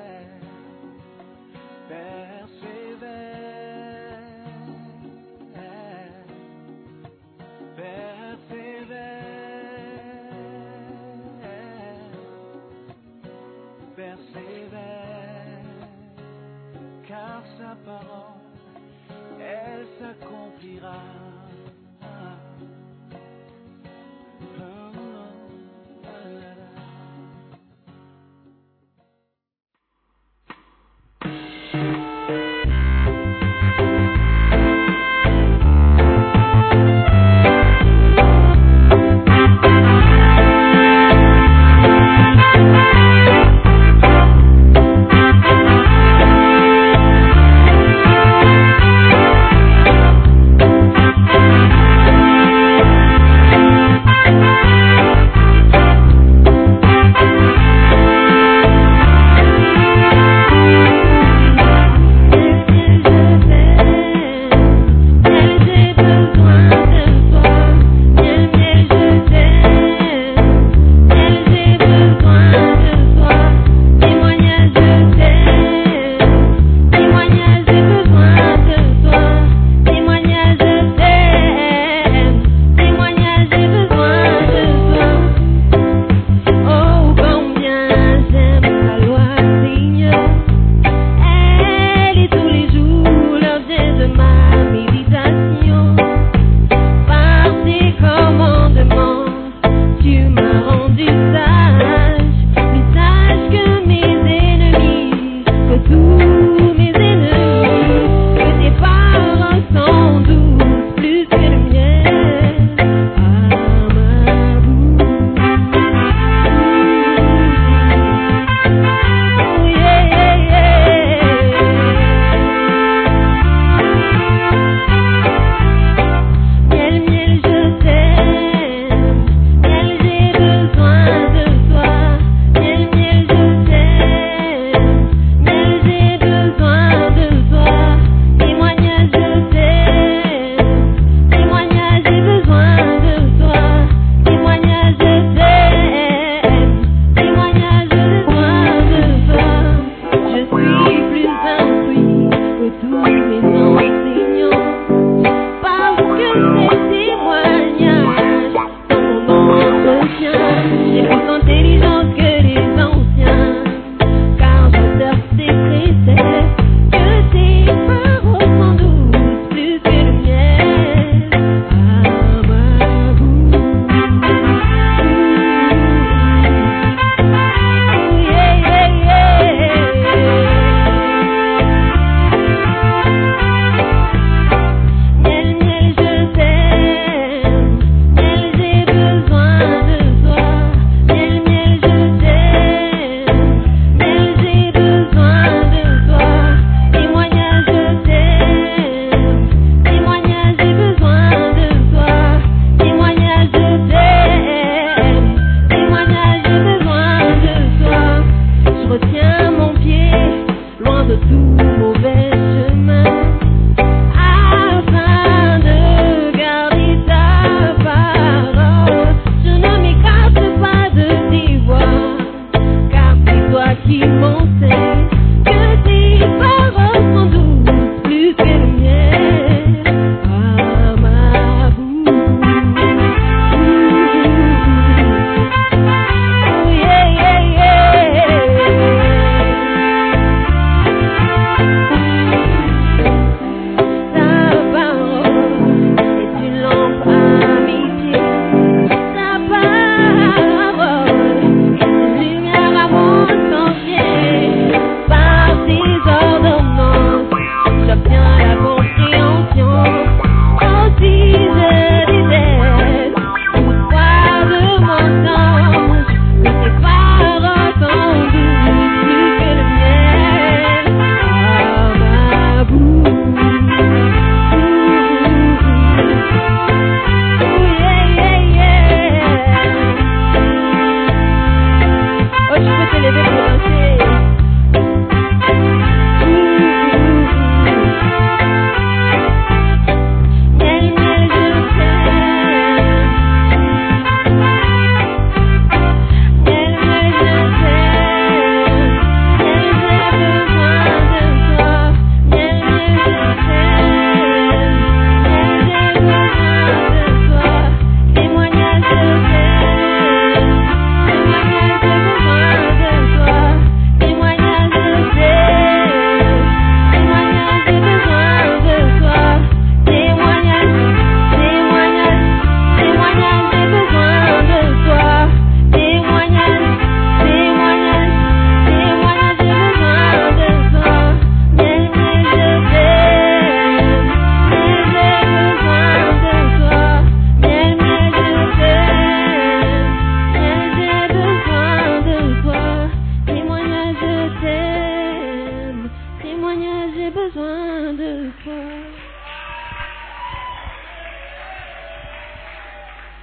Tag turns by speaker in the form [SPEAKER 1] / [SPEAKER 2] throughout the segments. [SPEAKER 1] Persévère, persévère, persévère, persévère, car sa parole, elle s'accomplira.
[SPEAKER 2] Thank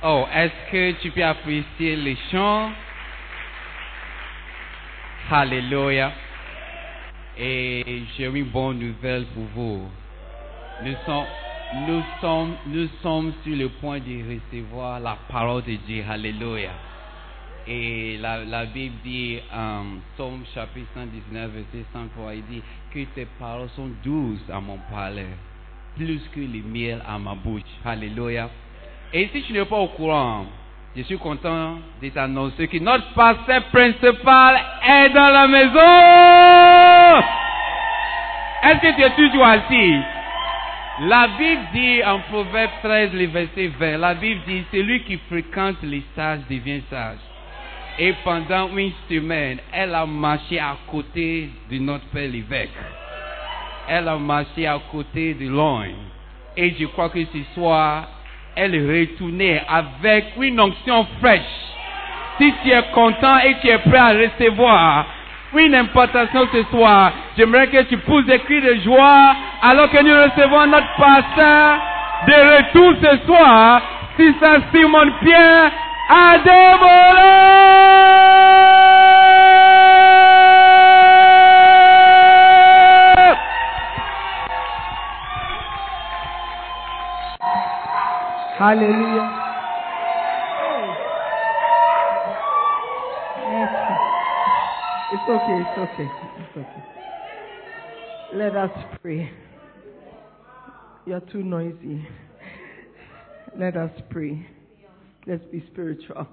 [SPEAKER 2] Oh, que tu peux apprécier les chants. Alléluia. Et j'ai une bonne nouvelle pour vous. Nous sommes, nous sommes, nous sommes sur le point de recevoir la parole de Dieu. Alléluia. Et la, la Bible dit, euh, Psaume chapitre 119, verset 103, il dit que tes paroles sont douces à mon palais, plus que le miel à ma bouche. Alléluia. Et si tu n'es pas au courant, je suis content de t'annoncer que notre pasteur principal est dans la maison. Est-ce que tu es toujours assis? La Bible dit en Proverbe 13, le verset 20, la Bible dit, celui qui fréquente les sages devient sage. Et pendant une semaine, elle a marché à côté de notre Père l'évêque. Elle a marché à côté de l'homme. Et je crois que ce soir, elle est retournée avec une onction fraîche. Si tu es content et tu es prêt à recevoir une importation ce soir, j'aimerais que tu pousses des cris de joie alors que nous recevons notre pasteur de retour ce soir. Si ça Simon Pierre a dévoré.
[SPEAKER 3] Alléluia. Merci. It's okay, it's okay, it's okay. Let us pray. You're too noisy. Let us pray. Let's be spiritual.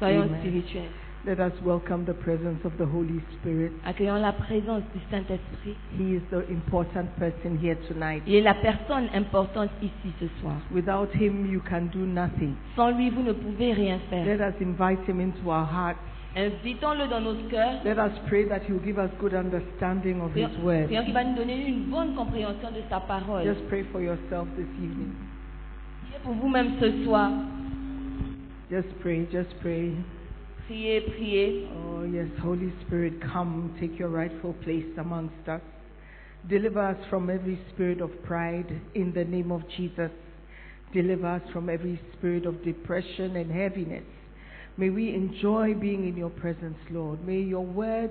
[SPEAKER 4] Soyons
[SPEAKER 3] Amen.
[SPEAKER 4] spirituels.
[SPEAKER 3] Let us welcome the presence of the Holy Spirit.
[SPEAKER 4] Accueillons la présence du Saint-Esprit.
[SPEAKER 3] He is the important person here tonight.
[SPEAKER 4] Il est la personne importante ici ce soir.
[SPEAKER 3] Without him, you can do nothing.
[SPEAKER 4] Sans lui, vous ne pouvez rien faire.
[SPEAKER 3] Let us invite him into our hearts.
[SPEAKER 4] Invitons-le dans nos cœurs.
[SPEAKER 3] Let us pray that he'll give us good understanding of his
[SPEAKER 4] Prions
[SPEAKER 3] word.
[SPEAKER 4] prions qu'il va nous donner une bonne compréhension de sa parole.
[SPEAKER 3] Just pray for yourself this evening.
[SPEAKER 4] Priez pour vous-même ce soir.
[SPEAKER 3] Just pray, just pray.
[SPEAKER 4] Priez, priez.
[SPEAKER 3] Oh, yes, Holy Spirit, come, take your rightful place amongst us. Deliver us from every spirit of pride in the name of Jesus. Deliver us from every spirit of depression and heaviness. May we enjoy being in your presence, Lord. May your word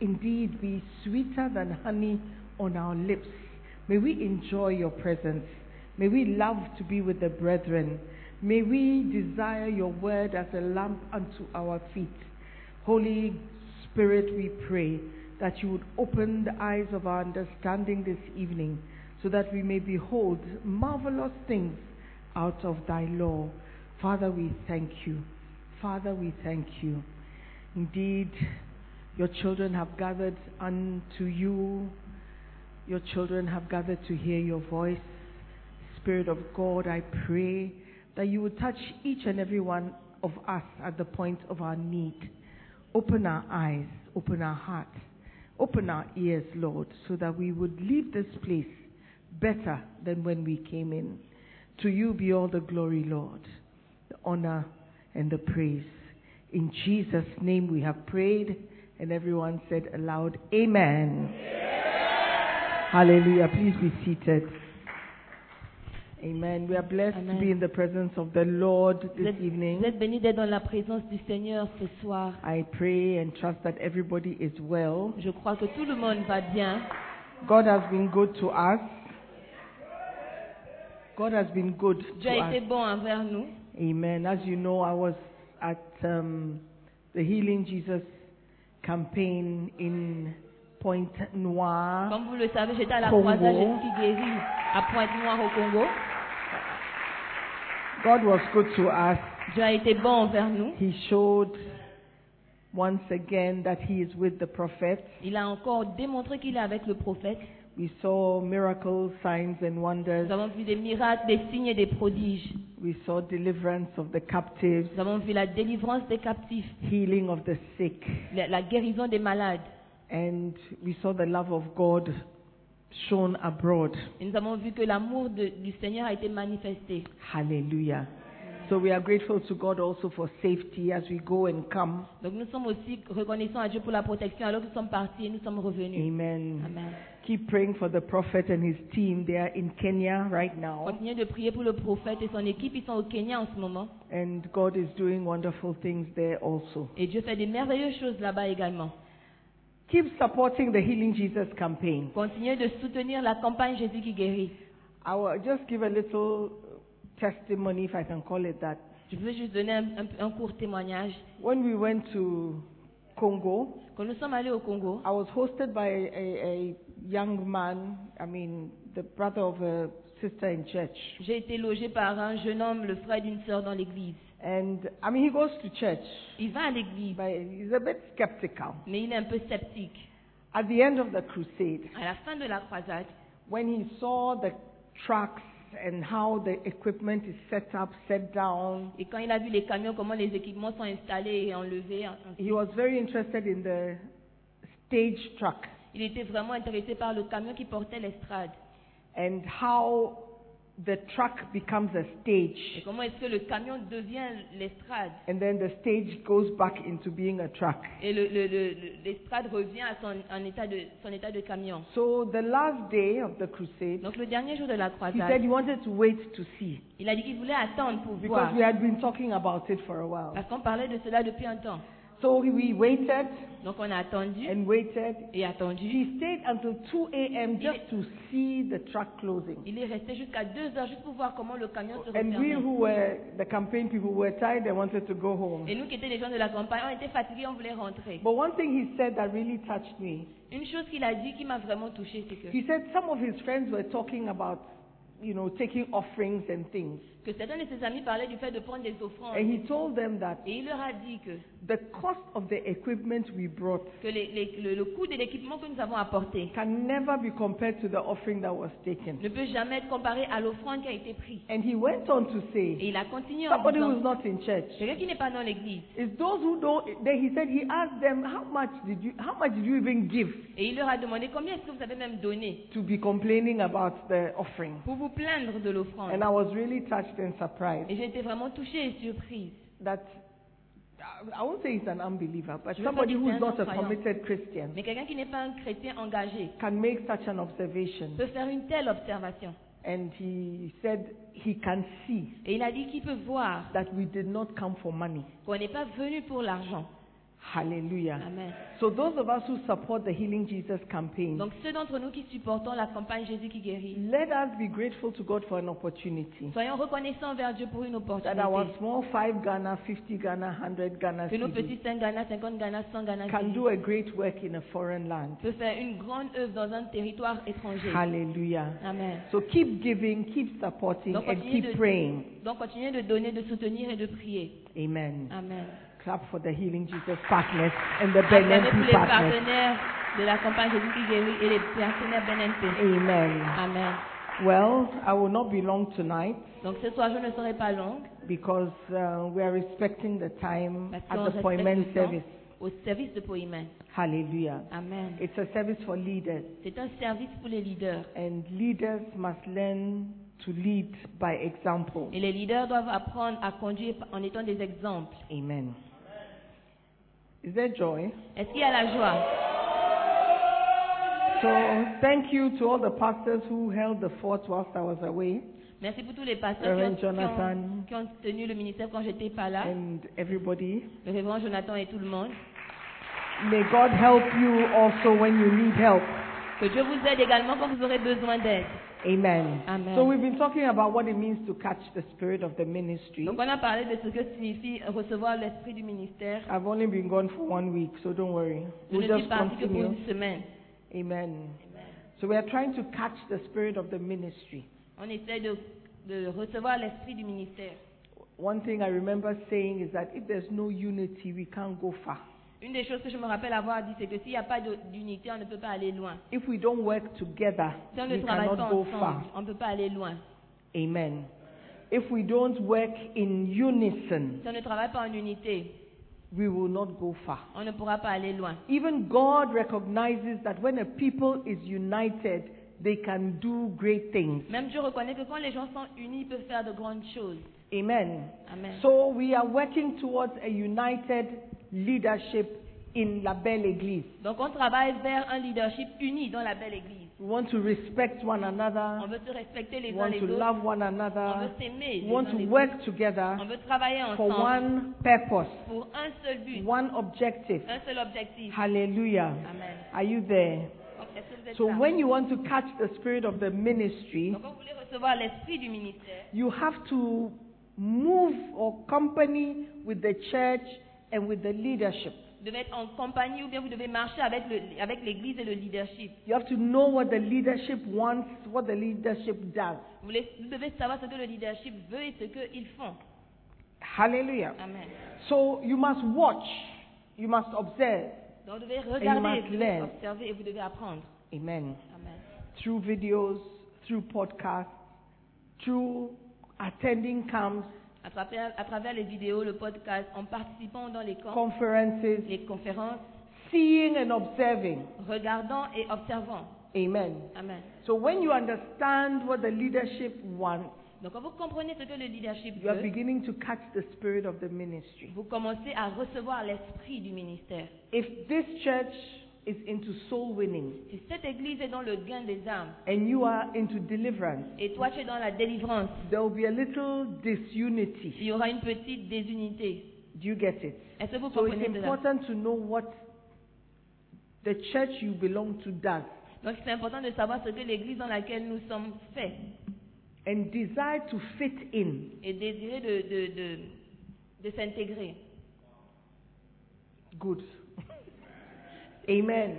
[SPEAKER 3] indeed be sweeter than honey on our lips. May we enjoy your presence. May we love to be with the brethren. May we desire your word as a lamp unto our feet. Holy Spirit, we pray that you would open the eyes of our understanding this evening so that we may behold marvelous things out of thy law. Father, we thank you. Father, we thank you. Indeed, your children have gathered unto you. Your children have gathered to hear your voice. Spirit of God, I pray that you would touch each and every one of us at the point of our need. Open our eyes, open our hearts, open our ears, Lord, so that we would leave this place better than when we came in. To you be all the glory, Lord, the honor and the praise. In Jesus' name we have prayed, and everyone said aloud, Amen. Hallelujah. Please be seated. Amen. We are blessed to
[SPEAKER 4] Amen.
[SPEAKER 3] be in the presence of the Lord
[SPEAKER 4] Vous
[SPEAKER 3] this
[SPEAKER 4] êtes,
[SPEAKER 3] evening.
[SPEAKER 4] vous êtes bénis d'être dans la présence du Seigneur ce soir.
[SPEAKER 3] I pray and trust that everybody is well.
[SPEAKER 4] Je crois que tout le monde va bien.
[SPEAKER 3] God has been good to us. God has been good to
[SPEAKER 4] Dieu a
[SPEAKER 3] us.
[SPEAKER 4] été bon envers nous.
[SPEAKER 3] Amen. As you know, I was at um, the Healing Jesus campaign in Point Noir.
[SPEAKER 4] Comme vous le savez, j'étais à la
[SPEAKER 3] Congo.
[SPEAKER 4] croisade de qui guérit à Pointe-Noire au Congo.
[SPEAKER 3] God was good to us.
[SPEAKER 4] Dieu a été bon envers nous.
[SPEAKER 3] He showed once again that He is with the prophets.
[SPEAKER 4] Il a encore démontré qu'il est avec le prophète.
[SPEAKER 3] We saw miracles, signs, and wonders.
[SPEAKER 4] Nous avons vu des miracles, des signes et des prodiges.
[SPEAKER 3] We saw deliverance of the captives,
[SPEAKER 4] Nous avons vu la délivrance des captifs,
[SPEAKER 3] healing of the sick,
[SPEAKER 4] la, la guérison des malades.
[SPEAKER 3] and we saw the love of God shown abroad.
[SPEAKER 4] Et nous avons vu que l'amour de- du Seigneur a été manifesté.
[SPEAKER 3] Hallelujah. So we are grateful to God also for safety as we go and come.
[SPEAKER 4] Donc nous sommes aussi reconnaissants à Dieu pour la protection. Alors que nous sommes partis et nous sommes revenus.
[SPEAKER 3] Amen.
[SPEAKER 4] Amen.
[SPEAKER 3] Keep praying for the prophet and his team. They are in Kenya right now,
[SPEAKER 4] Continuez de prier pour le prophète et son équipe. Ils sont au Kenya en ce moment.
[SPEAKER 3] and God is doing wonderful things there also.
[SPEAKER 4] Et Dieu fait des merveilleuses choses là-bas également.
[SPEAKER 3] Keep supporting the Healing Jesus campaign.
[SPEAKER 4] Continuez de soutenir la campagne Jésus qui guérit.
[SPEAKER 3] I will just give a little testimony, if I can call it that.
[SPEAKER 4] Je veux juste donner un, un- un court témoignage.
[SPEAKER 3] When we went to Congo,
[SPEAKER 4] Quand nous sommes allés au Congo,
[SPEAKER 3] I was hosted by a, a young man, I mean, the brother of a sister in church.
[SPEAKER 4] j'ai été logée par un jeune homme, le frère d'une sœur dans l'église.
[SPEAKER 3] And I mean, he goes to church,
[SPEAKER 4] Il va à l'église,
[SPEAKER 3] but he's a bit skeptical.
[SPEAKER 4] mais il est un peu sceptique.
[SPEAKER 3] At the end of the crusade,
[SPEAKER 4] À la fin de la croisade,
[SPEAKER 3] when he saw the trucks and how the equipment is set up, set down,
[SPEAKER 4] et quand il a vu les camions, comment les équipements sont installés et enlevés, hein,
[SPEAKER 3] he was very interested in the stage truck
[SPEAKER 4] il était vraiment intéressé par le camion qui portait l'estrade.
[SPEAKER 3] and how the truck becomes a
[SPEAKER 4] Et
[SPEAKER 3] stage.
[SPEAKER 4] comment est-ce que le camion devient l'estrade
[SPEAKER 3] And then the stage goes back into being a truck.
[SPEAKER 4] Et le- le- le- le- l'estrade revient à son, en état de, son état de camion.
[SPEAKER 3] So the last day of the crusade,
[SPEAKER 4] Donc le dernier jour de la
[SPEAKER 3] he said
[SPEAKER 4] croisade,
[SPEAKER 3] he wanted to wait to see
[SPEAKER 4] il a dit qu'il voulait attendre pour voir.
[SPEAKER 3] because we had been talking about it for a while.
[SPEAKER 4] Parce qu'on parlait de cela depuis un temps.
[SPEAKER 3] So we waited
[SPEAKER 4] Donc on a attendu
[SPEAKER 3] and waited.
[SPEAKER 4] et attendu.
[SPEAKER 3] He stayed until 2 a.m. just to see the truck closing.
[SPEAKER 4] Il est resté jusqu'à deux heures juste pour voir comment le camion se
[SPEAKER 3] And we
[SPEAKER 4] refermait.
[SPEAKER 3] who were the campaign people were tired and wanted to go home.
[SPEAKER 4] Et nous qui étions les gens de la campagne, on était fatigués, on voulait rentrer.
[SPEAKER 3] But one thing he said that really touched me,
[SPEAKER 4] Une chose qu'il a dit qui m'a vraiment touchée, c'est que,
[SPEAKER 3] he said some of his friends were talking about, you know, taking offerings and things.
[SPEAKER 4] que certains de ses amis parlaient du fait de prendre des
[SPEAKER 3] And
[SPEAKER 4] offrandes.
[SPEAKER 3] he told them that
[SPEAKER 4] Et il leur a dit que,
[SPEAKER 3] the cost of the equipment we brought
[SPEAKER 4] que les- les- le, le coût de l'équipement que nous avons apporté
[SPEAKER 3] can never be compared to the offering that was
[SPEAKER 4] ne
[SPEAKER 3] taken.
[SPEAKER 4] peut jamais être comparé à l'offrande qui a été prise.
[SPEAKER 3] And he went on to
[SPEAKER 4] Et
[SPEAKER 3] say,
[SPEAKER 4] il a continué en
[SPEAKER 3] somebody who's
[SPEAKER 4] disant,
[SPEAKER 3] not in church,
[SPEAKER 4] quelqu'un qui n'est pas dans l'église.
[SPEAKER 3] It's those who don't. Then he said he asked them, how much did you, how much did you even give
[SPEAKER 4] Et il leur a demandé combien est-ce que vous avez même donné
[SPEAKER 3] to be complaining about the offering?
[SPEAKER 4] pour vous plaindre de l'offrande.
[SPEAKER 3] And I was really touched and surprised
[SPEAKER 4] Et j'ai été vraiment touchée et surprise.
[SPEAKER 3] that I- I won't say he's an unbeliever, but
[SPEAKER 4] Je veux pas
[SPEAKER 3] somebody
[SPEAKER 4] dire
[SPEAKER 3] who
[SPEAKER 4] c'est
[SPEAKER 3] is
[SPEAKER 4] un
[SPEAKER 3] not a
[SPEAKER 4] non-croyant.
[SPEAKER 3] committed Christian
[SPEAKER 4] Mais quelqu'un qui n'est pas un chrétien engagé
[SPEAKER 3] can make such an observation.
[SPEAKER 4] peut faire une telle observation.
[SPEAKER 3] And he said he can see
[SPEAKER 4] Et il a dit qu'il peut voir
[SPEAKER 3] that we did not come for money.
[SPEAKER 4] qu'on n'est pas venu pour l'argent.
[SPEAKER 3] Hallelujah.
[SPEAKER 4] Amen.
[SPEAKER 3] So those of us who support the Healing Jesus campaign,
[SPEAKER 4] Donc ceux d'entre nous qui supportons la campagne Jésus qui guérit,
[SPEAKER 3] let us be grateful to God for an opportunity.
[SPEAKER 4] soyons reconnaissants vers Dieu pour une
[SPEAKER 3] that our
[SPEAKER 4] opportunité.
[SPEAKER 3] small 5 Ghana, 50 Ghana, 100 Ghana
[SPEAKER 4] Que nos
[SPEAKER 3] cities
[SPEAKER 4] petits 5 Ghana, 50 Ghana, 100 Ghana
[SPEAKER 3] can
[SPEAKER 4] cities
[SPEAKER 3] do a great work in a foreign land.
[SPEAKER 4] peuvent faire une grande œuvre dans un territoire étranger.
[SPEAKER 3] Hallelujah.
[SPEAKER 4] Amen.
[SPEAKER 3] So keep giving, keep supporting,
[SPEAKER 4] Donc
[SPEAKER 3] and
[SPEAKER 4] continuez,
[SPEAKER 3] keep praying.
[SPEAKER 4] de, donc continuez de donner, de soutenir et de prier.
[SPEAKER 3] Amen.
[SPEAKER 4] Amen.
[SPEAKER 3] Clap for the Healing Jesus partners and the
[SPEAKER 4] Acclamez pour
[SPEAKER 3] Benenpi
[SPEAKER 4] les
[SPEAKER 3] partners.
[SPEAKER 4] partenaires de la campagne Jésus qui guérit et les partenaires BNNP.
[SPEAKER 3] Amen.
[SPEAKER 4] Amen.
[SPEAKER 3] Well, I will not be long tonight
[SPEAKER 4] Donc ce soir, je ne serai pas longue
[SPEAKER 3] because uh, we are respecting the time
[SPEAKER 4] parce
[SPEAKER 3] at
[SPEAKER 4] qu'on
[SPEAKER 3] the
[SPEAKER 4] respecte
[SPEAKER 3] appointment
[SPEAKER 4] le temps
[SPEAKER 3] service.
[SPEAKER 4] au service de Poimen.
[SPEAKER 3] Hallelujah.
[SPEAKER 4] Amen.
[SPEAKER 3] It's a service for leaders,
[SPEAKER 4] C'est un service pour les leaders.
[SPEAKER 3] and leaders must learn to lead by example.
[SPEAKER 4] Et les leaders doivent apprendre à conduire en étant des exemples.
[SPEAKER 3] Amen. Is there joy?
[SPEAKER 4] Est-ce qu'il y a la joie
[SPEAKER 3] So thank you to all the pastors who held the fort whilst I was away
[SPEAKER 4] Merci pour tous les pasteurs qui ont, qui ont-
[SPEAKER 3] Jonathan.
[SPEAKER 4] qui ont tenu le ministère quand j'étais pas là.
[SPEAKER 3] and everybody.
[SPEAKER 4] Le révérend Jonathan et tout le monde.
[SPEAKER 3] May God help you also when you need help.
[SPEAKER 4] Que Dieu vous aide également quand vous aurez besoin d'aide.
[SPEAKER 3] Amen.
[SPEAKER 4] Amen.
[SPEAKER 3] So we've been talking about what it means to catch the spirit of the ministry.
[SPEAKER 4] Donc on a parlé de ce que signifie recevoir l'esprit du ministère.
[SPEAKER 3] I've only been gone for one week, so don't worry.
[SPEAKER 4] Je
[SPEAKER 3] We'll
[SPEAKER 4] ne suis
[SPEAKER 3] just
[SPEAKER 4] partie que pour
[SPEAKER 3] continue.
[SPEAKER 4] une semaine.
[SPEAKER 3] Amen. So we are trying to catch the spirit of the ministry.
[SPEAKER 4] On essaie de, de recevoir l'esprit du ministère.
[SPEAKER 3] One thing I remember saying is that if there's no unity, we can't go far.
[SPEAKER 4] Une des choses que je me rappelle avoir dit, c'est que s'il n'y a pas de- d'unité, on ne peut pas aller loin.
[SPEAKER 3] If we don't work together,
[SPEAKER 4] Si on
[SPEAKER 3] we
[SPEAKER 4] ne travaille
[SPEAKER 3] cannot
[SPEAKER 4] pas
[SPEAKER 3] go
[SPEAKER 4] ensemble,
[SPEAKER 3] far.
[SPEAKER 4] on ne peut pas aller loin.
[SPEAKER 3] Amen. If we don't work in unison,
[SPEAKER 4] Si on ne travaille pas en unité,
[SPEAKER 3] we will not go far.
[SPEAKER 4] on ne pourra pas aller loin.
[SPEAKER 3] Even God recognizes that when a people is united, they can do great things.
[SPEAKER 4] Même Dieu reconnaît que quand les gens sont unis, ils peuvent faire de grandes choses.
[SPEAKER 3] Amen.
[SPEAKER 4] Amen.
[SPEAKER 3] So we are working towards a united leadership in La Belle Église.
[SPEAKER 4] Donc on travaille vers un leadership uni dans la belle église.
[SPEAKER 3] We want to respect one
[SPEAKER 4] On
[SPEAKER 3] another.
[SPEAKER 4] veut se respecter
[SPEAKER 3] We
[SPEAKER 4] les uns
[SPEAKER 3] want
[SPEAKER 4] les
[SPEAKER 3] to
[SPEAKER 4] autres.
[SPEAKER 3] love one
[SPEAKER 4] On veut
[SPEAKER 3] another. We
[SPEAKER 4] s'aimer. les
[SPEAKER 3] want
[SPEAKER 4] uns
[SPEAKER 3] to
[SPEAKER 4] les
[SPEAKER 3] work
[SPEAKER 4] autres. On
[SPEAKER 3] together
[SPEAKER 4] veut travailler
[SPEAKER 3] for
[SPEAKER 4] ensemble
[SPEAKER 3] one purpose,
[SPEAKER 4] pour un seul but,
[SPEAKER 3] one objective.
[SPEAKER 4] un seul objectif.
[SPEAKER 3] Hallelujah.
[SPEAKER 4] Amen.
[SPEAKER 3] Are you there?
[SPEAKER 4] Donc, est-ce que vous êtes
[SPEAKER 3] So
[SPEAKER 4] là?
[SPEAKER 3] when you want to catch the spirit of the ministry,
[SPEAKER 4] Donc, quand vous voulez recevoir l'esprit du ministère,
[SPEAKER 3] you have to move or company with the church and with the leadership.
[SPEAKER 4] vous devez être en compagnie ou bien vous devez marcher avec le- avec l'église et le leadership.
[SPEAKER 3] You have to know what the leadership wants, what the leadership does.
[SPEAKER 4] Vous, voulez- vous devez savoir ce que le leadership veut et ce qu'ils font.
[SPEAKER 3] Hallelujah.
[SPEAKER 4] Amen.
[SPEAKER 3] So you must watch, you must observe.
[SPEAKER 4] Donc, vous devez
[SPEAKER 3] must
[SPEAKER 4] regarder, vous devez
[SPEAKER 3] learn.
[SPEAKER 4] observer et vous devez apprendre.
[SPEAKER 3] Amen.
[SPEAKER 4] Amen.
[SPEAKER 3] Through videos, through podcasts, through attending camps,
[SPEAKER 4] À travers, à travers les vidéos, le podcast, en participant dans les camps,
[SPEAKER 3] conferences,
[SPEAKER 4] les conférences,
[SPEAKER 3] seeing and observing.
[SPEAKER 4] regardant et observant.
[SPEAKER 3] Amen.
[SPEAKER 4] Amen.
[SPEAKER 3] So when you understand what the leadership wants,
[SPEAKER 4] Donc, quand vous comprenez ce que le leadership
[SPEAKER 3] you are
[SPEAKER 4] veut,
[SPEAKER 3] beginning to catch the spirit of the ministry.
[SPEAKER 4] vous commencez à recevoir l'esprit du ministère.
[SPEAKER 3] If this church is into soul winning
[SPEAKER 4] Si cette église est dans le gain des âmes
[SPEAKER 3] and you are into deliverance,
[SPEAKER 4] et toi tu es dans la délivrance,
[SPEAKER 3] there will be a little
[SPEAKER 4] il
[SPEAKER 3] disunity.
[SPEAKER 4] y aura une petite désunité.
[SPEAKER 3] Do you get it?
[SPEAKER 4] Est-ce que vous
[SPEAKER 3] So it's
[SPEAKER 4] comprenez cela
[SPEAKER 3] important to know what the church you belong to does
[SPEAKER 4] Donc, c'est important de savoir ce que l'église dans laquelle nous sommes fait
[SPEAKER 3] and desire to fit in.
[SPEAKER 4] et désirer de, de, de, de s'intégrer.
[SPEAKER 3] Good. Amen.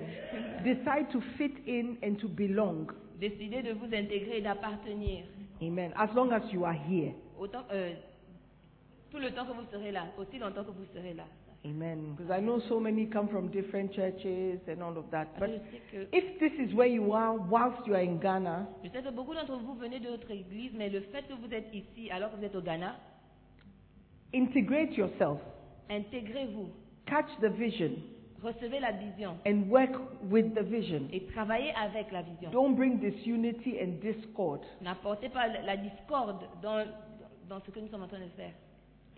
[SPEAKER 3] Decide to fit in and to belong.
[SPEAKER 4] Décider de vous intégrer et d'appartenir.
[SPEAKER 3] Amen. As long as you are here.
[SPEAKER 4] Autant, euh, tout le temps que vous serez là, aussi longtemps que vous serez là.
[SPEAKER 3] Amen. Because I know so many come from different churches and all of that. But
[SPEAKER 4] Parce que je sais que,
[SPEAKER 3] if this is where you are whilst you are in Ghana,
[SPEAKER 4] je sais que beaucoup d'entre vous venez d'autres églises, mais le fait que vous êtes ici alors que vous êtes au Ghana,
[SPEAKER 3] integrate yourself,
[SPEAKER 4] intégrez-vous,
[SPEAKER 3] catch the vision,
[SPEAKER 4] recevez la vision
[SPEAKER 3] and work with the vision.
[SPEAKER 4] et travaillez avec la vision.
[SPEAKER 3] Don't bring disunity and discord.
[SPEAKER 4] N'apportez pas la discorde dans, dans ce que nous sommes en train de faire.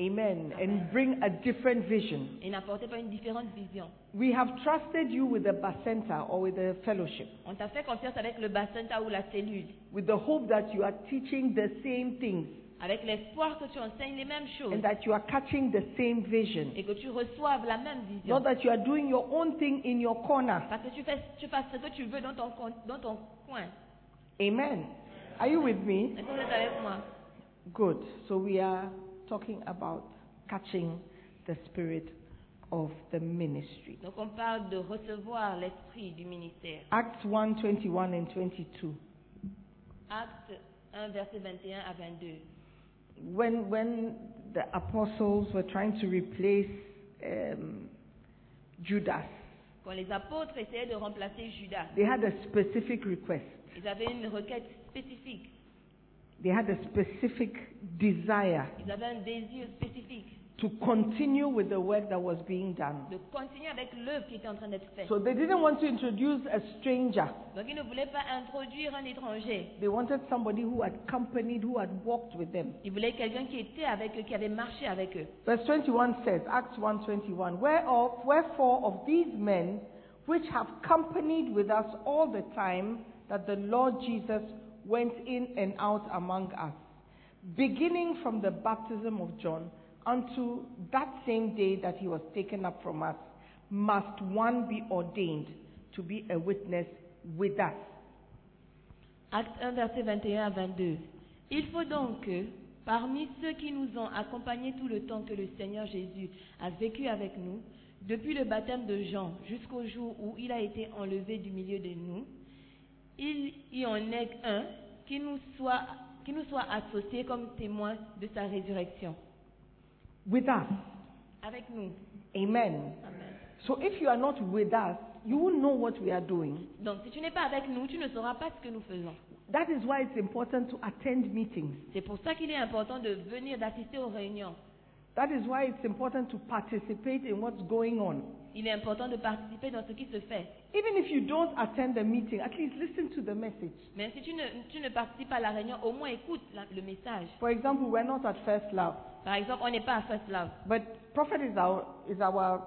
[SPEAKER 3] Amen. And bring a different vision.
[SPEAKER 4] Et n'apportez pas une différente vision.
[SPEAKER 3] We have trusted you with the Basenta or with the fellowship
[SPEAKER 4] On t'a fait confiance avec le bassin ou la cellule,
[SPEAKER 3] with the hope that you are teaching the same things
[SPEAKER 4] avec l'espoir que tu enseignes les mêmes choses
[SPEAKER 3] and that you are catching the same vision.
[SPEAKER 4] et que tu reçoives la même vision.
[SPEAKER 3] Not that you are doing your own thing in your corner.
[SPEAKER 4] Parce que tu, fais, tu fasses ce que tu veux dans ton, con- dans ton coin.
[SPEAKER 3] Amen. Are you with me?
[SPEAKER 4] Est-ce que vous êtes avec moi
[SPEAKER 3] Good. So we are talking about catching the spirit of the ministry.
[SPEAKER 4] Donc on parle de recevoir l'esprit du ministère.
[SPEAKER 3] Acts 1 21 and 22.
[SPEAKER 4] Acte 1, verset 21 à 22.
[SPEAKER 3] when when the apostles were trying to replace um, Judas,
[SPEAKER 4] Quand les apôtres essayaient de remplacer Judas,
[SPEAKER 3] they had a specific request.
[SPEAKER 4] ils avaient une requête spécifique.
[SPEAKER 3] They had a specific desire
[SPEAKER 4] Ils avaient un désir spécifique
[SPEAKER 3] to continue with the work that was being done.
[SPEAKER 4] de continuer avec l'œuvre qui était en train d'être faite.
[SPEAKER 3] So they didn't want to introduce a stranger.
[SPEAKER 4] Donc ils ne voulaient pas introduire un étranger.
[SPEAKER 3] They wanted somebody who had accompanied, who had walked with them.
[SPEAKER 4] Ils voulaient quelqu'un qui était avec eux, qui avait marché avec eux.
[SPEAKER 3] Verse 21 says, Acts 1:21, whereof, wherefore of these men which have companied with us all the time that the Lord Jesus went in and out among us, beginning from the baptism of John unto that same day that he was taken up from us, must one be ordained to be a witness with us.
[SPEAKER 4] Acte 1, verset 21 à 22. Il faut donc que, parmi ceux qui nous ont accompagnés tout le temps que le Seigneur Jésus a vécu avec nous, depuis le baptême de Jean jusqu'au jour où il a été enlevé du milieu de nous, il y en ait un qui nous soit, qui nous soit associé comme témoin de sa résurrection.
[SPEAKER 3] With us.
[SPEAKER 4] Avec nous.
[SPEAKER 3] Amen.
[SPEAKER 4] Amen.
[SPEAKER 3] So if you are not with us, you won't know what we are doing.
[SPEAKER 4] Donc, si tu n'es pas avec nous, tu ne sauras pas ce que nous faisons.
[SPEAKER 3] That is why it's important to attend meetings.
[SPEAKER 4] C'est pour ça qu'il est important de venir, d'assister aux réunions.
[SPEAKER 3] That is why it's important to participate in what's going on.
[SPEAKER 4] Il est important de participer dans ce qui se fait.
[SPEAKER 3] Even if you don't attend the meeting, at least listen to the message.
[SPEAKER 4] Même si tu ne, tu ne participes pas à la réunion, au moins écoute la- le message.
[SPEAKER 3] For example, we're not at First Love,
[SPEAKER 4] Par exemple, on n'est pas à First Love,
[SPEAKER 3] but Prophet is our, is our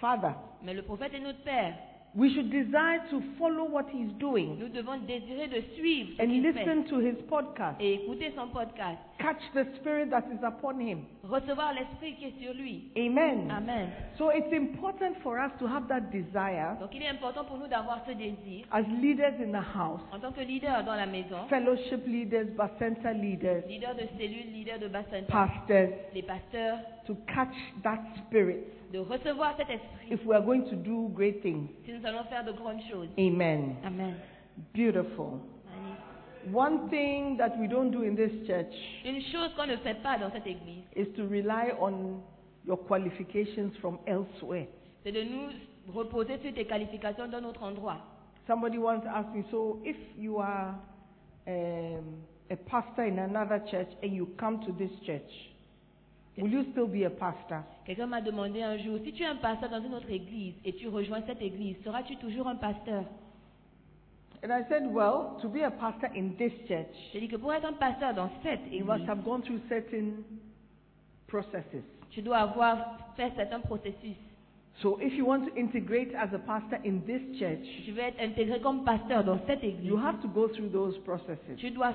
[SPEAKER 3] father.
[SPEAKER 4] mais le prophète est notre père.
[SPEAKER 3] We should desire to follow what he's doing
[SPEAKER 4] Nous devons désirer de suivre ce
[SPEAKER 3] and
[SPEAKER 4] qu'il fait
[SPEAKER 3] listen to his podcast.
[SPEAKER 4] et écouter son podcast,
[SPEAKER 3] Catch the spirit that is upon him.
[SPEAKER 4] recevoir l'esprit qui est sur lui.
[SPEAKER 3] Amen.
[SPEAKER 4] Amen.
[SPEAKER 3] So it's important for us to have that desire
[SPEAKER 4] Donc il est important pour nous d'avoir ce désir
[SPEAKER 3] as leaders in the house,
[SPEAKER 4] en tant que leader dans la maison,
[SPEAKER 3] fellowship leaders, center leaders,
[SPEAKER 4] leader de cellule, leader de bassin,
[SPEAKER 3] pastors,
[SPEAKER 4] les pasteurs,
[SPEAKER 3] to catch that spirit
[SPEAKER 4] de recevoir cet esprit
[SPEAKER 3] if we are going to do great things.
[SPEAKER 4] si nous allons faire de grandes choses.
[SPEAKER 3] Amen.
[SPEAKER 4] Amen.
[SPEAKER 3] Beautiful. One thing that we don't do in this church
[SPEAKER 4] Une chose qu'on ne fait pas dans cette église,
[SPEAKER 3] is to rely on your qualifications from elsewhere.
[SPEAKER 4] c'est de nous reposer sur tes qualifications dans notre endroit.
[SPEAKER 3] Somebody once asked me, so if you are um, a pastor in another church and you come to this church, will you still be a pastor?
[SPEAKER 4] Quelqu'un m'a demandé un jour, si tu es un pasteur dans une autre église et tu rejoins cette église, seras-tu toujours un pasteur
[SPEAKER 3] And I said, well, to be a pastor in this church,
[SPEAKER 4] J'ai dit que pour être un pasteur dans cette
[SPEAKER 3] you
[SPEAKER 4] église,
[SPEAKER 3] must have gone through certain processes.
[SPEAKER 4] tu dois avoir fait certains processus.
[SPEAKER 3] So if you want to integrate as a pastor in this church,
[SPEAKER 4] Tu veux être intégré comme pasteur dans cette église.
[SPEAKER 3] you have to go through those processes.
[SPEAKER 4] Tu dois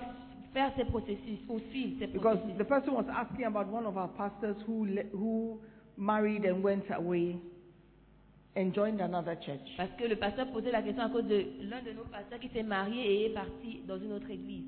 [SPEAKER 4] faire ces processus ou suivre ces
[SPEAKER 3] Because
[SPEAKER 4] processus.
[SPEAKER 3] the person was asking about one of our pastors who, le- who married and went away and joined another church.
[SPEAKER 4] Parce que le pasteur posait la question à cause de l'un de nos pasteurs qui s'est marié et est parti dans une autre église.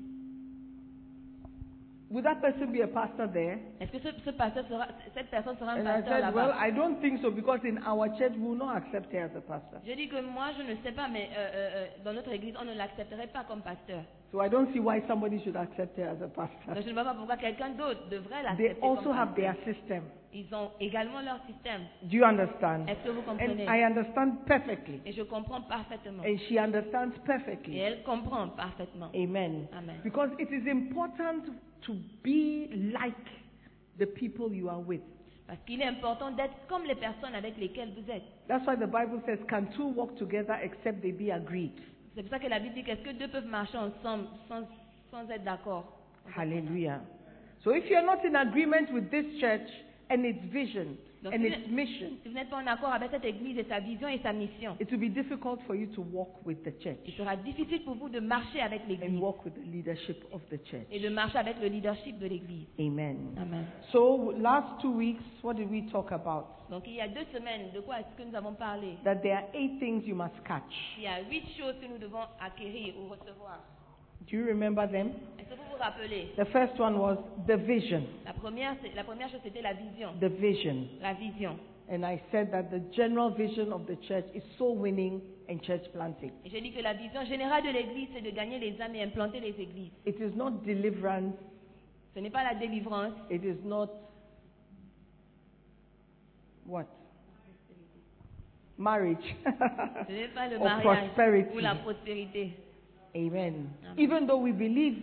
[SPEAKER 3] Would that person be a pastor there?
[SPEAKER 4] Est-ce que ce, ce pasteur sera, cette personne sera un
[SPEAKER 3] And I
[SPEAKER 4] pasteur
[SPEAKER 3] said, well,
[SPEAKER 4] là-bas
[SPEAKER 3] I don't think so because in our church we will not accept her as a pastor.
[SPEAKER 4] Je dis que moi, je ne sais pas, mais euh, euh, euh, dans notre église, on ne l'accepterait pas comme pasteur.
[SPEAKER 3] So I don't see why somebody should accept her as a
[SPEAKER 4] Donc,
[SPEAKER 3] pastor.
[SPEAKER 4] je ne vois pas pourquoi quelqu'un d'autre devrait
[SPEAKER 3] They
[SPEAKER 4] l'accepter.
[SPEAKER 3] also
[SPEAKER 4] comme
[SPEAKER 3] have
[SPEAKER 4] pasteur.
[SPEAKER 3] their system.
[SPEAKER 4] Ils ont également leur système.
[SPEAKER 3] Do you understand?
[SPEAKER 4] Est-ce que vous comprenez
[SPEAKER 3] And I understand perfectly.
[SPEAKER 4] Et je comprends parfaitement.
[SPEAKER 3] And she understands
[SPEAKER 4] Et
[SPEAKER 3] perfectly.
[SPEAKER 4] elle comprend parfaitement.
[SPEAKER 3] Amen.
[SPEAKER 4] Amen.
[SPEAKER 3] Because it is important to be like the people you are with.
[SPEAKER 4] Parce qu'il est important d'être comme les personnes avec lesquelles vous êtes.
[SPEAKER 3] That's why the Bible says, Can two walk together except they be agreed?
[SPEAKER 4] C'est pour ça que la Bible dit qu'est-ce que deux peuvent marcher ensemble sans, sans être d'accord.
[SPEAKER 3] Hallelujah. So if you're not in agreement with this church and its vision
[SPEAKER 4] Donc,
[SPEAKER 3] and
[SPEAKER 4] si
[SPEAKER 3] its
[SPEAKER 4] vous-
[SPEAKER 3] mission,
[SPEAKER 4] Si vous n'êtes pas en accord avec cette église et sa vision et sa mission,
[SPEAKER 3] it will be difficult for you to walk with the church
[SPEAKER 4] il sera difficile pour vous de marcher avec
[SPEAKER 3] and
[SPEAKER 4] l'église
[SPEAKER 3] walk with the leadership of the church.
[SPEAKER 4] et de marcher avec le leadership de l'église.
[SPEAKER 3] Amen.
[SPEAKER 4] Amen.
[SPEAKER 3] So, last two weeks, what did we talk about?
[SPEAKER 4] Donc il y a deux semaines, de quoi est-ce que nous avons parlé
[SPEAKER 3] That there are eight things you must catch.
[SPEAKER 4] Il y a huit choses que nous devons acquérir ou recevoir.
[SPEAKER 3] Do you remember them?
[SPEAKER 4] Est-ce que vous vous rappelez
[SPEAKER 3] The first one was the vision.
[SPEAKER 4] La première, c'est- la première chose, c'était la vision.
[SPEAKER 3] The vision.
[SPEAKER 4] La vision.
[SPEAKER 3] And I said that the general vision of the church is soul winning and church planting.
[SPEAKER 4] Et j'ai dit que la vision générale de l'église, c'est de gagner les âmes et implanter les églises.
[SPEAKER 3] It is not deliverance,
[SPEAKER 4] Ce n'est pas la délivrance,
[SPEAKER 3] it is not what? Marriage.
[SPEAKER 4] ce n'est pas le
[SPEAKER 3] Or
[SPEAKER 4] mariage
[SPEAKER 3] prosperity.
[SPEAKER 4] ou la prospérité.
[SPEAKER 3] Amen.
[SPEAKER 4] Amen.
[SPEAKER 3] Even though we believe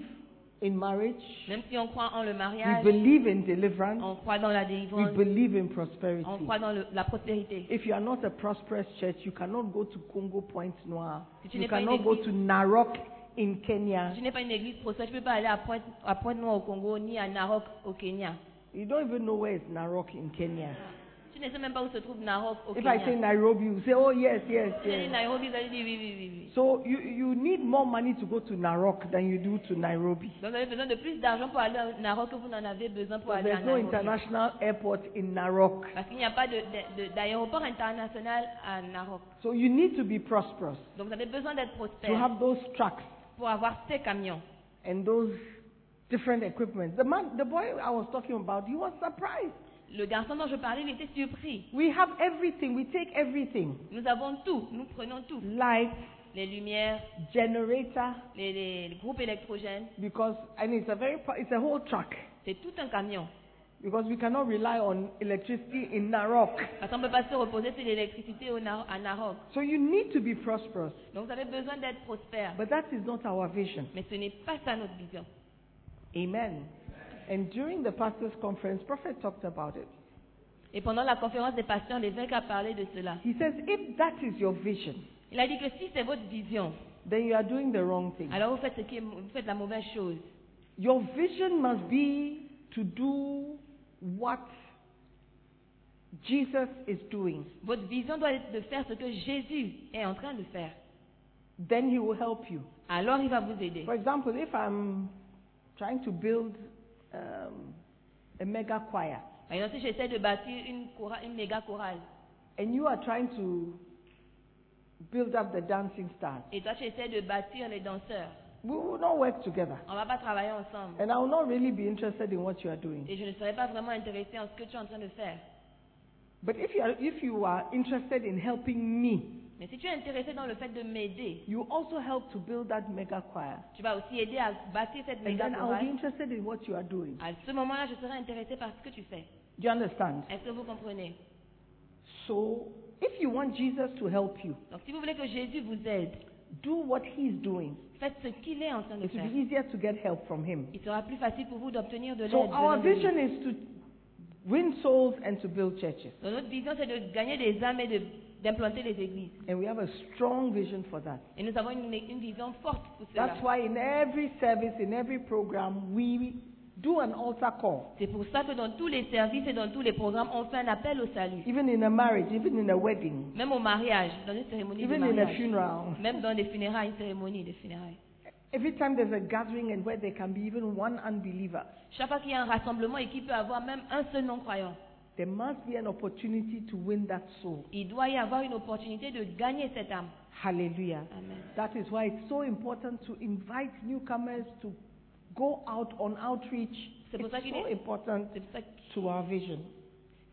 [SPEAKER 3] in marriage,
[SPEAKER 4] Même si on croit en le
[SPEAKER 3] we
[SPEAKER 4] mariage,
[SPEAKER 3] believe in deliverance,
[SPEAKER 4] on croit dans la
[SPEAKER 3] we
[SPEAKER 4] délivrance,
[SPEAKER 3] believe in
[SPEAKER 4] on
[SPEAKER 3] prosperity.
[SPEAKER 4] croit dans le- la prospérité.
[SPEAKER 3] If you are not a prosperous church, you cannot go to Congo Point Noir.
[SPEAKER 4] Si tu
[SPEAKER 3] You
[SPEAKER 4] n'es pas une
[SPEAKER 3] cannot go
[SPEAKER 4] église-
[SPEAKER 3] to Narok in
[SPEAKER 4] Je
[SPEAKER 3] Kenya.
[SPEAKER 4] n'ai pas une église prospère, je ne peux pas aller à Pointe, à Pointe Noire au Congo ni à Narok au Kenya.
[SPEAKER 3] You don't even know where is Narok in Kenya.
[SPEAKER 4] Tu ne sais même pas où se trouve Narok au
[SPEAKER 3] If
[SPEAKER 4] Kenya.
[SPEAKER 3] I say Nairobi, you say, oh yes, yes,
[SPEAKER 4] Si je dis
[SPEAKER 3] yes.
[SPEAKER 4] Nairobi, vous allez dire oui, oui, oui, oui.
[SPEAKER 3] So you, you need more money to go to Narok than you do to Nairobi.
[SPEAKER 4] Donc vous avez besoin de plus d'argent pour aller à Narok que vous n'en avez besoin pour
[SPEAKER 3] So
[SPEAKER 4] aller à
[SPEAKER 3] there's no
[SPEAKER 4] Nairobi.
[SPEAKER 3] international airport in Narok.
[SPEAKER 4] Parce qu'il n'y a pas de- de- de- d'aéroport international à Narok.
[SPEAKER 3] So you need to be prosperous,
[SPEAKER 4] Donc vous avez besoin d'être
[SPEAKER 3] to
[SPEAKER 4] prospère
[SPEAKER 3] have those trucks
[SPEAKER 4] pour avoir ces camions.
[SPEAKER 3] and those different equipment. The man, the boy I was talking about, he was surprised.
[SPEAKER 4] Le garçon dont je parlais, il était surpris.
[SPEAKER 3] We have everything, we take everything.
[SPEAKER 4] Nous avons tout, nous prenons tout.
[SPEAKER 3] Lights,
[SPEAKER 4] Les lumières,
[SPEAKER 3] generator,
[SPEAKER 4] les, les- les groupes électrogènes,
[SPEAKER 3] because, and it's a very, pro- it's a whole truck.
[SPEAKER 4] c'est tout un camion.
[SPEAKER 3] Because we cannot rely on electricity in Narok.
[SPEAKER 4] Parce qu'on ne peut pas se reposer sur l'électricité au Nar- à Narok.
[SPEAKER 3] So you need to be prosperous.
[SPEAKER 4] Donc vous avez besoin d'être prospère.
[SPEAKER 3] But that is not our vision.
[SPEAKER 4] Mais ce n'est pas ça notre vision.
[SPEAKER 3] Amen. And during the pastor's conference, prophet talked about it.
[SPEAKER 4] Et pendant la conférence des pasteurs, l'évêque a parlé de cela.
[SPEAKER 3] He says, if that is your vision,
[SPEAKER 4] Il a dit que si c'est votre vision,
[SPEAKER 3] then you are doing the wrong thing.
[SPEAKER 4] alors vous faites, ce qui est- vous faites la mauvaise chose.
[SPEAKER 3] Your vision must be to do what Jesus is doing.
[SPEAKER 4] Votre vision doit être de faire ce que Jésus est en train de faire.
[SPEAKER 3] Then He will help you.
[SPEAKER 4] Alors il va vous aider.
[SPEAKER 3] For example, if I'm trying to build um, a mega choir
[SPEAKER 4] Par exemple, si j'essaie de bâtir une, chora- une méga chorale
[SPEAKER 3] and you are trying to build up the dancing stars,
[SPEAKER 4] et toi tu essaies de bâtir les danseurs,
[SPEAKER 3] we will not work together.
[SPEAKER 4] on va pas travailler ensemble.
[SPEAKER 3] And I will not really be interested in what you are doing.
[SPEAKER 4] Et je ne serais pas vraiment intéressée en ce que tu es en train de faire.
[SPEAKER 3] But if you are, if you are interested in helping me,
[SPEAKER 4] Mais si tu es intéressé dans le fait de m'aider,
[SPEAKER 3] you also help to build that mega choir.
[SPEAKER 4] tu vas aussi aider à bâtir cette
[SPEAKER 3] And
[SPEAKER 4] méga
[SPEAKER 3] then I will be
[SPEAKER 4] chorale.
[SPEAKER 3] interested in what you are doing.
[SPEAKER 4] À ce moment-là, je serai intéressée par ce que tu fais.
[SPEAKER 3] Do you understand?
[SPEAKER 4] Est-ce que vous comprenez
[SPEAKER 3] So, if you want Jesus to help you,
[SPEAKER 4] Donc si vous voulez que Jésus vous aide,
[SPEAKER 3] do what He's doing.
[SPEAKER 4] faites ce qu'il est en train de
[SPEAKER 3] It will
[SPEAKER 4] faire.
[SPEAKER 3] be easier to get help from Him.
[SPEAKER 4] Il sera plus facile pour vous d'obtenir de l'aide.
[SPEAKER 3] So,
[SPEAKER 4] de
[SPEAKER 3] our
[SPEAKER 4] l'homme.
[SPEAKER 3] vision is to win souls and to build churches.
[SPEAKER 4] Donc, notre vision, c'est de gagner des âmes et de- d'implanter les églises.
[SPEAKER 3] And we have a strong vision for that.
[SPEAKER 4] Et nous avons une, une vision forte pour cela.
[SPEAKER 3] That's why in every service, in every program, we do an altar call.
[SPEAKER 4] C'est pour ça que dans tous les services et dans tous les programmes, on fait un appel au salut.
[SPEAKER 3] Even in a marriage, even in a wedding,
[SPEAKER 4] Même au mariage, dans une cérémonie de
[SPEAKER 3] even in a
[SPEAKER 4] mariage.
[SPEAKER 3] funeral.
[SPEAKER 4] Même dans des funérailles, une cérémonie de funérailles.
[SPEAKER 3] Every time there's a gathering and where there can be even one unbeliever,
[SPEAKER 4] Chaque fois qu'il y a un rassemblement et qu'il peut avoir même un seul non-croyant,
[SPEAKER 3] there must be an opportunity to win that soul.
[SPEAKER 4] il doit y avoir une opportunité de gagner cette âme.
[SPEAKER 3] Hallelujah.
[SPEAKER 4] Amen.
[SPEAKER 3] That is why it's so important to invite newcomers to go out on outreach.
[SPEAKER 4] C'est pour
[SPEAKER 3] It's
[SPEAKER 4] ça qu'il
[SPEAKER 3] so
[SPEAKER 4] est-
[SPEAKER 3] important
[SPEAKER 4] C'est pour ça que-
[SPEAKER 3] to our vision.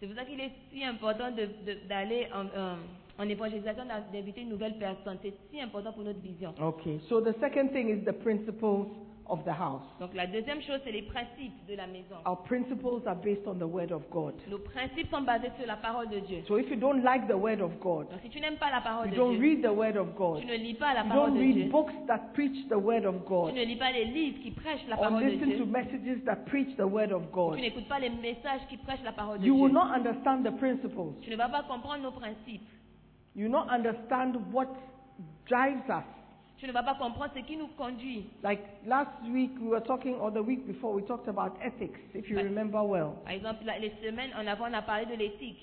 [SPEAKER 4] C'est pour ça qu'il est si important de- de- d'aller en, en- en évangélisation, d'a- d'inviter une nouvelle personne. C'est si important pour notre vision.
[SPEAKER 3] Okay, so the second thing is the principles of the house.
[SPEAKER 4] Donc la deuxième chose, c'est les principes de la maison.
[SPEAKER 3] Our principles are based on the Word of God.
[SPEAKER 4] Nos principes sont basés sur la parole de Dieu.
[SPEAKER 3] So if you don't like the Word of God,
[SPEAKER 4] Donc si tu n'aimes pas la parole
[SPEAKER 3] you
[SPEAKER 4] de
[SPEAKER 3] don't
[SPEAKER 4] Dieu,
[SPEAKER 3] read the Word of God,
[SPEAKER 4] tu ne lis pas la
[SPEAKER 3] you
[SPEAKER 4] parole
[SPEAKER 3] don't
[SPEAKER 4] de
[SPEAKER 3] read
[SPEAKER 4] Dieu,
[SPEAKER 3] books that preach the Word of
[SPEAKER 4] tu
[SPEAKER 3] God,
[SPEAKER 4] ne lis pas les livres qui prêchent la
[SPEAKER 3] or
[SPEAKER 4] parole de
[SPEAKER 3] listen to
[SPEAKER 4] Dieu,
[SPEAKER 3] messages that preach the Word of God,
[SPEAKER 4] tu n'écoutes pas les messages qui prêchent la parole de
[SPEAKER 3] you will
[SPEAKER 4] Dieu,
[SPEAKER 3] not understand the principles.
[SPEAKER 4] tu ne vas pas comprendre nos principes,
[SPEAKER 3] You will not understand what drives us.
[SPEAKER 4] tu ne vas pas comprendre ce qui nous conduit.
[SPEAKER 3] Like last week, we were talking, or the week before, we talked about ethics, if you
[SPEAKER 4] Right.
[SPEAKER 3] remember well.
[SPEAKER 4] Par exemple, la- les semaines en avant, on a parlé de l'éthique.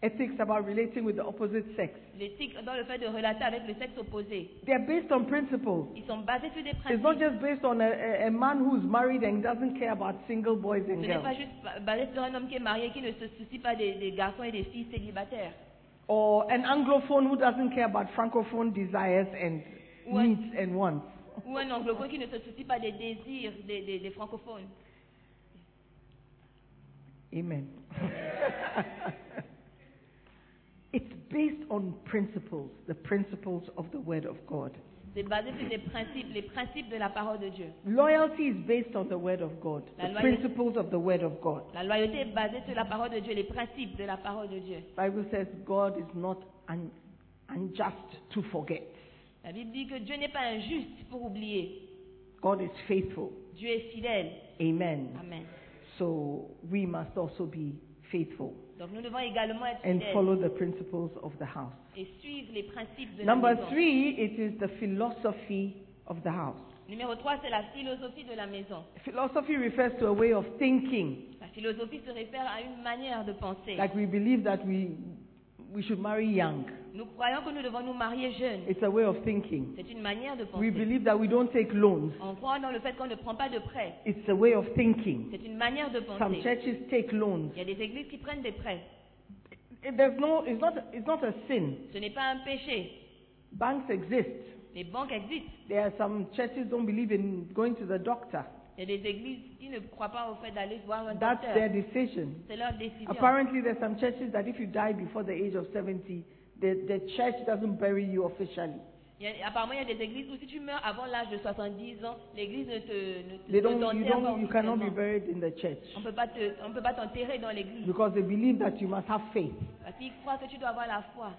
[SPEAKER 3] Ethics about relating with the opposite sex.
[SPEAKER 4] L'éthique dans le fait de relater avec le sexe opposé.
[SPEAKER 3] They're based on principles.
[SPEAKER 4] Ils sont basés sur des
[SPEAKER 3] It's not
[SPEAKER 4] principes.
[SPEAKER 3] just based on a, a, a man who's married and doesn't care about single boys
[SPEAKER 4] Ce
[SPEAKER 3] and
[SPEAKER 4] n'est pas
[SPEAKER 3] girls,
[SPEAKER 4] juste ba- basé sur un homme qui est marié qui ne se soucie pas des, des garçons et des filles célibataires.
[SPEAKER 3] or an anglophone who doesn't care about francophone desires and
[SPEAKER 4] Ou un-
[SPEAKER 3] needs and wants.
[SPEAKER 4] Ou un anglophone qui ne se soucie pas des désirs des, des- des francophones.
[SPEAKER 3] Amen. it's based on principles, the principles of the Word of God.
[SPEAKER 4] C'est basé sur des principes, les principes de la parole de Dieu.
[SPEAKER 3] Loyalty is based on the Word of God,
[SPEAKER 4] La
[SPEAKER 3] the
[SPEAKER 4] loyauté-
[SPEAKER 3] principles of the Word of God.
[SPEAKER 4] La loyauté est basée sur la parole de Dieu, les principes de la parole de Dieu.
[SPEAKER 3] Bible says God is not un- unjust to forget.
[SPEAKER 4] La Bible dit que Dieu n'est pas injuste pour oublier.
[SPEAKER 3] God is faithful.
[SPEAKER 4] Dieu est fidèle.
[SPEAKER 3] Amen.
[SPEAKER 4] Amen.
[SPEAKER 3] So we must also be faithful
[SPEAKER 4] Donc nous devons également être
[SPEAKER 3] and
[SPEAKER 4] fidèles
[SPEAKER 3] follow the principles of the house.
[SPEAKER 4] et suivre les principes de la
[SPEAKER 3] Number
[SPEAKER 4] maison.
[SPEAKER 3] three, it is the philosophy of the house.
[SPEAKER 4] Numéro 3, c'est la philosophie de la maison.
[SPEAKER 3] Philosophy refers to a way of thinking.
[SPEAKER 4] La philosophie se réfère à une manière de penser.
[SPEAKER 3] Like we believe that we, we should marry young.
[SPEAKER 4] Nous croyons que nous devons nous marier jeunes.
[SPEAKER 3] It's a way of thinking.
[SPEAKER 4] C'est une manière de
[SPEAKER 3] We
[SPEAKER 4] penser.
[SPEAKER 3] believe that we don't take loans.
[SPEAKER 4] On croit dans le fait qu'on ne prend pas de prêts.
[SPEAKER 3] It's a way of thinking.
[SPEAKER 4] C'est une manière de
[SPEAKER 3] Some
[SPEAKER 4] penser.
[SPEAKER 3] churches take loans.
[SPEAKER 4] Il y a des églises qui prennent des prêts.
[SPEAKER 3] It- There's no, it's, not, it's not a sin.
[SPEAKER 4] Ce n'est pas un péché.
[SPEAKER 3] Banks exist.
[SPEAKER 4] Les banques existent.
[SPEAKER 3] There are some churches don't believe in going to the doctor.
[SPEAKER 4] Il y a des églises qui ne croient pas au fait d'aller voir un
[SPEAKER 3] That's their
[SPEAKER 4] docteur.
[SPEAKER 3] decision.
[SPEAKER 4] C'est leur décision.
[SPEAKER 3] Apparently, there's some churches that if you die before the age of 70, the, the church doesn't bury you officially.
[SPEAKER 4] Il y a- apparemment, il y a des églises où si tu meurs avant l'âge de 70 ans, l'église ne te ne te-
[SPEAKER 3] They
[SPEAKER 4] ne
[SPEAKER 3] don't, you,
[SPEAKER 4] t'enterre pas
[SPEAKER 3] don't, you cannot be
[SPEAKER 4] officiellement.
[SPEAKER 3] buried in the church
[SPEAKER 4] On peut pas te- on peut pas t'enterrer dans l'église.
[SPEAKER 3] because they believe that you must have faith.
[SPEAKER 4] Parce qu'ils croient que tu dois avoir la foi.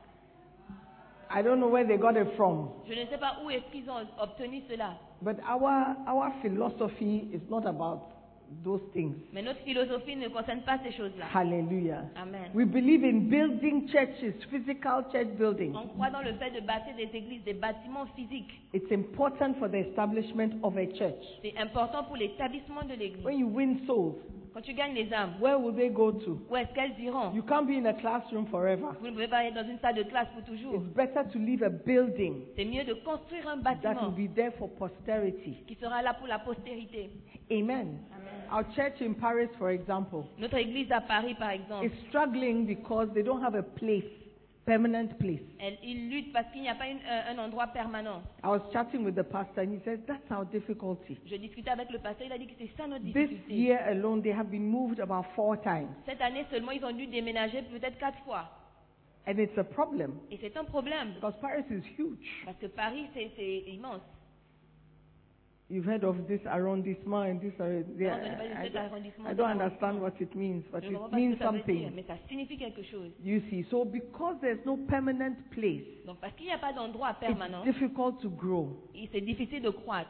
[SPEAKER 3] I don't know where they got it from,
[SPEAKER 4] Je ne sais pas où est-ce qu'ils ont obtenu cela.
[SPEAKER 3] but our, our philosophy is not about those things.
[SPEAKER 4] Mais notre philosophie ne concerne pas ces choses-là.
[SPEAKER 3] Hallelujah.
[SPEAKER 4] Amen.
[SPEAKER 3] We believe in building churches, physical church buildings.
[SPEAKER 4] On croit dans le fait de bâtir des églises, des bâtiments physiques.
[SPEAKER 3] It's important for the establishment of a church.
[SPEAKER 4] C'est important pour l'établissement de l'église.
[SPEAKER 3] When you win souls,
[SPEAKER 4] Quand tu gagnes les âmes,
[SPEAKER 3] where will they go to?
[SPEAKER 4] où est-ce qu'elles iront
[SPEAKER 3] You can't be in a classroom forever.
[SPEAKER 4] Vous ne pouvez pas être dans une salle de classe pour toujours.
[SPEAKER 3] It's better to leave a building
[SPEAKER 4] C'est mieux de construire un
[SPEAKER 3] that will
[SPEAKER 4] bâtiment
[SPEAKER 3] be there for posterity.
[SPEAKER 4] qui sera là pour la postérité.
[SPEAKER 3] Amen. Our church in Paris, for example,
[SPEAKER 4] Notre église à Paris, par exemple,
[SPEAKER 3] is struggling because they don't have a place, permanent place.
[SPEAKER 4] elle, ils luttent parce qu'il n'y a pas une- euh, un- un endroit permanent.
[SPEAKER 3] I was chatting with the pastor and he says that's our difficulty.
[SPEAKER 4] Je discutais avec le pasteur, il a dit que c'est ça notre
[SPEAKER 3] This
[SPEAKER 4] difficulté.
[SPEAKER 3] year alone, they have been moved about four times,
[SPEAKER 4] Cette année seulement, ils ont dû déménager peut-être quatre fois.
[SPEAKER 3] and it's a problem
[SPEAKER 4] Et c'est un problème,
[SPEAKER 3] because Paris is huge.
[SPEAKER 4] parce que Paris, c'est c'est immense.
[SPEAKER 3] You've heard of this arrondissement and this. Ar- yeah,
[SPEAKER 4] Non, mais
[SPEAKER 3] I, I
[SPEAKER 4] cet
[SPEAKER 3] don't,
[SPEAKER 4] arrondissement,
[SPEAKER 3] I don't
[SPEAKER 4] cet
[SPEAKER 3] understand what it means, but
[SPEAKER 4] Je ne comprends
[SPEAKER 3] it
[SPEAKER 4] pas
[SPEAKER 3] means
[SPEAKER 4] ce que ça veut dire,
[SPEAKER 3] something.
[SPEAKER 4] mais ça signifie quelque chose.
[SPEAKER 3] You see, so because there's no permanent place,
[SPEAKER 4] Donc, parce qu'il n'y a pas d'endroit permanent,
[SPEAKER 3] it's difficult to grow.
[SPEAKER 4] il- c'est difficile de croître.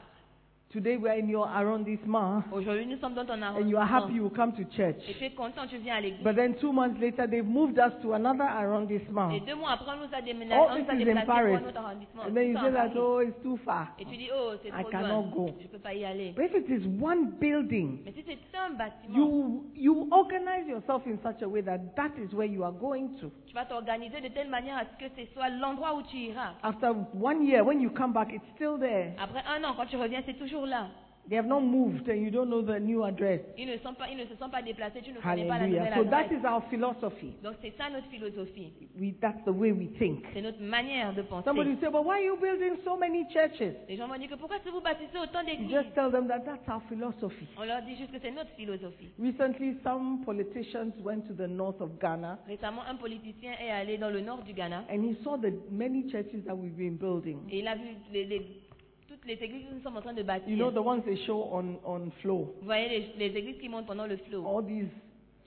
[SPEAKER 3] Today we're in your arrondissement,
[SPEAKER 4] Aujourd'hui, nous sommes dans ton
[SPEAKER 3] Ah. and you are happy
[SPEAKER 4] arrondissement.
[SPEAKER 3] you come to church.
[SPEAKER 4] Et tu es content, tu viens à l'église.
[SPEAKER 3] But then two months later, they've moved us to another
[SPEAKER 4] Et
[SPEAKER 3] arrondissement.
[SPEAKER 4] deux mois après, on nous a déménagé,
[SPEAKER 3] Oh,
[SPEAKER 4] on
[SPEAKER 3] this
[SPEAKER 4] nous a
[SPEAKER 3] is in
[SPEAKER 4] déplacé pour
[SPEAKER 3] Paris.
[SPEAKER 4] un autre arrondissement.
[SPEAKER 3] And then you
[SPEAKER 4] Tout
[SPEAKER 3] say
[SPEAKER 4] ça en
[SPEAKER 3] that,
[SPEAKER 4] Paris.
[SPEAKER 3] oh, it's too far.
[SPEAKER 4] Et tu dis, oh, c'est
[SPEAKER 3] I
[SPEAKER 4] trop
[SPEAKER 3] cannot go.
[SPEAKER 4] loin, je ne peux pas y aller.
[SPEAKER 3] But if it is one building,
[SPEAKER 4] Mais si c'est un bâtiment,
[SPEAKER 3] you you organize yourself in such a way that that is where you are going to.
[SPEAKER 4] tu vas t'organiser de telle manière à ce que ce soit l'endroit où tu iras.
[SPEAKER 3] After one year, when you come back, it's still there.
[SPEAKER 4] Après un an, quand tu reviens, c'est toujours là.
[SPEAKER 3] They have not moved, and you don't know the new address.
[SPEAKER 4] Ils ne, sont pas, ils ne se sont pas déplacés, tu ne connais pas la
[SPEAKER 3] Hallelujah.
[SPEAKER 4] nouvelle
[SPEAKER 3] So that
[SPEAKER 4] adresse.
[SPEAKER 3] is our philosophy.
[SPEAKER 4] Donc c'est ça notre philosophie,
[SPEAKER 3] We that's the way we think.
[SPEAKER 4] c'est notre manière de penser.
[SPEAKER 3] Somebody will say, but why are you building so many churches?
[SPEAKER 4] Les gens vont dire que pourquoi est-ce que vous bâtissez autant
[SPEAKER 3] You
[SPEAKER 4] d'églises
[SPEAKER 3] just tell them that that's our philosophy.
[SPEAKER 4] On leur dit juste que c'est notre philosophie.
[SPEAKER 3] Recently, some politicians went to the north of Ghana
[SPEAKER 4] Récemment, un politicien est allé dans le nord du Ghana
[SPEAKER 3] and he saw the many churches that we've been building.
[SPEAKER 4] et il a vu les- les- toutes les églises que nous sommes en train de bâtir.
[SPEAKER 3] You know, the ones they show on, on flow.
[SPEAKER 4] Vous voyez les, les églises qui montent pendant le flot.
[SPEAKER 3] All these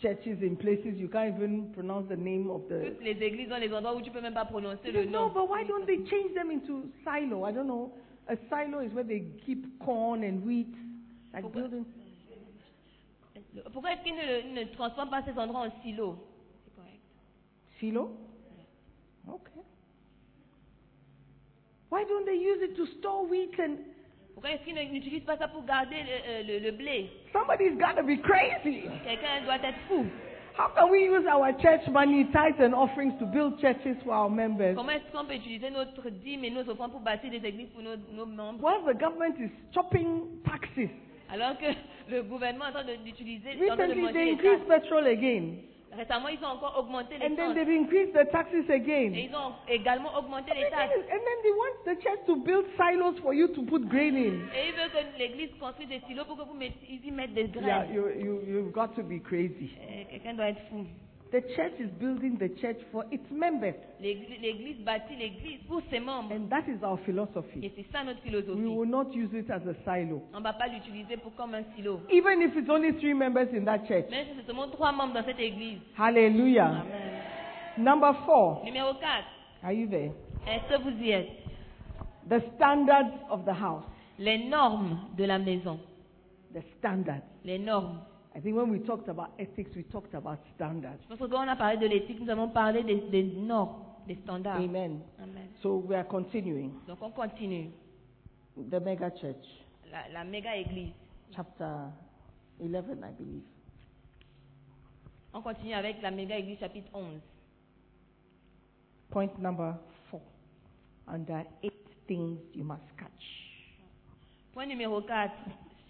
[SPEAKER 3] churches in places you can't even pronounce the name of the.
[SPEAKER 4] Toutes les églises dans les endroits où tu peux même pas prononcer
[SPEAKER 3] He
[SPEAKER 4] le
[SPEAKER 3] said,
[SPEAKER 4] nom.
[SPEAKER 3] no, but why don't they change them into silo? I don't know. A silo is where they keep corn and wheat, like
[SPEAKER 4] Pourquoi-
[SPEAKER 3] building.
[SPEAKER 4] Pourquoi est-ce qu'ils ne, ne transforment pas ces endroits en silos C'est correct.
[SPEAKER 3] Silo? Okay. Why don't they use it to store wheat and
[SPEAKER 4] Pourquoi est-ce qu'ils ne- n'utilisent pas ça pour garder le, euh, le- le blé
[SPEAKER 3] somebody's gotta be crazy.
[SPEAKER 4] Quelqu'un doit être fou.
[SPEAKER 3] How can we use our church money, tithes and offerings to build churches for our members?
[SPEAKER 4] Comment est-ce qu'on peut utiliser notre dîme et nos offrandes pour bâtir des églises pour nos, nos membres
[SPEAKER 3] While the government is chopping taxes,
[SPEAKER 4] alors que le gouvernement est en train de- d'utiliser est en train de
[SPEAKER 3] recently
[SPEAKER 4] monter
[SPEAKER 3] they
[SPEAKER 4] les
[SPEAKER 3] increased
[SPEAKER 4] taxes.
[SPEAKER 3] petrol again,
[SPEAKER 4] Récemment, ils ont encore augmenté les
[SPEAKER 3] and then
[SPEAKER 4] taxes.
[SPEAKER 3] they've increased the taxes
[SPEAKER 4] Et
[SPEAKER 3] again.
[SPEAKER 4] ils ont également augmenté les
[SPEAKER 3] Everything
[SPEAKER 4] taxes.
[SPEAKER 3] is- And then they want the church to build silos for you to put grain in.
[SPEAKER 4] Et ils veulent que l'église construise des silos pour que vous mettez- ils y mettent des
[SPEAKER 3] Yeah,
[SPEAKER 4] graines.
[SPEAKER 3] you, you, you've got to be crazy.
[SPEAKER 4] Eh, Quelqu'un doit être fou.
[SPEAKER 3] The church is building the church for its members.
[SPEAKER 4] L'église l'église bâtit l'église pour ses membres.
[SPEAKER 3] And that is our
[SPEAKER 4] Et
[SPEAKER 3] philosophy.
[SPEAKER 4] c'est ça notre
[SPEAKER 3] We
[SPEAKER 4] philosophie.
[SPEAKER 3] will not use it as a silo.
[SPEAKER 4] On ne va pas l'utiliser pour comme un silo.
[SPEAKER 3] Even if it's only three members in that church.
[SPEAKER 4] Même si c'est seulement trois membres dans cette église.
[SPEAKER 3] Hallelujah. Number four.
[SPEAKER 4] Numéro 4.
[SPEAKER 3] Are you there?
[SPEAKER 4] Est-ce que vous y êtes
[SPEAKER 3] The standards of the house.
[SPEAKER 4] Les normes de la maison.
[SPEAKER 3] The standards.
[SPEAKER 4] Les normes.
[SPEAKER 3] I think when we talked about ethics, we talked about standards.
[SPEAKER 4] Je pense que quand on a parlé de l'éthique, nous avons parlé des, des normes, des standards.
[SPEAKER 3] Amen.
[SPEAKER 4] Amen.
[SPEAKER 3] So we are continuing.
[SPEAKER 4] Donc on continue.
[SPEAKER 3] The mega church,
[SPEAKER 4] La, la méga église.
[SPEAKER 3] chapter 11, I believe.
[SPEAKER 4] On continue avec la méga église chapitre 11.
[SPEAKER 3] Point number four. Under eight things you must catch.
[SPEAKER 4] Point numéro 4.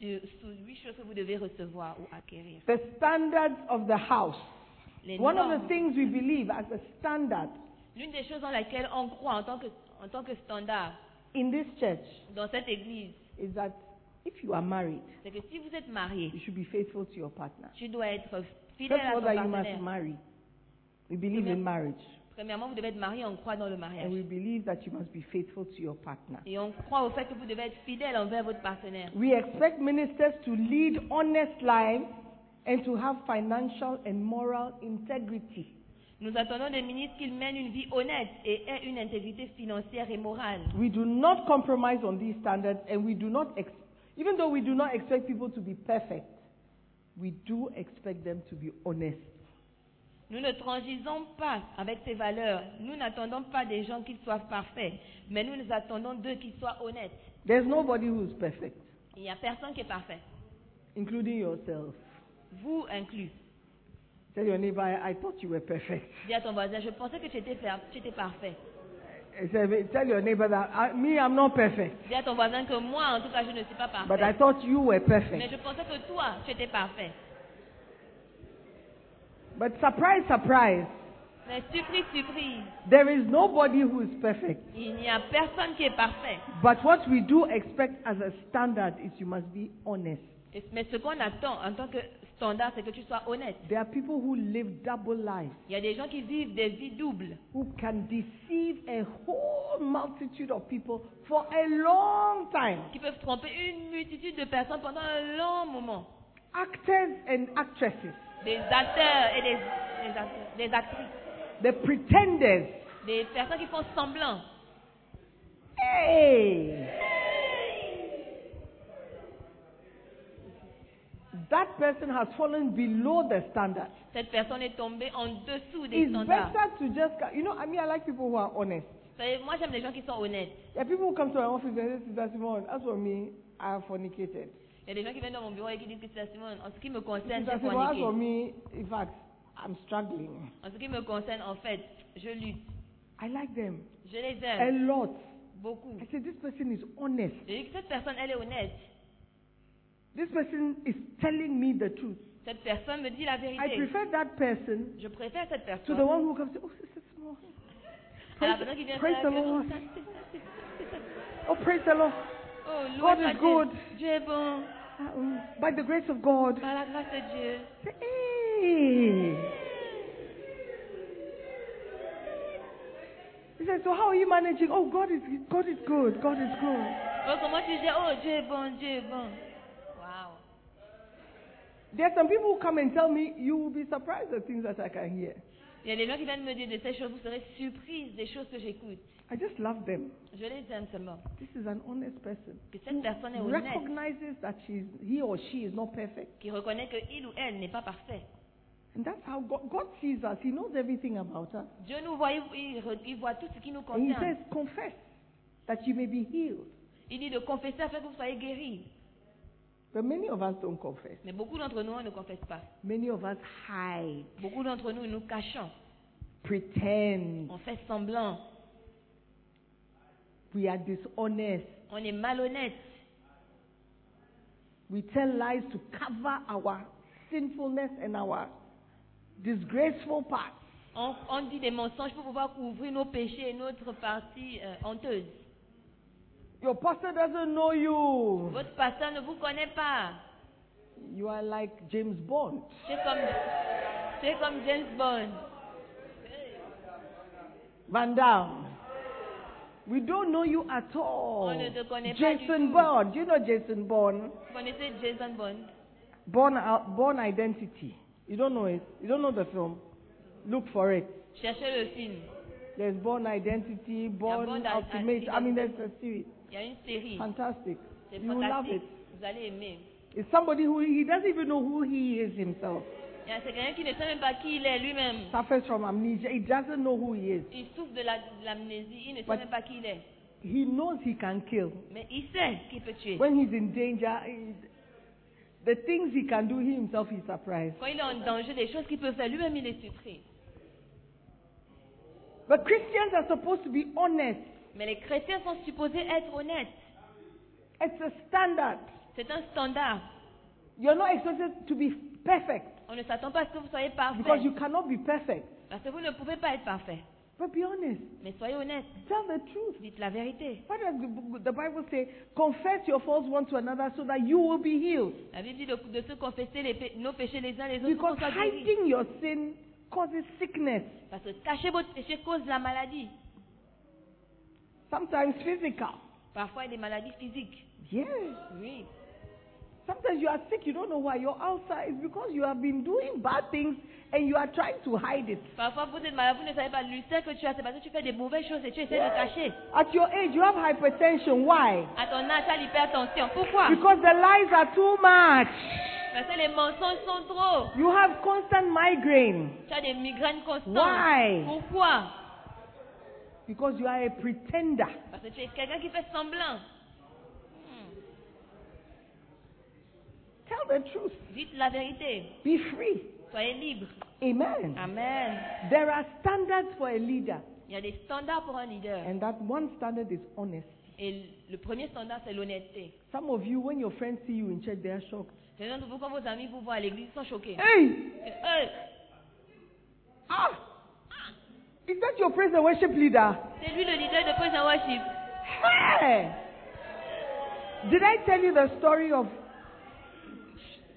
[SPEAKER 4] Sur, sur huit choses que vous devez recevoir ou acquérir.
[SPEAKER 3] The standards of the house.
[SPEAKER 4] Les
[SPEAKER 3] One of
[SPEAKER 4] normes.
[SPEAKER 3] the things we believe as a standard
[SPEAKER 4] L'une des choses dans laquelle on croit en tant que, en tant que standard
[SPEAKER 3] in this church
[SPEAKER 4] dans cette église,
[SPEAKER 3] is that if you are married,
[SPEAKER 4] c'est que si vous êtes marié,
[SPEAKER 3] you should be faithful to your partner.
[SPEAKER 4] tu dois être
[SPEAKER 3] First
[SPEAKER 4] fidèle
[SPEAKER 3] of
[SPEAKER 4] à
[SPEAKER 3] all,
[SPEAKER 4] ton
[SPEAKER 3] that you must
[SPEAKER 4] partenaire.
[SPEAKER 3] marry. We believe in marriage,
[SPEAKER 4] Premièrement, vous devez être marié, on croit dans le mariage.
[SPEAKER 3] and we believe that you must be faithful to your partner.
[SPEAKER 4] Et on croit au fait que vous devez être fidèle envers votre partenaire.
[SPEAKER 3] We expect ministers to lead honest lives and to have financial and moral integrity.
[SPEAKER 4] Nous attendons des ministres qu'ils mènent une vie honnête et aient une intégrité financière et morale.
[SPEAKER 3] We do not compromise on these standards, and we do not, ex- even though we do not expect people to be perfect, we do expect them to be honest.
[SPEAKER 4] Nous ne transigeons pas avec ces valeurs. Nous n'attendons pas des gens qui soient parfaits, mais nous nous attendons d'eux qui soient honnêtes.
[SPEAKER 3] There's nobody who's perfect,
[SPEAKER 4] Il n'y a personne qui est parfait,
[SPEAKER 3] including yourself.
[SPEAKER 4] vous inclus.
[SPEAKER 3] Tell your neighbor, I, I thought you were perfect.
[SPEAKER 4] Dis à ton voisin, je pensais que tu étais, per- tu étais parfait.
[SPEAKER 3] I said, Tell your neighbor that I, me, I'm not perfect,
[SPEAKER 4] Dis à ton voisin que moi, en tout cas, je ne suis pas
[SPEAKER 3] but I
[SPEAKER 4] parfait.
[SPEAKER 3] thought you were
[SPEAKER 4] Mais
[SPEAKER 3] perfect.
[SPEAKER 4] je pensais que toi, tu étais parfait.
[SPEAKER 3] But surprise, surprise,
[SPEAKER 4] Mais surprise, surprise,
[SPEAKER 3] there is nobody who is perfect.
[SPEAKER 4] il n'y a personne qui est parfait.
[SPEAKER 3] But what we do expect as a standard is you must be honest.
[SPEAKER 4] Et- Mais ce qu'on attend en tant que standard, c'est que tu sois honnête.
[SPEAKER 3] There are people who live double lives,
[SPEAKER 4] Il y a des gens qui vivent des vies doubles,
[SPEAKER 3] who can deceive a whole multitude of people for a long time.
[SPEAKER 4] qui peuvent tromper une multitude de personnes pendant un long moment.
[SPEAKER 3] Actors and actresses,
[SPEAKER 4] Des acteurs et des, des acteurs- des actrices.
[SPEAKER 3] the pretenders.
[SPEAKER 4] Des personnes qui font semblant.
[SPEAKER 3] Hey! That person has fallen below the standard.
[SPEAKER 4] Cette personne est tombée en dessous des
[SPEAKER 3] It's
[SPEAKER 4] standards.
[SPEAKER 3] better to just, you know, I mean, I like people who are honest.
[SPEAKER 4] Vous savez, Moi, j'aime les gens qui sont honnêtes.
[SPEAKER 3] There are people who come to my office and say, Sister Simone, as for me, I have fornicated.
[SPEAKER 4] Il y a des gens qui viennent dans mon bureau et qui disent que c'est Simone. En ce qui me concerne,
[SPEAKER 3] Sister
[SPEAKER 4] j'ai
[SPEAKER 3] Simone, as
[SPEAKER 4] forniqué.
[SPEAKER 3] for me, in fact, I'm struggling.
[SPEAKER 4] En ce qui me concerne, en fait, je lutte.
[SPEAKER 3] I like them
[SPEAKER 4] Je les
[SPEAKER 3] a
[SPEAKER 4] aime
[SPEAKER 3] lot.
[SPEAKER 4] beaucoup.
[SPEAKER 3] I say, this person is honest.
[SPEAKER 4] Je dis que cette personne, elle est honnête.
[SPEAKER 3] This person is telling me the truth.
[SPEAKER 4] Cette personne me dit la
[SPEAKER 3] I
[SPEAKER 4] vérité.
[SPEAKER 3] prefer that person
[SPEAKER 4] Je préfère cette
[SPEAKER 3] to the
[SPEAKER 4] personne.
[SPEAKER 3] one who comes, oh, Sister Simone.
[SPEAKER 4] à la personne qui vient
[SPEAKER 3] Praise
[SPEAKER 4] faire
[SPEAKER 3] the
[SPEAKER 4] que-
[SPEAKER 3] Lord.
[SPEAKER 4] Oh,
[SPEAKER 3] Oh, praise the Lord.
[SPEAKER 4] louange
[SPEAKER 3] God is
[SPEAKER 4] à Dieu.
[SPEAKER 3] good.
[SPEAKER 4] Dieu est bon.
[SPEAKER 3] Ah, um, By the grace of God.
[SPEAKER 4] Par la grâce de Dieu.
[SPEAKER 3] Hey. He said, so how are you managing? Oh, God is, God is good. God is good.
[SPEAKER 4] Oh, comment tu dis Oh, Dieu est bon, Dieu est bon. Wow.
[SPEAKER 3] There are some people who come and tell me, you will be surprised at things that I can hear.
[SPEAKER 4] Il y a des gens qui viennent me dire de ces choses. Vous serez surprise des choses que j'écoute.
[SPEAKER 3] I just love them.
[SPEAKER 4] Je les aime seulement.
[SPEAKER 3] This is an honest person.
[SPEAKER 4] Que cette personne est honnête.
[SPEAKER 3] Recognizes that she's, he or she is not perfect.
[SPEAKER 4] Qui reconnaît qu'il ou elle n'est pas parfait.
[SPEAKER 3] And that's how God, God sees us. He knows everything about us.
[SPEAKER 4] Dieu nous voit, il, il re- il voit tout ce qui nous
[SPEAKER 3] And he says,
[SPEAKER 4] concerne.
[SPEAKER 3] confess that you may be healed.
[SPEAKER 4] Il dit de confesser afin que vous soyez guéris.
[SPEAKER 3] But many of us don't confess.
[SPEAKER 4] Mais beaucoup d'entre nous, on ne confesse pas.
[SPEAKER 3] Many of us hide,
[SPEAKER 4] Beaucoup d'entre nous, nous cachons.
[SPEAKER 3] pretend.
[SPEAKER 4] On fait semblant.
[SPEAKER 3] We are dishonest.
[SPEAKER 4] On est malhonnête.
[SPEAKER 3] We tell lies to cover our sinfulness and our disgraceful parts.
[SPEAKER 4] On, on dit des mensonges pour pouvoir couvrir nos péchés et notre partie euh, honteuse.
[SPEAKER 3] Your pastor doesn't know you.
[SPEAKER 4] Votre pasteur ne vous connaît pas.
[SPEAKER 3] You are like James Bond.
[SPEAKER 4] C'est comme, c'est comme James Bond.
[SPEAKER 3] Van Damme. We don't know you at all.
[SPEAKER 4] On ne te connaît pas du
[SPEAKER 3] Jason
[SPEAKER 4] tout.
[SPEAKER 3] Bourne. Do you know Jason Bourne?
[SPEAKER 4] Vous connaissez Jason Bond
[SPEAKER 3] Born, Born Identity. You don't know it. You don't know the film. Look for it.
[SPEAKER 4] Cherchez le film.
[SPEAKER 3] There's Born Identity, Born
[SPEAKER 4] Bourne I-
[SPEAKER 3] Ultimate. I mean, there's a series.
[SPEAKER 4] Il y a une série.
[SPEAKER 3] Fantastic.
[SPEAKER 4] C'est
[SPEAKER 3] Ah, You will love it.
[SPEAKER 4] fantastique. Vous allez aimer.
[SPEAKER 3] It's somebody who he doesn't even know who he is himself.
[SPEAKER 4] Il y a- C'est quelqu'un qui ne sait même pas qui il est lui-même.
[SPEAKER 3] Suffers from amnesia. He doesn't know who he is.
[SPEAKER 4] Il souffre de la- de l'amnésie. il ne sait
[SPEAKER 3] But-
[SPEAKER 4] même pas qui il est.
[SPEAKER 3] He knows he can kill.
[SPEAKER 4] Mais il sait qu'il peut tuer.
[SPEAKER 3] When he's in danger, he- the things he can do, he himself is surprised.
[SPEAKER 4] Quand il est en danger, des choses qu'il peut faire lui-même, il est surpris.
[SPEAKER 3] But Christians are supposed to be honest.
[SPEAKER 4] Mais les chrétiens sont supposés être honnêtes.
[SPEAKER 3] It's a standard.
[SPEAKER 4] C'est un standard.
[SPEAKER 3] You're not expected to be perfect
[SPEAKER 4] On ne s'attend pas à ce que vous soyez
[SPEAKER 3] because
[SPEAKER 4] parfait.
[SPEAKER 3] you cannot be perfect.
[SPEAKER 4] Parce que vous ne pouvez pas être parfait.
[SPEAKER 3] But be honest.
[SPEAKER 4] Mais soyez honnête.
[SPEAKER 3] Tell the truth.
[SPEAKER 4] Dites la vérité.
[SPEAKER 3] What does the- the Bible say? Confess your faults one to another so that you will be healed.
[SPEAKER 4] La Bible dit de, de se confesser les pé- nos péchés les uns les autres pour
[SPEAKER 3] Because
[SPEAKER 4] qu'on soit guéris.
[SPEAKER 3] hiding your sin causes sickness,
[SPEAKER 4] Parce que cacher votre péché cause la maladie.
[SPEAKER 3] sometimes physical.
[SPEAKER 4] Parfois, il y a des maladies physiques.
[SPEAKER 3] Yes.
[SPEAKER 4] Oui.
[SPEAKER 3] Sometimes you are sick, you don't know why you're ulcer is because you have been doing bad things and you are trying to hide it.
[SPEAKER 4] Parfois, vous êtes malade, vous ne savez pas l'ulcère que tu as, c'est parce que tu fais des mauvaises choses et tu essaies de cacher.
[SPEAKER 3] At your age, you have hypertension. Why?
[SPEAKER 4] À ton âge, tu as l'hypertension. Pourquoi
[SPEAKER 3] Because the lies are too much.
[SPEAKER 4] Parce que les mensonges sont trop.
[SPEAKER 3] You have constant migraine
[SPEAKER 4] Tu as des migraines constantes.
[SPEAKER 3] Why?
[SPEAKER 4] Pourquoi
[SPEAKER 3] because you are a pretender.
[SPEAKER 4] Parce que tu es quelqu'un qui fait semblant.
[SPEAKER 3] Tell the truth.
[SPEAKER 4] Dites la vérité.
[SPEAKER 3] Be free.
[SPEAKER 4] Soyez libre.
[SPEAKER 3] Amen.
[SPEAKER 4] Amen.
[SPEAKER 3] There are standards for a leader,
[SPEAKER 4] Il y a des standards pour un leader.
[SPEAKER 3] and that one standard is honest.
[SPEAKER 4] Et le premier standard, c'est l'honnêteté.
[SPEAKER 3] Some of you, when your friends see you in church, they are shocked.
[SPEAKER 4] Certains de vous, quand vos amis vous voient à l'église, ils sont choqués.
[SPEAKER 3] Hey,
[SPEAKER 4] Que, hey,
[SPEAKER 3] ah, is that your praise and worship leader?
[SPEAKER 4] c'est lui le leader de Praise and Worship.
[SPEAKER 3] Hey! Did I tell you the story of?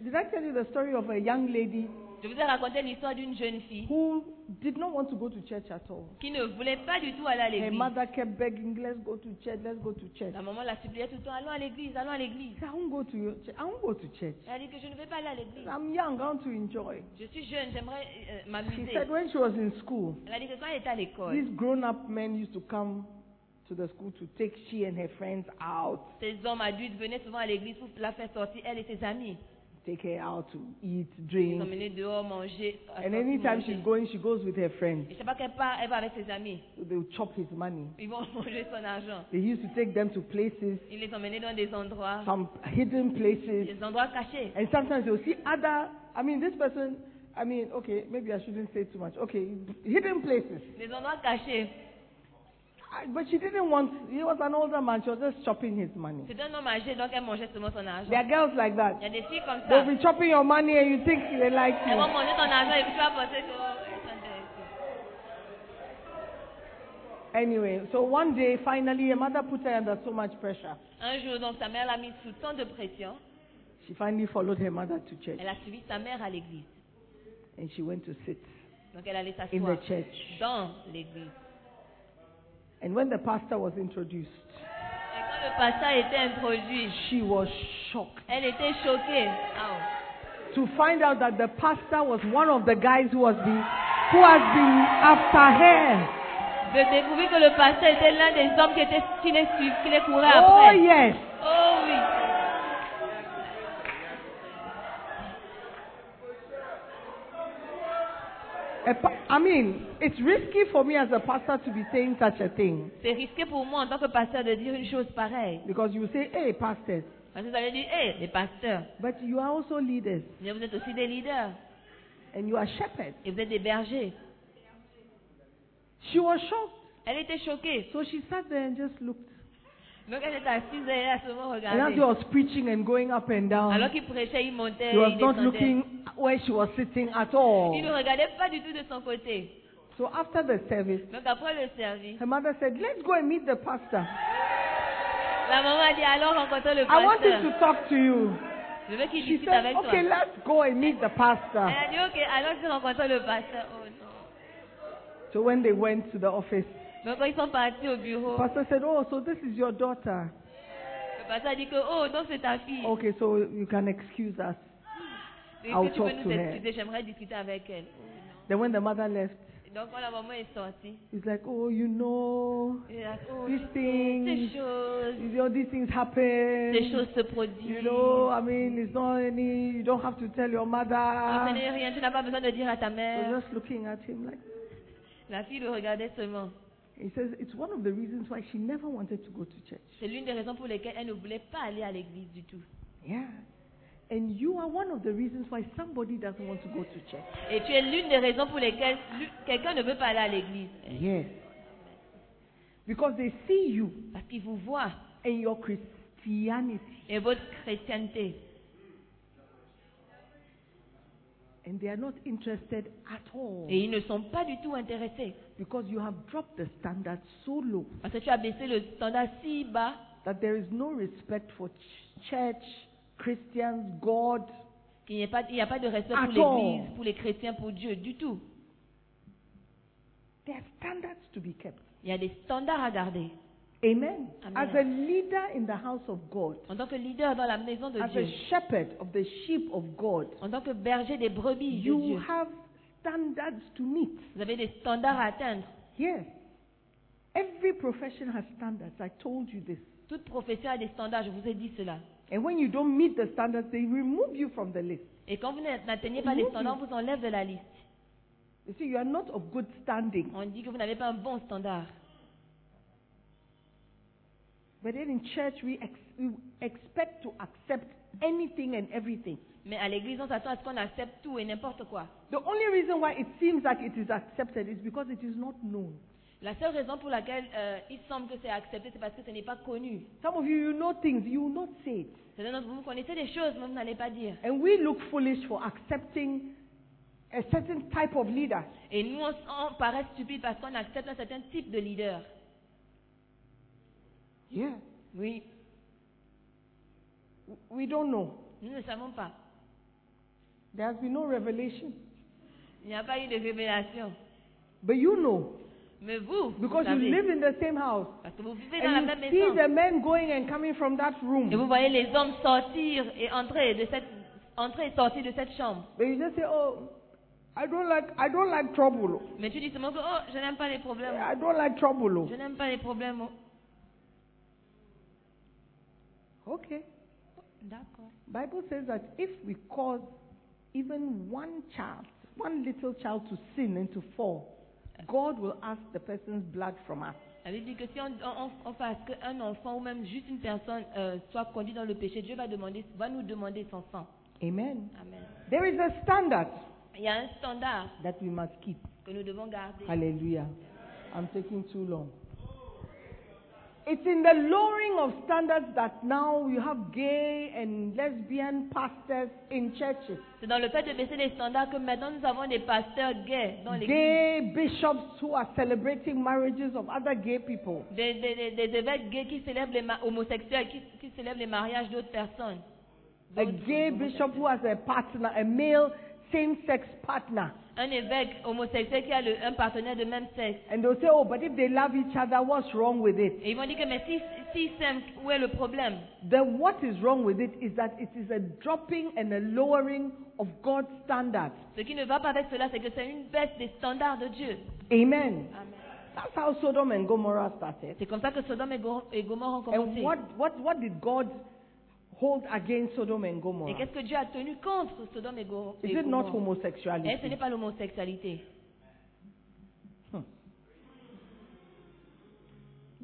[SPEAKER 3] Did I tell you the story of a young lady
[SPEAKER 4] Je vous ai raconté l'histoire d'une jeune fille
[SPEAKER 3] who did not want to go to church at all?
[SPEAKER 4] qui ne voulait pas du tout aller à
[SPEAKER 3] Her
[SPEAKER 4] l'église.
[SPEAKER 3] mother kept begging, "Let's go to church. Let's go to church."
[SPEAKER 4] La maman la suppliait tout le temps, allons à l'église, allons à l'église.
[SPEAKER 3] She said, I won't go to your church. I won't go to church.
[SPEAKER 4] Elle a dit que je ne vais pas aller à l'église.
[SPEAKER 3] I'm young. I want to enjoy.
[SPEAKER 4] Je suis jeune, j'aimerais euh,
[SPEAKER 3] She
[SPEAKER 4] m'amuser.
[SPEAKER 3] said when she was in school,
[SPEAKER 4] Elle a dit que quand elle était à
[SPEAKER 3] these
[SPEAKER 4] l'école,
[SPEAKER 3] grown-up men used to come to the school to take she and her friends out,
[SPEAKER 4] ces hommes adultes venaient souvent à l'église pour la faire sortir, elle et ses amis.
[SPEAKER 3] take her out to eat,
[SPEAKER 4] Ils sont
[SPEAKER 3] drink.
[SPEAKER 4] menés dehors manger. à
[SPEAKER 3] And
[SPEAKER 4] sortir
[SPEAKER 3] anytime
[SPEAKER 4] manger.
[SPEAKER 3] she's going, she goes with her friends.
[SPEAKER 4] Et je sais pas qu'elle part, elle va avec ses amis.
[SPEAKER 3] So they'll chop his money.
[SPEAKER 4] Ils vont manger son argent.
[SPEAKER 3] They used to take them to places,
[SPEAKER 4] Ils les emmenaient dans des endroits,
[SPEAKER 3] some hidden places.
[SPEAKER 4] des endroits cachés.
[SPEAKER 3] And sometimes you'll see other, I mean, this person, I mean, okay, maybe I shouldn't say too much. Okay, hidden places.
[SPEAKER 4] Des endroits cachés.
[SPEAKER 3] I- But she didn't want, he was an older man, she was just chopping his money.
[SPEAKER 4] C'est un homme âgé, donc elle mangeait seulement son argent.
[SPEAKER 3] There are girls like that.
[SPEAKER 4] Il y a des filles comme ça.
[SPEAKER 3] They'll be chopping your money and you think they like
[SPEAKER 4] Elles vont
[SPEAKER 3] you.
[SPEAKER 4] manger ton argent et puis tu vas penser que oh, elles sont intéressées.
[SPEAKER 3] Anyway, so one day, finally, her mother put her under so much pressure.
[SPEAKER 4] Un jour, donc, sa mère l'a mise sous tant de pression.
[SPEAKER 3] She finally followed her mother to church
[SPEAKER 4] Elle a suivi sa mère à l'église.
[SPEAKER 3] and she went to sit
[SPEAKER 4] Donc, elle allait
[SPEAKER 3] in
[SPEAKER 4] s'asseoir
[SPEAKER 3] the church.
[SPEAKER 4] dans l'église.
[SPEAKER 3] And when the pastor was introduced,
[SPEAKER 4] Et quand le pasteur était introduit,
[SPEAKER 3] she was shocked
[SPEAKER 4] elle était choquée. Ah, oh.
[SPEAKER 3] to find out that the pastor was one of the guys who was the, who has been after her.
[SPEAKER 4] de découvrir que le pasteur était l'un des hommes qui, était, qui, les, suivent, qui les courait
[SPEAKER 3] Oh
[SPEAKER 4] après.
[SPEAKER 3] yes.
[SPEAKER 4] Oh oui.
[SPEAKER 3] A pa- I mean, it's risky for me as a pastor to be saying such a thing
[SPEAKER 4] C'est risqué pour moi en tant que pasteur de dire une chose pareille.
[SPEAKER 3] because you say, "Hey, pastors,"
[SPEAKER 4] Parce que ça veut dire, hé, les pasteurs,
[SPEAKER 3] but you are also leaders
[SPEAKER 4] mais vous êtes aussi des leaders
[SPEAKER 3] and you are shepherds.
[SPEAKER 4] et vous êtes des bergers.
[SPEAKER 3] She was shocked.
[SPEAKER 4] Elle était choquée.
[SPEAKER 3] So she sat there and just looked.
[SPEAKER 4] Donc elle était assise et elle a seulement
[SPEAKER 3] And as
[SPEAKER 4] regardé.
[SPEAKER 3] he was preaching and going up and
[SPEAKER 4] Alors
[SPEAKER 3] down,
[SPEAKER 4] qu'il prêchait, il montait,
[SPEAKER 3] he
[SPEAKER 4] et
[SPEAKER 3] was
[SPEAKER 4] il
[SPEAKER 3] not
[SPEAKER 4] descendait.
[SPEAKER 3] looking where she was sitting at
[SPEAKER 4] Il ne
[SPEAKER 3] all.
[SPEAKER 4] regardait pas du tout de son côté.
[SPEAKER 3] So after the service,
[SPEAKER 4] Donc après le service,
[SPEAKER 3] her mother said, Let's go and meet the pastor.
[SPEAKER 4] la maman a dit alors rencontre le
[SPEAKER 3] I want him
[SPEAKER 4] pasteur.
[SPEAKER 3] to talk to you.
[SPEAKER 4] Je veux qu'il
[SPEAKER 3] She
[SPEAKER 4] discute
[SPEAKER 3] said,
[SPEAKER 4] avec toi.
[SPEAKER 3] Okay, let's go and meet the pastor.
[SPEAKER 4] Elle a dit ok, alors je rencontre le pasteur. Oh non.
[SPEAKER 3] So when they went to the office,
[SPEAKER 4] Donc quand ils sont partis au
[SPEAKER 3] the
[SPEAKER 4] bureau,
[SPEAKER 3] pastor said, Oh, so this is your daughter.
[SPEAKER 4] le pasteur a dit que oh donc c'est ta fille.
[SPEAKER 3] Okay, so you can excuse us.
[SPEAKER 4] Est-ce
[SPEAKER 3] I'll
[SPEAKER 4] que tu peux
[SPEAKER 3] talk to
[SPEAKER 4] nous
[SPEAKER 3] her.
[SPEAKER 4] excuser J'aimerais discuter avec elle.
[SPEAKER 3] Then when the mother left,
[SPEAKER 4] Et Donc quand la maman est sortie,
[SPEAKER 3] he's like, Oh, you know,
[SPEAKER 4] elle a dit oh,
[SPEAKER 3] these
[SPEAKER 4] tu sais,
[SPEAKER 3] things,
[SPEAKER 4] ces choses,
[SPEAKER 3] you know, these things happen.
[SPEAKER 4] ces choses se produisent.
[SPEAKER 3] You know, I mean, it's not any, you don't have to tell your
[SPEAKER 4] Donc, ce
[SPEAKER 3] mother.
[SPEAKER 4] n'est rien, tu n'as pas besoin de dire à ta
[SPEAKER 3] I
[SPEAKER 4] mère.
[SPEAKER 3] was just looking at him like,
[SPEAKER 4] La fille le regardait seulement.
[SPEAKER 3] he says, it's one of the reasons why she never wanted to go to church.
[SPEAKER 4] C'est l'une des raisons pour lesquelles elle ne voulait pas aller à l'église du tout.
[SPEAKER 3] Yeah. And you are one of the reasons why somebody doesn't want to go to church.
[SPEAKER 4] Et tu es l'une des raisons pour lesquelles lu- quelqu'un ne veut pas aller à l'église.
[SPEAKER 3] Yes. Because they see you
[SPEAKER 4] Parce qu'il vous voit
[SPEAKER 3] and your Christianity
[SPEAKER 4] et votre chrétienté.
[SPEAKER 3] and they are not interested at all
[SPEAKER 4] Et ils ne sont pas du tout intéressés.
[SPEAKER 3] because you have dropped the standard so low
[SPEAKER 4] Parce que tu as baissé le standard si bas
[SPEAKER 3] that there is no respect for ch- church, Christians, God.
[SPEAKER 4] qu'il n'y a, pas- il n'y a pas de respect pour
[SPEAKER 3] Attends.
[SPEAKER 4] l'église, pour les chrétiens, pour Dieu, du tout.
[SPEAKER 3] There are standards to be kept.
[SPEAKER 4] Il y a des standards à garder.
[SPEAKER 3] Amen.
[SPEAKER 4] Amen.
[SPEAKER 3] As a leader in the house of God,
[SPEAKER 4] En tant que leader dans la maison de
[SPEAKER 3] as
[SPEAKER 4] Dieu,
[SPEAKER 3] a shepherd of the sheep of God,
[SPEAKER 4] en tant que berger des brebis de
[SPEAKER 3] you
[SPEAKER 4] Dieu,
[SPEAKER 3] have standards to meet.
[SPEAKER 4] vous avez des standards à atteindre.
[SPEAKER 3] Yes. Every profession has standards. I told you this.
[SPEAKER 4] Toute profession a des standards, je vous ai dit cela.
[SPEAKER 3] And when you don't meet the standards, they remove you from the list.
[SPEAKER 4] Et quand vous n'atteignez pas les standards, on vous enlève de la liste.
[SPEAKER 3] You see, you are not of good standing.
[SPEAKER 4] On dit que vous n'avez pas un bon standard.
[SPEAKER 3] But then in church, we, ex- we expect to accept anything and everything.
[SPEAKER 4] Mais à l'église, on s'attend à ce qu'on accepte tout et n'importe quoi.
[SPEAKER 3] The only reason why it seems like it is accepted is because it is not known.
[SPEAKER 4] La seule raison pour laquelle euh, il semble que c'est accepté, c'est parce que ce n'est pas connu.
[SPEAKER 3] Some of you, you know things, you will not say it.
[SPEAKER 4] C'est-à-dire que vous connaissez des choses, mais vous n'allez pas dire.
[SPEAKER 3] And we look foolish for accepting a certain type of leader.
[SPEAKER 4] Et nous, on, s- on paraît stupide parce qu'on accepte un certain type de leader.
[SPEAKER 3] Yeah.
[SPEAKER 4] Oui,
[SPEAKER 3] We don't know.
[SPEAKER 4] nous ne savons pas.
[SPEAKER 3] There has been no revelation.
[SPEAKER 4] Il n'y a pas eu de révélation.
[SPEAKER 3] But you know,
[SPEAKER 4] Mais vous, vous
[SPEAKER 3] because
[SPEAKER 4] savez,
[SPEAKER 3] you live in the same house.
[SPEAKER 4] parce que vous vivez dans la
[SPEAKER 3] And
[SPEAKER 4] même
[SPEAKER 3] you see
[SPEAKER 4] maison,
[SPEAKER 3] the men going and coming from that
[SPEAKER 4] et vous
[SPEAKER 3] room.
[SPEAKER 4] voyez les hommes sortir et entrer de cette entrer et sortir de cette chambre.
[SPEAKER 3] But you just say, oh, I don't like, I don't like trouble.
[SPEAKER 4] Mais tu dis seulement que oh, je n'aime pas les problèmes,
[SPEAKER 3] I don't like trouble.
[SPEAKER 4] je n'aime pas les problèmes. oh.
[SPEAKER 3] Okay.
[SPEAKER 4] D'accord.
[SPEAKER 3] Bible says that if we cause even one child, one little child to sin and to fall, God will ask the person's blood from us.
[SPEAKER 4] La Bible dit que si on, on, on- on fait à ce qu'un enfant ou même juste une personne euh, soit conduit dans le péché, Dieu va demander, va nous demander son sang.
[SPEAKER 3] Amen.
[SPEAKER 4] Amen.
[SPEAKER 3] There is a standard
[SPEAKER 4] Il y a un standard
[SPEAKER 3] that we must keep.
[SPEAKER 4] que nous devons garder.
[SPEAKER 3] Hallelujah. I'm taking too long. It's in the lowering of standards that now you have gay and lesbian pastors in churches,
[SPEAKER 4] C'est dans le fait de baisser les standards que maintenant nous avons des pasteurs gays dans l'église,
[SPEAKER 3] gay bishops who are celebrating marriages of other gay people.
[SPEAKER 4] des, des, des- des évêques gays qui célèbrent les ma- homosexuels, qui, qui célèbrent les mariages d'autres personnes.
[SPEAKER 3] A
[SPEAKER 4] D'autres
[SPEAKER 3] gay
[SPEAKER 4] homosexuels.
[SPEAKER 3] bishop who has a partner, a male same sex partner.
[SPEAKER 4] Un évêque homosexuel qui a le- un partenaire de même sexe.
[SPEAKER 3] And they'll say, oh, but if they love each other, what's wrong with it?
[SPEAKER 4] Et ils vont dire que mais si, si s'aiment, où est le problème
[SPEAKER 3] The what is wrong with it is that it is a dropping and a lowering of God's standards.
[SPEAKER 4] Ce qui ne va pas avec cela, c'est que c'est une baisse des standards de Dieu.
[SPEAKER 3] Amen. That's how Sodom and Gomorrah started.
[SPEAKER 4] C'est comme ça que Sodome et, Go- et Gomorrhe ont
[SPEAKER 3] And
[SPEAKER 4] commencé.
[SPEAKER 3] what, what, what did God hold against Sodom and
[SPEAKER 4] Et
[SPEAKER 3] Gomorrah?
[SPEAKER 4] qu'est-ce que Dieu a tenu contre Sodome et, Go-
[SPEAKER 3] Is
[SPEAKER 4] et
[SPEAKER 3] it not
[SPEAKER 4] Gomorrhe Eh, ce
[SPEAKER 3] homosexuality?
[SPEAKER 4] n'est pas l'homosexualité.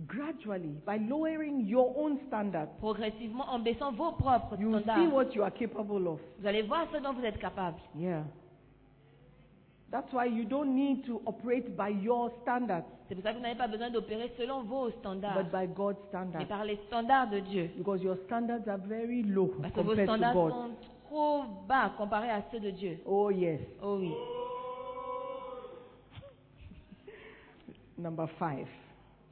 [SPEAKER 3] Gradually, by lowering your own standards,
[SPEAKER 4] Progressivement, en baissant vos propres
[SPEAKER 3] you will see
[SPEAKER 4] standards,
[SPEAKER 3] what you are capable of.
[SPEAKER 4] vous allez voir ce dont vous êtes capable.
[SPEAKER 3] Yeah. That's why you don't need to operate by your standards,
[SPEAKER 4] C'est pour ça que vous n'avez pas besoin d'opérer selon vos standards,
[SPEAKER 3] but by God's
[SPEAKER 4] mais
[SPEAKER 3] standards.
[SPEAKER 4] par les standards de Dieu.
[SPEAKER 3] Because your standards are very low
[SPEAKER 4] Parce que vos
[SPEAKER 3] compared to
[SPEAKER 4] standards
[SPEAKER 3] God.
[SPEAKER 4] sont trop bas comparés à ceux de Dieu.
[SPEAKER 3] Oh, yes.
[SPEAKER 4] Oh oui.
[SPEAKER 3] Number five.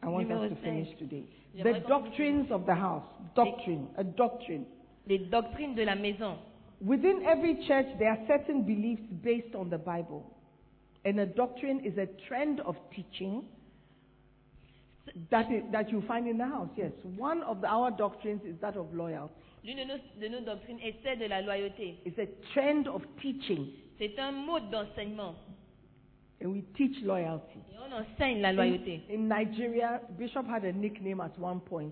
[SPEAKER 3] I want
[SPEAKER 4] Numéro
[SPEAKER 3] us to
[SPEAKER 4] cinq.
[SPEAKER 3] finish today. The
[SPEAKER 4] J'aimerais qu'on finisse
[SPEAKER 3] doctrines of the house. Doctrine. A doctrine.
[SPEAKER 4] Les doctrines de la maison.
[SPEAKER 3] Within every church, there are certain beliefs based on the Bible. And a doctrine is a trend of teaching that, is, that you find in the house. Yes. One of the, our doctrines is that of loyalty.
[SPEAKER 4] L'une de nos, de nos doctrines est celle de la loyauté.
[SPEAKER 3] It's a trend of teaching.
[SPEAKER 4] C'est un mode d'enseignement.
[SPEAKER 3] And we teach loyalty.
[SPEAKER 4] Et on enseigne la
[SPEAKER 3] In,
[SPEAKER 4] loyauté.
[SPEAKER 3] in Nigeria, Bishop had a nickname at one point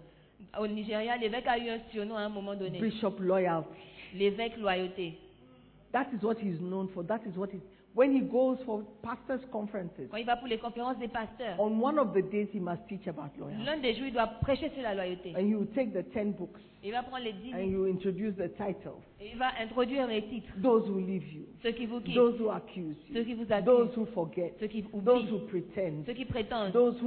[SPEAKER 4] Au Nigeria, l'évêque a eu un surnom à un moment donné.
[SPEAKER 3] Bishop Loyalty.
[SPEAKER 4] L'évêque loyauté.
[SPEAKER 3] That is what he's known for. That is what he, when he goes for pastors' conferences,
[SPEAKER 4] Quand il va pour les conférences des pasteurs,
[SPEAKER 3] on one of the days he must teach about loyalty.
[SPEAKER 4] l'un des jours, il doit prêcher sur la loyauté.
[SPEAKER 3] And he will take the 10 books
[SPEAKER 4] Il va prendre les dix
[SPEAKER 3] and
[SPEAKER 4] livres
[SPEAKER 3] you introduce the titles.
[SPEAKER 4] et il va introduire les titres.
[SPEAKER 3] Those who leave you,
[SPEAKER 4] Ceux qui vous quittent,
[SPEAKER 3] those who accuse
[SPEAKER 4] ceux qui
[SPEAKER 3] you,
[SPEAKER 4] vous accusent,
[SPEAKER 3] those who forget,
[SPEAKER 4] ceux qui
[SPEAKER 3] those
[SPEAKER 4] oublient,
[SPEAKER 3] who pretend,
[SPEAKER 4] ceux qui prétendent,
[SPEAKER 3] those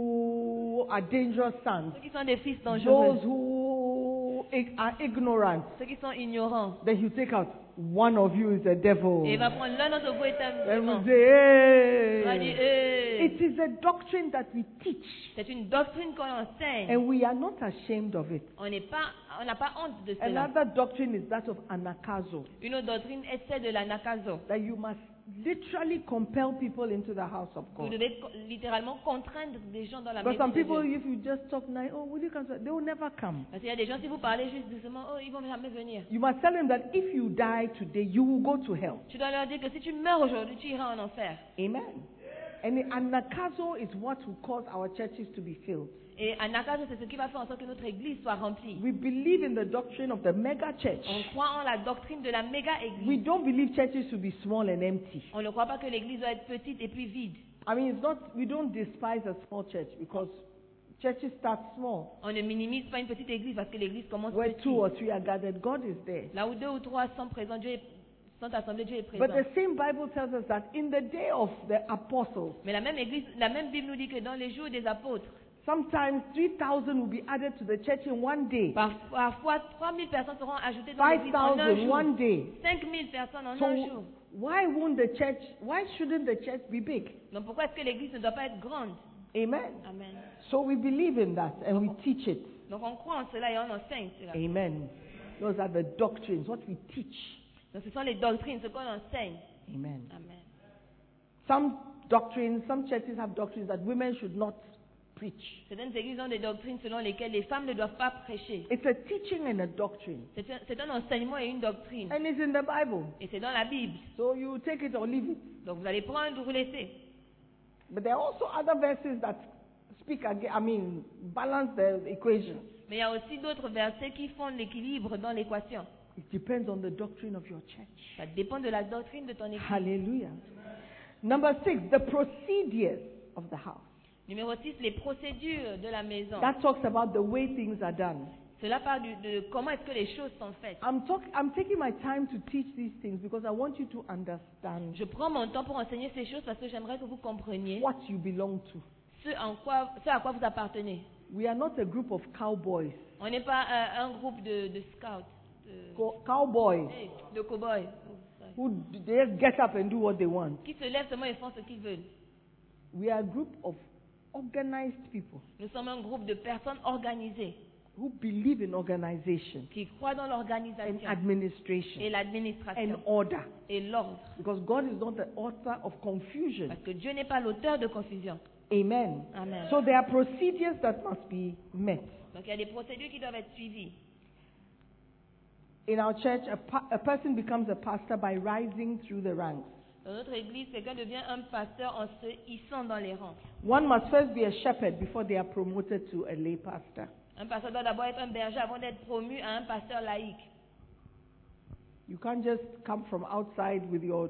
[SPEAKER 3] who are dangerous sons,
[SPEAKER 4] ceux qui sont des fils
[SPEAKER 3] those
[SPEAKER 4] dangereux,
[SPEAKER 3] who ig- are ignorant.
[SPEAKER 4] ceux qui sont ignorants.
[SPEAKER 3] Then you take out one of you is a devil.
[SPEAKER 4] Et il va prendre l'un d'entre vous est un
[SPEAKER 3] Then
[SPEAKER 4] démon.
[SPEAKER 3] we
[SPEAKER 4] Il va
[SPEAKER 3] say,
[SPEAKER 4] dire,
[SPEAKER 3] hey.
[SPEAKER 4] Eh,
[SPEAKER 3] It is a doctrine that we teach.
[SPEAKER 4] c'est une doctrine qu'on enseigne.
[SPEAKER 3] And we are not ashamed of it.
[SPEAKER 4] On n'est pas, on n'a pas honte de cela.
[SPEAKER 3] Another doctrine is that of anakazo,
[SPEAKER 4] Une autre doctrine est celle de l'anakazo.
[SPEAKER 3] that you must literally compel people into the house of
[SPEAKER 4] Vous
[SPEAKER 3] God.
[SPEAKER 4] devez co- littéralement contraindre des gens dans la
[SPEAKER 3] But
[SPEAKER 4] maison
[SPEAKER 3] some
[SPEAKER 4] de
[SPEAKER 3] people,
[SPEAKER 4] Dieu.
[SPEAKER 3] if you just talk nice, oh, will you come? to-" They will never come.
[SPEAKER 4] Parce qu'il y a des gens, si vous parlez juste doucement, oh, ils vont jamais venir.
[SPEAKER 3] You must tell them that if you die today, you will go to hell.
[SPEAKER 4] Tu dois leur dire que si tu meurs aujourd'hui, tu iras en enfer.
[SPEAKER 3] Amen. And anakazo is what will cause our churches to be filled.
[SPEAKER 4] Et Anakazo, c'est ce qui va faire en sorte que notre église soit remplie.
[SPEAKER 3] We believe in the doctrine of the mega church.
[SPEAKER 4] On croit en la doctrine de la méga
[SPEAKER 3] We
[SPEAKER 4] église.
[SPEAKER 3] don't believe churches should be small and empty.
[SPEAKER 4] On ne croit pas que l'église doit être petite et puis vide.
[SPEAKER 3] I mean, it's not. We don't despise a small church because churches start small.
[SPEAKER 4] On ne minimise pas une petite église parce que l'église commence
[SPEAKER 3] Where two or
[SPEAKER 4] petite.
[SPEAKER 3] three are gathered, God is there.
[SPEAKER 4] Là où deux ou trois sont présents, Dieu est- sont assemblés, Dieu est présent.
[SPEAKER 3] But the same Bible tells us that in the day of the apostles,
[SPEAKER 4] Mais la même église, la même Bible nous dit que dans les jours des apôtres,
[SPEAKER 3] sometimes 3,000 will be added to the church in one day,
[SPEAKER 4] par- parfois 3000 personnes seront ajoutées dans l'église en un
[SPEAKER 3] 5,000
[SPEAKER 4] jour.
[SPEAKER 3] one day.
[SPEAKER 4] 5000 personnes en un
[SPEAKER 3] So
[SPEAKER 4] jour.
[SPEAKER 3] why won't the church? Why shouldn't the church be big?
[SPEAKER 4] Donc pourquoi est-ce que l'église ne doit pas être grande
[SPEAKER 3] Amen.
[SPEAKER 4] Amen.
[SPEAKER 3] So we believe in that and we teach it.
[SPEAKER 4] Donc on croit en cela et on enseigne cela.
[SPEAKER 3] Amen. Those are the doctrines, what we teach.
[SPEAKER 4] Donc ce sont les doctrines, ce qu'on enseigne.
[SPEAKER 3] Amen.
[SPEAKER 4] Amen.
[SPEAKER 3] Some doctrines, some churches have doctrines that women should not preach.
[SPEAKER 4] Certaines églises ont des doctrines selon lesquelles les femmes ne doivent pas prêcher.
[SPEAKER 3] It's a teaching and a doctrine,
[SPEAKER 4] C'est un, c'est un enseignement et une doctrine.
[SPEAKER 3] and it's in the Bible.
[SPEAKER 4] Et c'est dans la Bible.
[SPEAKER 3] So you take it or leave it.
[SPEAKER 4] Donc vous allez prendre ou vous laisser.
[SPEAKER 3] But there are also other verses that speak again, I mean, balance the equation.
[SPEAKER 4] Mais il y a aussi d'autres versets qui font l'équilibre dans l'équation.
[SPEAKER 3] It depends on the doctrine of your church.
[SPEAKER 4] Ça dépend de la doctrine de ton église.
[SPEAKER 3] Hallelujah. Number six, the procedures of the house.
[SPEAKER 4] Numéro 6, les procédures de la maison.
[SPEAKER 3] That talks about the way things are done.
[SPEAKER 4] Cela parle du- de comment est-ce que les choses sont faites.
[SPEAKER 3] I'm, talk, I'm taking my time to teach these things because I want you to understand
[SPEAKER 4] Je prends mon temps pour enseigner ces choses parce que j'aimerais que vous compreniez
[SPEAKER 3] what you belong to.
[SPEAKER 4] ce, en quoi, ce à quoi vous appartenez.
[SPEAKER 3] We are not a group of cowboys.
[SPEAKER 4] On n'est pas euh, un groupe de, de scouts, de,
[SPEAKER 3] Co- cowboys
[SPEAKER 4] hey, de cow-boys
[SPEAKER 3] who d- they just get up and do what they want.
[SPEAKER 4] qui se lèvent seulement et font ce qu'ils veulent.
[SPEAKER 3] We are a group of organized people
[SPEAKER 4] Nous sommes un groupe de personnes organisées
[SPEAKER 3] who believe in organization.
[SPEAKER 4] qui croient dans
[SPEAKER 3] and
[SPEAKER 4] l'organisation et
[SPEAKER 3] administration and
[SPEAKER 4] l'administration
[SPEAKER 3] order.
[SPEAKER 4] et l'ordre.
[SPEAKER 3] Because God is not the author of confusion.
[SPEAKER 4] Parce que Dieu n'est pas l'auteur de confusion.
[SPEAKER 3] Amen.
[SPEAKER 4] Amen.
[SPEAKER 3] So there are procedures that must be met.
[SPEAKER 4] Donc il y a des procédures qui doivent être suivies.
[SPEAKER 3] In our church, a, pa- a person becomes a pastor by rising through the ranks.
[SPEAKER 4] Dans notre église, quelqu'un devient un pasteur en se hissant dans les rangs.
[SPEAKER 3] One must first be a shepherd before they are promoted to a lay pastor.
[SPEAKER 4] Un pasteur doit d'abord être un berger avant d'être promu à un pasteur laïque.
[SPEAKER 3] You can't just come from outside with your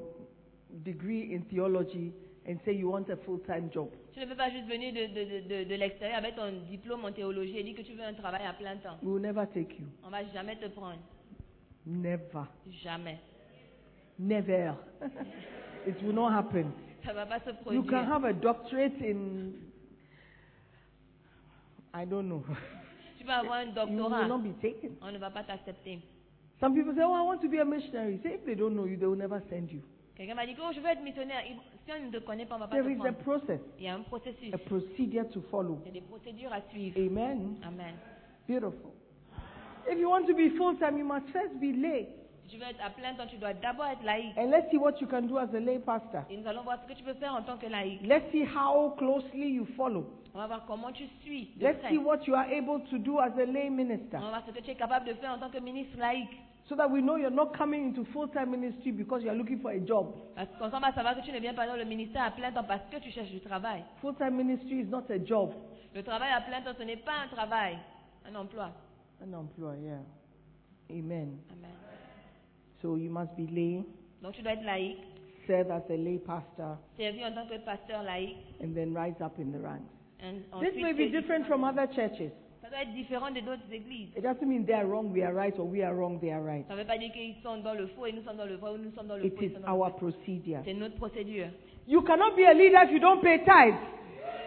[SPEAKER 3] degree in theology and say you want a full time job.
[SPEAKER 4] Tu ne peux pas juste venir de, de- de- de- de l'extérieur avec ton diplôme en théologie et dire que tu veux un travail à plein temps.
[SPEAKER 3] We will never take you.
[SPEAKER 4] On va jamais te prendre.
[SPEAKER 3] Never.
[SPEAKER 4] Jamais.
[SPEAKER 3] Never. it will not happen.
[SPEAKER 4] Ça va pas se
[SPEAKER 3] You
[SPEAKER 4] produire.
[SPEAKER 3] can have a doctorate in, I don't know.
[SPEAKER 4] Tu vas avoir un
[SPEAKER 3] You will
[SPEAKER 4] doctorat.
[SPEAKER 3] not be taken.
[SPEAKER 4] On ne va pas t'accepter.
[SPEAKER 3] Some people say, oh, I want to be a missionary. Say, if they don't know you, they will never send you.
[SPEAKER 4] Quelqu'un m'a dit que oh, je veux être missionnaire. Il- Si on ne te connaît pas, on ne va pas
[SPEAKER 3] There
[SPEAKER 4] te
[SPEAKER 3] is a
[SPEAKER 4] prendre.
[SPEAKER 3] process,
[SPEAKER 4] Il y a un processus.
[SPEAKER 3] a procedure to follow.
[SPEAKER 4] Il y a des procédures à suivre.
[SPEAKER 3] Amen.
[SPEAKER 4] Amen.
[SPEAKER 3] Beautiful. If you want to be full time, you must first be lay.
[SPEAKER 4] Si tu veux être à plein temps, tu dois d'abord être laïque.
[SPEAKER 3] And let's see what you can do as a lay pastor.
[SPEAKER 4] Et nous allons voir ce que tu peux faire en tant que laïque.
[SPEAKER 3] Let's see how closely you follow.
[SPEAKER 4] On va voir comment tu suis. de
[SPEAKER 3] Let's
[SPEAKER 4] près.
[SPEAKER 3] see what you are able to do as a lay
[SPEAKER 4] On
[SPEAKER 3] minister.
[SPEAKER 4] va voir ce que tu es capable de faire en tant que ministre laïque.
[SPEAKER 3] So that we know you're not coming into full time ministry because you're looking for a job.
[SPEAKER 4] Parce qu'on s'en va savoir que tu ne viens pas dans le ministère à plein temps parce que tu cherches du travail.
[SPEAKER 3] Full time ministry is not a job.
[SPEAKER 4] Le travail à plein temps, ce n'est pas un travail, un emploi.
[SPEAKER 3] An employer, yeah. Amen.
[SPEAKER 4] Amen.
[SPEAKER 3] So you must be lay,
[SPEAKER 4] Donc tu dois être laïque,
[SPEAKER 3] serve as a lay pastor,
[SPEAKER 4] servir en tant que pasteur laïque.
[SPEAKER 3] and then rise up in the ranks.
[SPEAKER 4] En-
[SPEAKER 3] This
[SPEAKER 4] ensuite,
[SPEAKER 3] may be
[SPEAKER 4] te-
[SPEAKER 3] different from other churches.
[SPEAKER 4] Ça doit être différent de d'autres églises.
[SPEAKER 3] It doesn't mean they are wrong, we are right, or we are wrong, they are right.
[SPEAKER 4] Ça ne veut pas dire qu'ils sont dans le faux et nous sommes dans le vrai ou nous sommes dans le
[SPEAKER 3] It
[SPEAKER 4] faux. et
[SPEAKER 3] is
[SPEAKER 4] ils sont dans le
[SPEAKER 3] our
[SPEAKER 4] vrai.
[SPEAKER 3] procedure.
[SPEAKER 4] C'est notre procédure.
[SPEAKER 3] You cannot be a leader if you don't pay tithes.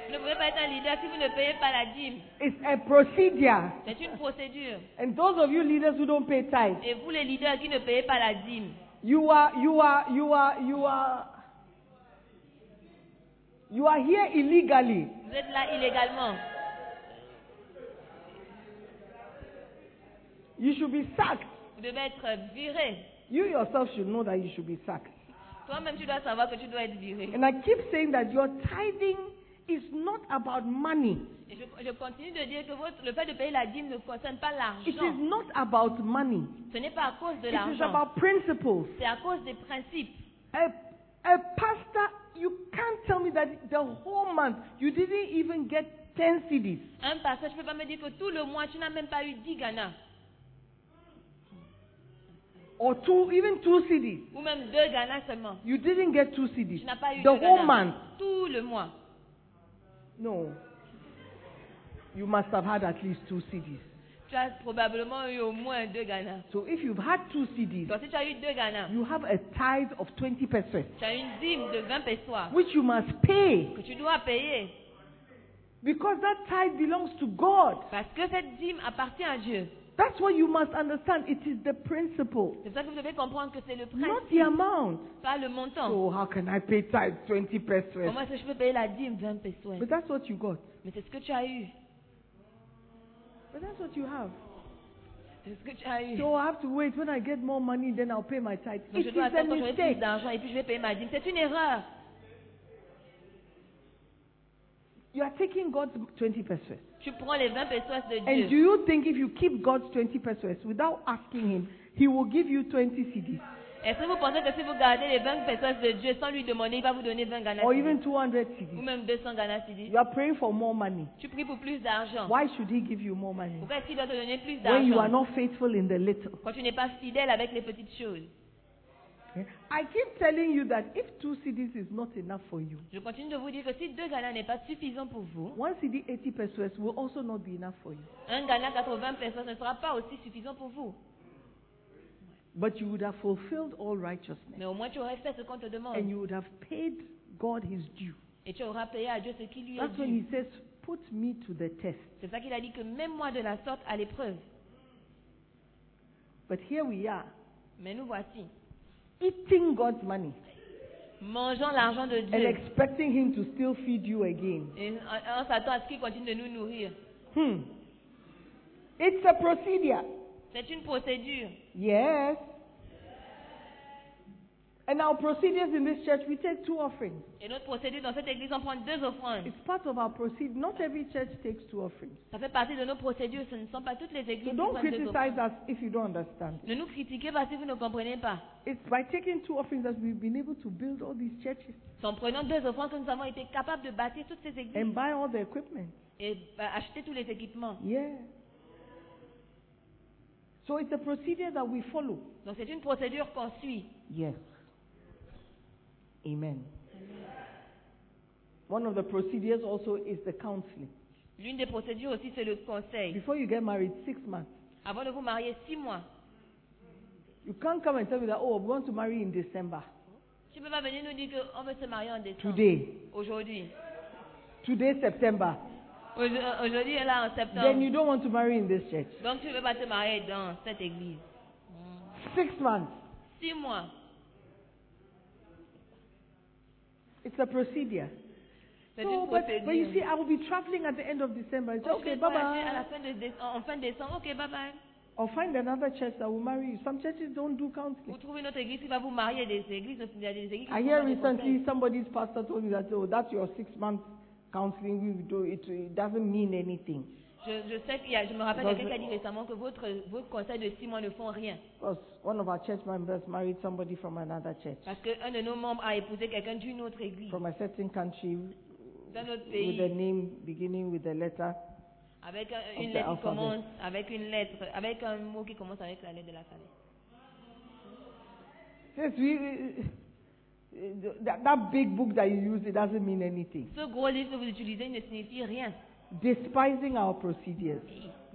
[SPEAKER 4] Vous ne pouvez pas être un leader si vous ne payez pas la dîme.
[SPEAKER 3] It's a procedure.
[SPEAKER 4] C'est une procédure.
[SPEAKER 3] And those of you leaders who don't pay tithes,
[SPEAKER 4] Et vous, les leaders qui ne payez pas la dîme,
[SPEAKER 3] you are, you are, you are, you are, you are here illegally.
[SPEAKER 4] vous êtes là illégalement.
[SPEAKER 3] You should be sacked.
[SPEAKER 4] Vous devez être viré.
[SPEAKER 3] You yourself should know that you should be sacked.
[SPEAKER 4] Toi-même, tu dois savoir que tu dois être viré.
[SPEAKER 3] And I keep saying that your tithing is not about money.
[SPEAKER 4] Et je, je continue de dire que votre- le fait de payer la dîme ne concerne pas
[SPEAKER 3] It is
[SPEAKER 4] l'argent.
[SPEAKER 3] not about money.
[SPEAKER 4] Ce n'est pas à cause de
[SPEAKER 3] It is
[SPEAKER 4] l'argent.
[SPEAKER 3] about principles.
[SPEAKER 4] C'est à cause des principes.
[SPEAKER 3] A, a pastor, you can't tell me that the whole month you didn't even get 10 CDs.
[SPEAKER 4] Un passage, je ne peux pas me dire que tout le mois, tu n'as même pas eu 10 Ghana.
[SPEAKER 3] or two, even two CDs.
[SPEAKER 4] Ou même 2 Ghana seulement.
[SPEAKER 3] You didn't get two
[SPEAKER 4] Tu
[SPEAKER 3] CDs.
[SPEAKER 4] n'as pas eu
[SPEAKER 3] The
[SPEAKER 4] deux
[SPEAKER 3] whole
[SPEAKER 4] Ghana.
[SPEAKER 3] month.
[SPEAKER 4] Tout le mois.
[SPEAKER 3] No. You must have had at least two CDs.
[SPEAKER 4] Tu as probablement eu au moins 2 Ghana.
[SPEAKER 3] So if you've had two CDs,
[SPEAKER 4] Donc si tu as eu 2 Ghana,
[SPEAKER 3] you have a tithe of 20 percent,
[SPEAKER 4] tu as une dîme de 20 pesos
[SPEAKER 3] which you must pay
[SPEAKER 4] que tu dois payer.
[SPEAKER 3] because that tithe belongs to God.
[SPEAKER 4] Parce que cette dîme appartient à Dieu.
[SPEAKER 3] That's what you must understand. It is the principle,
[SPEAKER 4] C'est pour ça que vous devez comprendre que c'est le
[SPEAKER 3] not
[SPEAKER 4] principe,
[SPEAKER 3] the amount.
[SPEAKER 4] pas le montant.
[SPEAKER 3] So how can I pay tithe 20 percent?
[SPEAKER 4] Comment est-ce que je peux payer la dîme 20 pesos
[SPEAKER 3] But that's what you got.
[SPEAKER 4] Mais c'est ce que tu as eu.
[SPEAKER 3] But that's what you have.
[SPEAKER 4] C'est ce que tu as eu.
[SPEAKER 3] So I have to wait. When I get more money, then I'll pay my tithe.
[SPEAKER 4] Donc
[SPEAKER 3] It
[SPEAKER 4] je
[SPEAKER 3] is
[SPEAKER 4] dois
[SPEAKER 3] a
[SPEAKER 4] attendre quand j'aurai plus
[SPEAKER 3] mistake.
[SPEAKER 4] d'argent et puis je vais payer ma dîme. C'est une erreur.
[SPEAKER 3] You are taking God's 20 percent.
[SPEAKER 4] Tu prends les 20 pesos de
[SPEAKER 3] And do
[SPEAKER 4] Dieu.
[SPEAKER 3] you think if you keep God's 20 pesos without asking Him, He will give you 20 CDs
[SPEAKER 4] Est-ce que vous pensez que si vous gardez les 20 pesos de Dieu sans lui demander, il va vous donner 20 Ghana
[SPEAKER 3] or
[SPEAKER 4] cedis
[SPEAKER 3] even 200
[SPEAKER 4] ou
[SPEAKER 3] CDs?
[SPEAKER 4] même 200 Ghana cedis
[SPEAKER 3] You are praying for more money.
[SPEAKER 4] Tu pries pour plus d'argent.
[SPEAKER 3] Why should He give you more money
[SPEAKER 4] Pourquoi est-ce qu'il doit te donner plus
[SPEAKER 3] when you are
[SPEAKER 4] d'argent
[SPEAKER 3] not faithful in the little?
[SPEAKER 4] quand tu n'es pas fidèle avec les petites choses
[SPEAKER 3] Okay? Eh? I keep telling you that if two CDs is not enough for you,
[SPEAKER 4] Je continue de vous dire que si deux Ghana n'est pas suffisant pour vous,
[SPEAKER 3] one CD 80 pesos will also not be enough for you.
[SPEAKER 4] un Ghana 80 pesos ne sera pas aussi suffisant pour vous.
[SPEAKER 3] But you would have fulfilled all righteousness
[SPEAKER 4] Mais au moins tu aurais fait ce qu'on te
[SPEAKER 3] and
[SPEAKER 4] demande
[SPEAKER 3] you would have paid God His due.
[SPEAKER 4] et tu auras payé à Dieu ce qui lui est
[SPEAKER 3] That's when He
[SPEAKER 4] dû.
[SPEAKER 3] says, Put me to the test.
[SPEAKER 4] C'est ça qu'il a dit que même moi de la sorte à l'épreuve.
[SPEAKER 3] But here we are,
[SPEAKER 4] Mais nous voici,
[SPEAKER 3] eating God's money.
[SPEAKER 4] mangeant l'argent de
[SPEAKER 3] and
[SPEAKER 4] Dieu
[SPEAKER 3] expecting him to still feed you again.
[SPEAKER 4] et on on s'attend à ce qu'il continue de nous nourrir.
[SPEAKER 3] Hmm. It's a procedure.
[SPEAKER 4] C'est une procédure.
[SPEAKER 3] Yes. And our procedures in this church, we take two offerings.
[SPEAKER 4] Et notre procédure dans cette église, on prend deux offrandes.
[SPEAKER 3] It's part of our procedure. Not every church takes two offerings.
[SPEAKER 4] Ça fait partie de nos procédures. Ce ne sont pas toutes les églises
[SPEAKER 3] So
[SPEAKER 4] qui
[SPEAKER 3] don't
[SPEAKER 4] prennent deux
[SPEAKER 3] criticize
[SPEAKER 4] offrandes.
[SPEAKER 3] us if you don't understand.
[SPEAKER 4] Ne nous critiquez pas si vous ne comprenez pas.
[SPEAKER 3] It's by taking two offerings that we've been able to build all these churches
[SPEAKER 4] C'est en prenant deux offrandes que nous avons été capables de bâtir toutes ces églises
[SPEAKER 3] and buy all the equipment.
[SPEAKER 4] et bah, acheter tous les équipements.
[SPEAKER 3] Yeah. So it's a procedure that we follow.
[SPEAKER 4] Donc c'est une procédure qu'on suit.
[SPEAKER 3] Yes. Amen. One of the procedures also is the counseling.
[SPEAKER 4] L'une des procédures aussi, c'est le conseil.
[SPEAKER 3] Before you get married, six months.
[SPEAKER 4] Avant de vous marier, six mois.
[SPEAKER 3] You can't come and tell me that, oh, we want to marry in December.
[SPEAKER 4] Tu ne peux pas venir nous dire qu'on veut se marier en décembre.
[SPEAKER 3] Today.
[SPEAKER 4] Aujourd'hui.
[SPEAKER 3] Today, September.
[SPEAKER 4] Au- Aujourd'hui, là, en
[SPEAKER 3] Then you
[SPEAKER 4] septembre.
[SPEAKER 3] don't want to marry in this church.
[SPEAKER 4] Donc tu ne veux pas te marier dans cette église.
[SPEAKER 3] Six months.
[SPEAKER 4] Six mois.
[SPEAKER 3] It's a procedure.
[SPEAKER 4] C'est
[SPEAKER 3] No,
[SPEAKER 4] une
[SPEAKER 3] but, but you see,
[SPEAKER 4] procédure.
[SPEAKER 3] I will be traveling at the end of December. It's
[SPEAKER 4] Ok,
[SPEAKER 3] okay, bye
[SPEAKER 4] toi, à la
[SPEAKER 3] bye.
[SPEAKER 4] fin de déce- en en fin de décembre, ok, bye bye.
[SPEAKER 3] Or find another church that will marry you. Some churches don't do
[SPEAKER 4] Vous
[SPEAKER 3] counseling.
[SPEAKER 4] trouvez une autre église qui va vous marier, des églises, il y a des églises qui
[SPEAKER 3] I
[SPEAKER 4] font
[SPEAKER 3] hear
[SPEAKER 4] pas de conseils.
[SPEAKER 3] recently somebody's pastor told me that, oh, that's your six month counseling. We do it, it doesn't mean anything.
[SPEAKER 4] Je, je sais qu'il y a, je me rappelle
[SPEAKER 3] Dans
[SPEAKER 4] quelqu'un qui a
[SPEAKER 3] le-
[SPEAKER 4] dit récemment que votre, vos conseils de six mois ne font rien.
[SPEAKER 3] Because one of our church members married somebody from another church,
[SPEAKER 4] Parce qu'un de nos membres a épousé quelqu'un d'une autre église,
[SPEAKER 3] from a certain country
[SPEAKER 4] d'un autre
[SPEAKER 3] with a
[SPEAKER 4] pays,
[SPEAKER 3] name beginning with a letter.
[SPEAKER 4] avec un- une
[SPEAKER 3] the
[SPEAKER 4] lettre qui
[SPEAKER 3] alphabet.
[SPEAKER 4] commence, avec une lettre, avec un mot qui commence avec la lettre de la famille.
[SPEAKER 3] Yes, we, that, that big book that you use, it doesn't mean anything.
[SPEAKER 4] Ce gros livre que vous utilisez ne signifie rien.
[SPEAKER 3] Despising our procedures.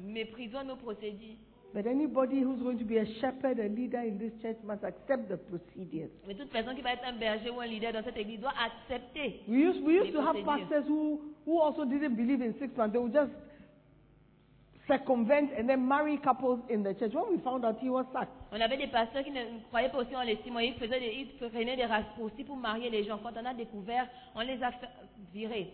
[SPEAKER 4] Méprisons nos procédures.
[SPEAKER 3] But anybody who's going to be a shepherd, a leader in this church must accept the procedures.
[SPEAKER 4] Mais toute personne qui va être un berger ou un leader dans cette église doit accepter.
[SPEAKER 3] We used, we used
[SPEAKER 4] Les
[SPEAKER 3] to have
[SPEAKER 4] procédures.
[SPEAKER 3] pastors who, who also didn't believe in six months. They would just circumvent and then marry couples in the church. When we found out he was sacked.
[SPEAKER 4] On avait des pasteurs qui ne ne croyaient pas aussi en les six mois. Ils, faisaient des, ils prenaient des raccourcis pour marier les gens. Quand on a découvert, on les a fait- virés.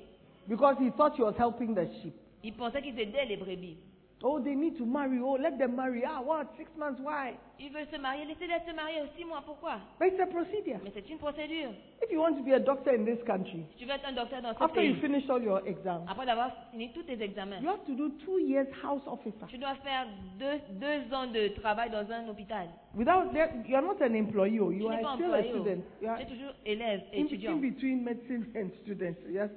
[SPEAKER 3] Because he thought he was helping the sheep.
[SPEAKER 4] Ils pensaient qu'ils aidaient les brebis.
[SPEAKER 3] Oh, they need to marry. Oh, let them marry. Ah, what? Six months? Why?
[SPEAKER 4] Ils veulent se marier, laissez-les se marier six mois, pourquoi
[SPEAKER 3] But it's a procedure.
[SPEAKER 4] Mais c'est une procédure.
[SPEAKER 3] If you want to be a doctor in this country,
[SPEAKER 4] Si tu veux être un docteur dans ce
[SPEAKER 3] after you
[SPEAKER 4] pays,
[SPEAKER 3] finish all your exams,
[SPEAKER 4] après d'avoir fini tous tes examens,
[SPEAKER 3] you have to do two years house officer.
[SPEAKER 4] tu dois faire deux, deux ans de travail dans un hôpital.
[SPEAKER 3] Without that, you are not an employee. oh,
[SPEAKER 4] Tu
[SPEAKER 3] You
[SPEAKER 4] n'es
[SPEAKER 3] are
[SPEAKER 4] pas
[SPEAKER 3] still a
[SPEAKER 4] employé.
[SPEAKER 3] student. You
[SPEAKER 4] oh.
[SPEAKER 3] are
[SPEAKER 4] Tu es toujours élève,
[SPEAKER 3] in,
[SPEAKER 4] étudiant.
[SPEAKER 3] in between medicine and students. Yes,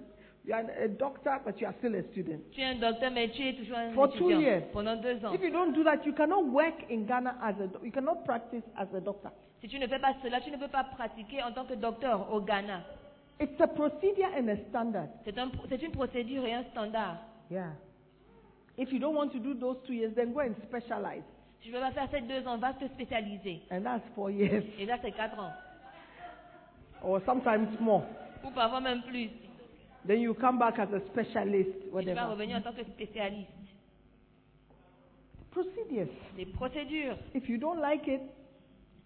[SPEAKER 3] you are a doctor, but you are still a student.
[SPEAKER 4] Tu es un docteur, mais tu es toujours un
[SPEAKER 3] For two
[SPEAKER 4] étudiant
[SPEAKER 3] years.
[SPEAKER 4] pendant deux ans.
[SPEAKER 3] If you don't do that, you cannot work in Ghana as a. doc- You cannot practice as a doctor.
[SPEAKER 4] Si tu ne fais pas cela, tu ne peux pas pratiquer en tant que docteur au Ghana.
[SPEAKER 3] It's a procedure and a standard.
[SPEAKER 4] C'est un- c'est une procédure et un standard.
[SPEAKER 3] Yeah. If you don't want to do those two years, then go and specialize,
[SPEAKER 4] Tu ne veux pas faire ces deux ans, va te spécialiser.
[SPEAKER 3] and that's four years
[SPEAKER 4] Et là, c'est quatre ans.
[SPEAKER 3] or sometimes more.
[SPEAKER 4] Ou parfois même plus.
[SPEAKER 3] Then you come back as a specialist,
[SPEAKER 4] Et tu vas
[SPEAKER 3] whatever.
[SPEAKER 4] revenir en tant que spécialiste.
[SPEAKER 3] Procedures.
[SPEAKER 4] Des procédures.
[SPEAKER 3] If you don't like it,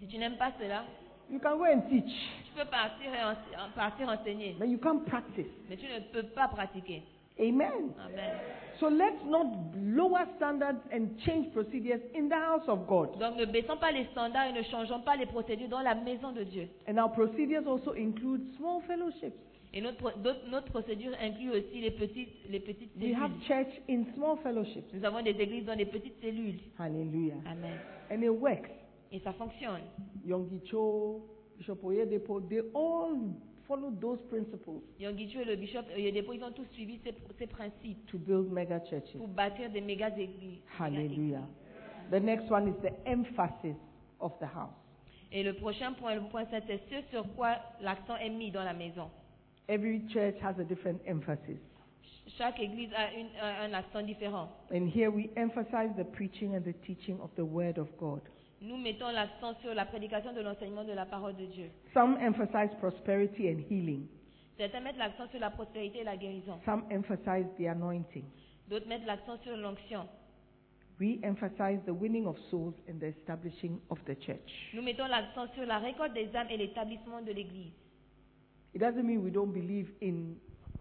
[SPEAKER 4] Si tu n'aimes pas cela,
[SPEAKER 3] you can go and teach,
[SPEAKER 4] tu peux partir, et ense- en- partir enseigner.
[SPEAKER 3] but you can't practice.
[SPEAKER 4] Mais tu ne peux pas pratiquer.
[SPEAKER 3] Amen.
[SPEAKER 4] Amen.
[SPEAKER 3] So let's not lower standards and change procedures in the house of God.
[SPEAKER 4] Donc ne baissons pas les standards et ne changeons pas les procédures dans la maison de Dieu.
[SPEAKER 3] And our procedures also include small fellowships.
[SPEAKER 4] Et notre, pro- d'autres- notre procédure inclut aussi les petites, les petites
[SPEAKER 3] We have
[SPEAKER 4] cellules.
[SPEAKER 3] church in small fellowships.
[SPEAKER 4] Nous avons des églises dans des petites cellules.
[SPEAKER 3] Hallelujah.
[SPEAKER 4] Amen.
[SPEAKER 3] And it works.
[SPEAKER 4] Et ça fonctionne.
[SPEAKER 3] Yonggi Cho, Bishop Oyedepo, they all follow those principles
[SPEAKER 4] Yongichu et le bishop Oyedepo, ils ont tous suivi ces, ces principes
[SPEAKER 3] to build mega churches.
[SPEAKER 4] pour bâtir des méga églises.
[SPEAKER 3] Hallelujah. The next one is the emphasis of the house.
[SPEAKER 4] Et le prochain point, le point 7, c'est ce sur quoi l'accent est mis dans la maison.
[SPEAKER 3] Every church has a different emphasis.
[SPEAKER 4] Ch- Chaque église a une- un, un accent différent.
[SPEAKER 3] And here we emphasize the preaching and the teaching of the Word of God.
[SPEAKER 4] Nous mettons l'accent sur la prédication de l'enseignement de la parole de Dieu.
[SPEAKER 3] Some emphasize prosperity and healing.
[SPEAKER 4] Certains mettent l'accent sur la prospérité et la guérison.
[SPEAKER 3] Some emphasize the anointing.
[SPEAKER 4] D'autres mettent l'accent sur l'onction.
[SPEAKER 3] We emphasize the winning of souls and the establishing of the church.
[SPEAKER 4] Nous mettons l'accent sur la récolte des âmes et l'établissement de l'église.
[SPEAKER 3] It doesn't mean we don't believe in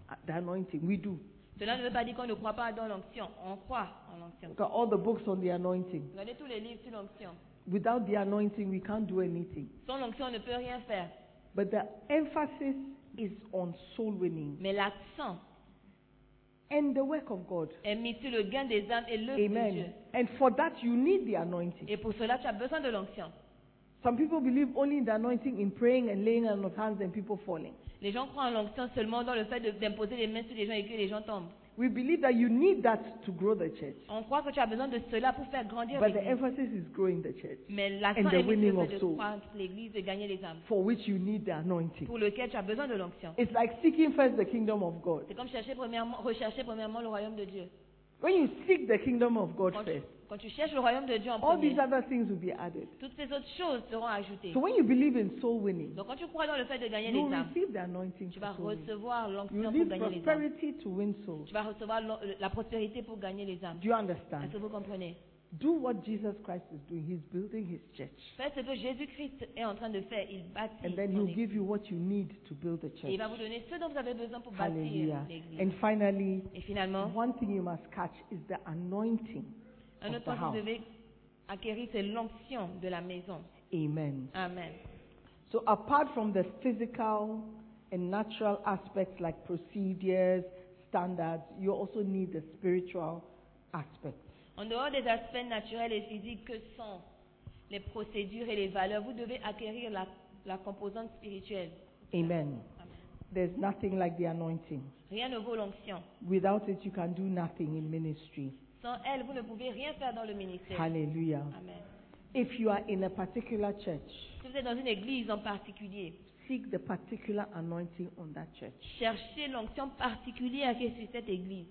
[SPEAKER 3] uh, the anointing. We do.
[SPEAKER 4] Cela ne veut pas dire qu'on ne croit pas dans l'onction. On croit en l'onction.
[SPEAKER 3] Look at all the books on the anointing.
[SPEAKER 4] Regardez tous les livres sur l'onction.
[SPEAKER 3] Without the anointing, we can't do anything.
[SPEAKER 4] Sans l'onction, on ne peut rien faire.
[SPEAKER 3] But the emphasis is on soul winning
[SPEAKER 4] Mais l'accent
[SPEAKER 3] and the work of God.
[SPEAKER 4] est mis sur le gain des âmes et l'œuvre de
[SPEAKER 3] Amen.
[SPEAKER 4] Dieu.
[SPEAKER 3] And for that, you need the anointing.
[SPEAKER 4] Et pour cela, tu as besoin de l'onction.
[SPEAKER 3] Some people believe only in the anointing in praying and laying on of hands and people falling.
[SPEAKER 4] Les gens croient en l'onction seulement dans le fait de- d'imposer les mains sur les gens et que les gens tombent.
[SPEAKER 3] We believe that you need that to grow the church.
[SPEAKER 4] On croit que tu as besoin de cela pour faire grandir
[SPEAKER 3] But the
[SPEAKER 4] l'église.
[SPEAKER 3] emphasis is growing the church,
[SPEAKER 4] Mais
[SPEAKER 3] and
[SPEAKER 4] l'accent
[SPEAKER 3] the
[SPEAKER 4] est mis sur
[SPEAKER 3] winning
[SPEAKER 4] le
[SPEAKER 3] of
[SPEAKER 4] fait de
[SPEAKER 3] souls.
[SPEAKER 4] croître l'église et gagner les âmes.
[SPEAKER 3] for which you need the anointing.
[SPEAKER 4] Pour lequel tu as besoin de l'onction.
[SPEAKER 3] It's like seeking first the kingdom of God.
[SPEAKER 4] C'est comme chercher premièrement, rechercher premièrement le royaume de Dieu.
[SPEAKER 3] When you seek the kingdom of God
[SPEAKER 4] Quand tu,
[SPEAKER 3] first,
[SPEAKER 4] quand tu cherches le royaume de Dieu en
[SPEAKER 3] all these
[SPEAKER 4] premier,
[SPEAKER 3] other things will be added.
[SPEAKER 4] toutes ces autres choses seront ajoutées.
[SPEAKER 3] So when you believe in soul winning,
[SPEAKER 4] Donc quand tu crois dans le fait de gagner
[SPEAKER 3] you will
[SPEAKER 4] les âmes,
[SPEAKER 3] receive the anointing
[SPEAKER 4] tu
[SPEAKER 3] for
[SPEAKER 4] vas
[SPEAKER 3] soul winning.
[SPEAKER 4] recevoir
[SPEAKER 3] You
[SPEAKER 4] l'onction pour
[SPEAKER 3] need
[SPEAKER 4] gagner les âmes.
[SPEAKER 3] prosperity to win souls.
[SPEAKER 4] Tu vas recevoir l'on- la prospérité pour gagner les âmes.
[SPEAKER 3] Do you
[SPEAKER 4] Est-ce que
[SPEAKER 3] understand?
[SPEAKER 4] vous comprenez
[SPEAKER 3] Do what Jesus Christ is doing. He's building his church.
[SPEAKER 4] Faites ce que Jésus-Christ est en train de faire. Il bâtit
[SPEAKER 3] And then
[SPEAKER 4] son
[SPEAKER 3] he'll
[SPEAKER 4] église.
[SPEAKER 3] give you what you need to build the
[SPEAKER 4] Et il
[SPEAKER 3] church.
[SPEAKER 4] va vous donner ce dont vous avez besoin pour bâtir
[SPEAKER 3] Hallelujah.
[SPEAKER 4] l'église.
[SPEAKER 3] And finally,
[SPEAKER 4] Et finalement,
[SPEAKER 3] one thing you must catch is the anointing
[SPEAKER 4] un
[SPEAKER 3] of the
[SPEAKER 4] autre point que vous
[SPEAKER 3] house.
[SPEAKER 4] devez acquérir, c'est l'onction de la maison.
[SPEAKER 3] Amen.
[SPEAKER 4] Amen.
[SPEAKER 3] So apart from the physical and natural aspects like procedures, standards, you also need the spiritual aspects.
[SPEAKER 4] En dehors des aspects naturels et physiques que sont les procédures et les valeurs, vous devez acquérir la, la composante spirituelle.
[SPEAKER 3] Amen.
[SPEAKER 4] Amen.
[SPEAKER 3] There's nothing like the anointing.
[SPEAKER 4] Rien ne vaut l'onction.
[SPEAKER 3] Without it, you can do nothing in ministry.
[SPEAKER 4] Sans elle, vous ne pouvez rien faire dans le ministère.
[SPEAKER 3] Hallelujah.
[SPEAKER 4] Amen.
[SPEAKER 3] If you are in a particular church,
[SPEAKER 4] Si vous êtes dans une église en particulier,
[SPEAKER 3] seek the particular anointing on that church.
[SPEAKER 4] cherchez l'onction particulière qui est sur cette église.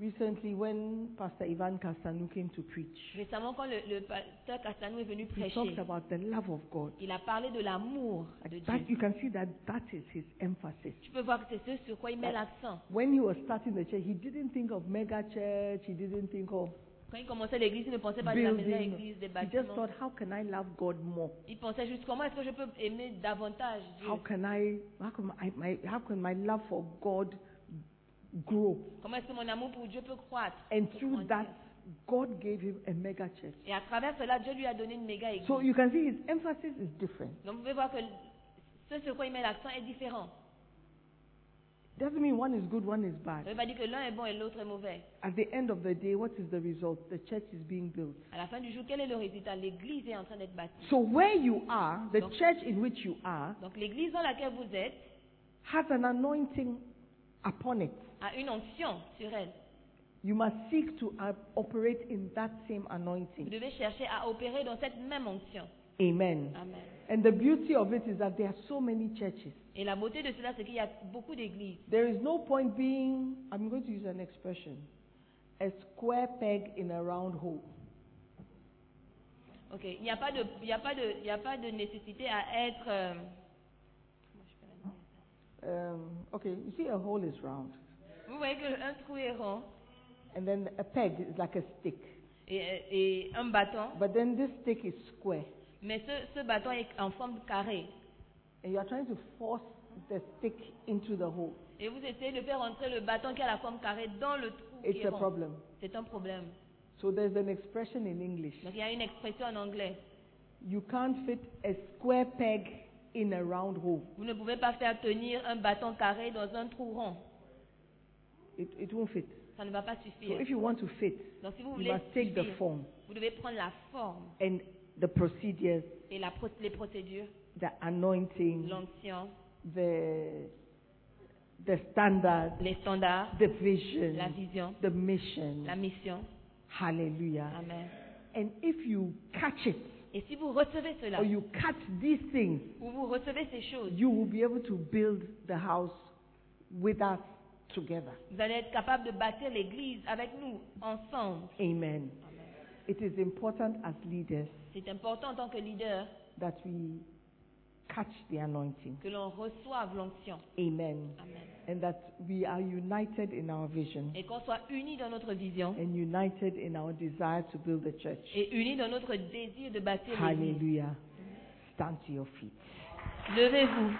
[SPEAKER 3] Recently, when Pastor Ivan Castanu came to preach,
[SPEAKER 4] Récemment, quand le, le pasteur Castanou est venu
[SPEAKER 3] he
[SPEAKER 4] prêcher,
[SPEAKER 3] talked about the love of God.
[SPEAKER 4] il a parlé de l'amour de
[SPEAKER 3] Like
[SPEAKER 4] Dieu.
[SPEAKER 3] that, you can see that that is his emphasis.
[SPEAKER 4] Tu peux voir que c'est ce sur quoi il met l'accent.
[SPEAKER 3] When he was starting the church, he didn't think of mega church. He didn't think of
[SPEAKER 4] Quand il commençait l'église, il ne pensait pas de la maison à
[SPEAKER 3] building.
[SPEAKER 4] l'église, des
[SPEAKER 3] He just
[SPEAKER 4] bâtiments.
[SPEAKER 3] thought, how can I love God more?
[SPEAKER 4] Il pensait juste comment est-ce que je peux aimer davantage Dieu.
[SPEAKER 3] How can I? How can I? My, how can my love for God grow?
[SPEAKER 4] Comment est-ce que mon amour pour Dieu peut croître
[SPEAKER 3] And
[SPEAKER 4] peut
[SPEAKER 3] through
[SPEAKER 4] grandir.
[SPEAKER 3] that, God gave him a mega church.
[SPEAKER 4] Et à travers cela, Dieu lui a donné une méga église.
[SPEAKER 3] So you can see his emphasis is different.
[SPEAKER 4] Donc vous pouvez voir que ce sur quoi il met l'accent est différent.
[SPEAKER 3] Doesn't mean one is good, one is
[SPEAKER 4] Ça
[SPEAKER 3] bad.
[SPEAKER 4] veut pas dire que l'un est bon et l'autre est mauvais.
[SPEAKER 3] At the end of the day, what is the result? The church is being built.
[SPEAKER 4] À la fin du jour, quel est le résultat L'église est en train d'être bâtie.
[SPEAKER 3] So where you are, the
[SPEAKER 4] Donc-
[SPEAKER 3] church in which you are,
[SPEAKER 4] Donc l'église dans laquelle vous êtes
[SPEAKER 3] has an anointing upon it.
[SPEAKER 4] a une onction sur elle.
[SPEAKER 3] You must seek to uh, operate in that same
[SPEAKER 4] Vous
[SPEAKER 3] anointing.
[SPEAKER 4] devez chercher à opérer dans cette même onction.
[SPEAKER 3] Amen.
[SPEAKER 4] Amen.
[SPEAKER 3] And the beauty of it is that there are so many churches.
[SPEAKER 4] Et la beauté de cela, c'est qu'il y a beaucoup d'églises.
[SPEAKER 3] There is no point being, I'm going to use an expression, a square peg in a round hole.
[SPEAKER 4] Ok. Il n'y a pas de, il n'y a pas de, il n'y a pas de nécessité à être. euh, comment je peux la dire
[SPEAKER 3] Um, okay, you see, a hole is round,
[SPEAKER 4] Vous voyez qu'un trou est rond
[SPEAKER 3] and then a peg is like a stick.
[SPEAKER 4] et, et un bâton,
[SPEAKER 3] But then this stick is square,
[SPEAKER 4] mais ce, ce bâton est en forme carrée.
[SPEAKER 3] and you are trying to force the stick into the hole.
[SPEAKER 4] Et vous essayez de faire entrer le bâton qui a la forme carrée dans le trou qui
[SPEAKER 3] It's
[SPEAKER 4] est
[SPEAKER 3] a
[SPEAKER 4] rond.
[SPEAKER 3] problem.
[SPEAKER 4] C'est un problème.
[SPEAKER 3] So there's an expression in English.
[SPEAKER 4] Donc il y a une expression en anglais.
[SPEAKER 3] You can't fit a square peg in a round hole.
[SPEAKER 4] Vous ne pouvez pas faire tenir un bâton carré dans un trou rond.
[SPEAKER 3] It, it won't fit.
[SPEAKER 4] Ça ne va pas
[SPEAKER 3] So
[SPEAKER 4] suffire.
[SPEAKER 3] if you want to fit,
[SPEAKER 4] Donc si vous
[SPEAKER 3] you
[SPEAKER 4] voulez
[SPEAKER 3] must take the
[SPEAKER 4] suffire,
[SPEAKER 3] form
[SPEAKER 4] vous devez prendre la forme
[SPEAKER 3] and the procedures,
[SPEAKER 4] et la pro- les procédures,
[SPEAKER 3] the anointing,
[SPEAKER 4] l'onction,
[SPEAKER 3] the the standard,
[SPEAKER 4] les standards,
[SPEAKER 3] the
[SPEAKER 4] la
[SPEAKER 3] vision,
[SPEAKER 4] vision,
[SPEAKER 3] the mission.
[SPEAKER 4] la mission.
[SPEAKER 3] Hallelujah.
[SPEAKER 4] Amen.
[SPEAKER 3] And if you catch it
[SPEAKER 4] Et si vous recevez cela,
[SPEAKER 3] or you catch these things,
[SPEAKER 4] ou vous recevez ces choses,
[SPEAKER 3] you will be able to build the house with us together.
[SPEAKER 4] Vous allez être capable de bâtir l'Église avec nous, ensemble.
[SPEAKER 3] Amen. It is important as leaders
[SPEAKER 4] C'est important en tant que leader
[SPEAKER 3] that we catch the anointing.
[SPEAKER 4] que l'on reçoive l'onction.
[SPEAKER 3] Amen.
[SPEAKER 4] Amen.
[SPEAKER 3] And that we are united in our vision
[SPEAKER 4] Et qu'on soit unis dans notre vision
[SPEAKER 3] and united in our desire to build the church.
[SPEAKER 4] et unis dans notre désir de bâtir l'Église.
[SPEAKER 3] Hallelujah. Stand to your feet.
[SPEAKER 4] Levez-vous.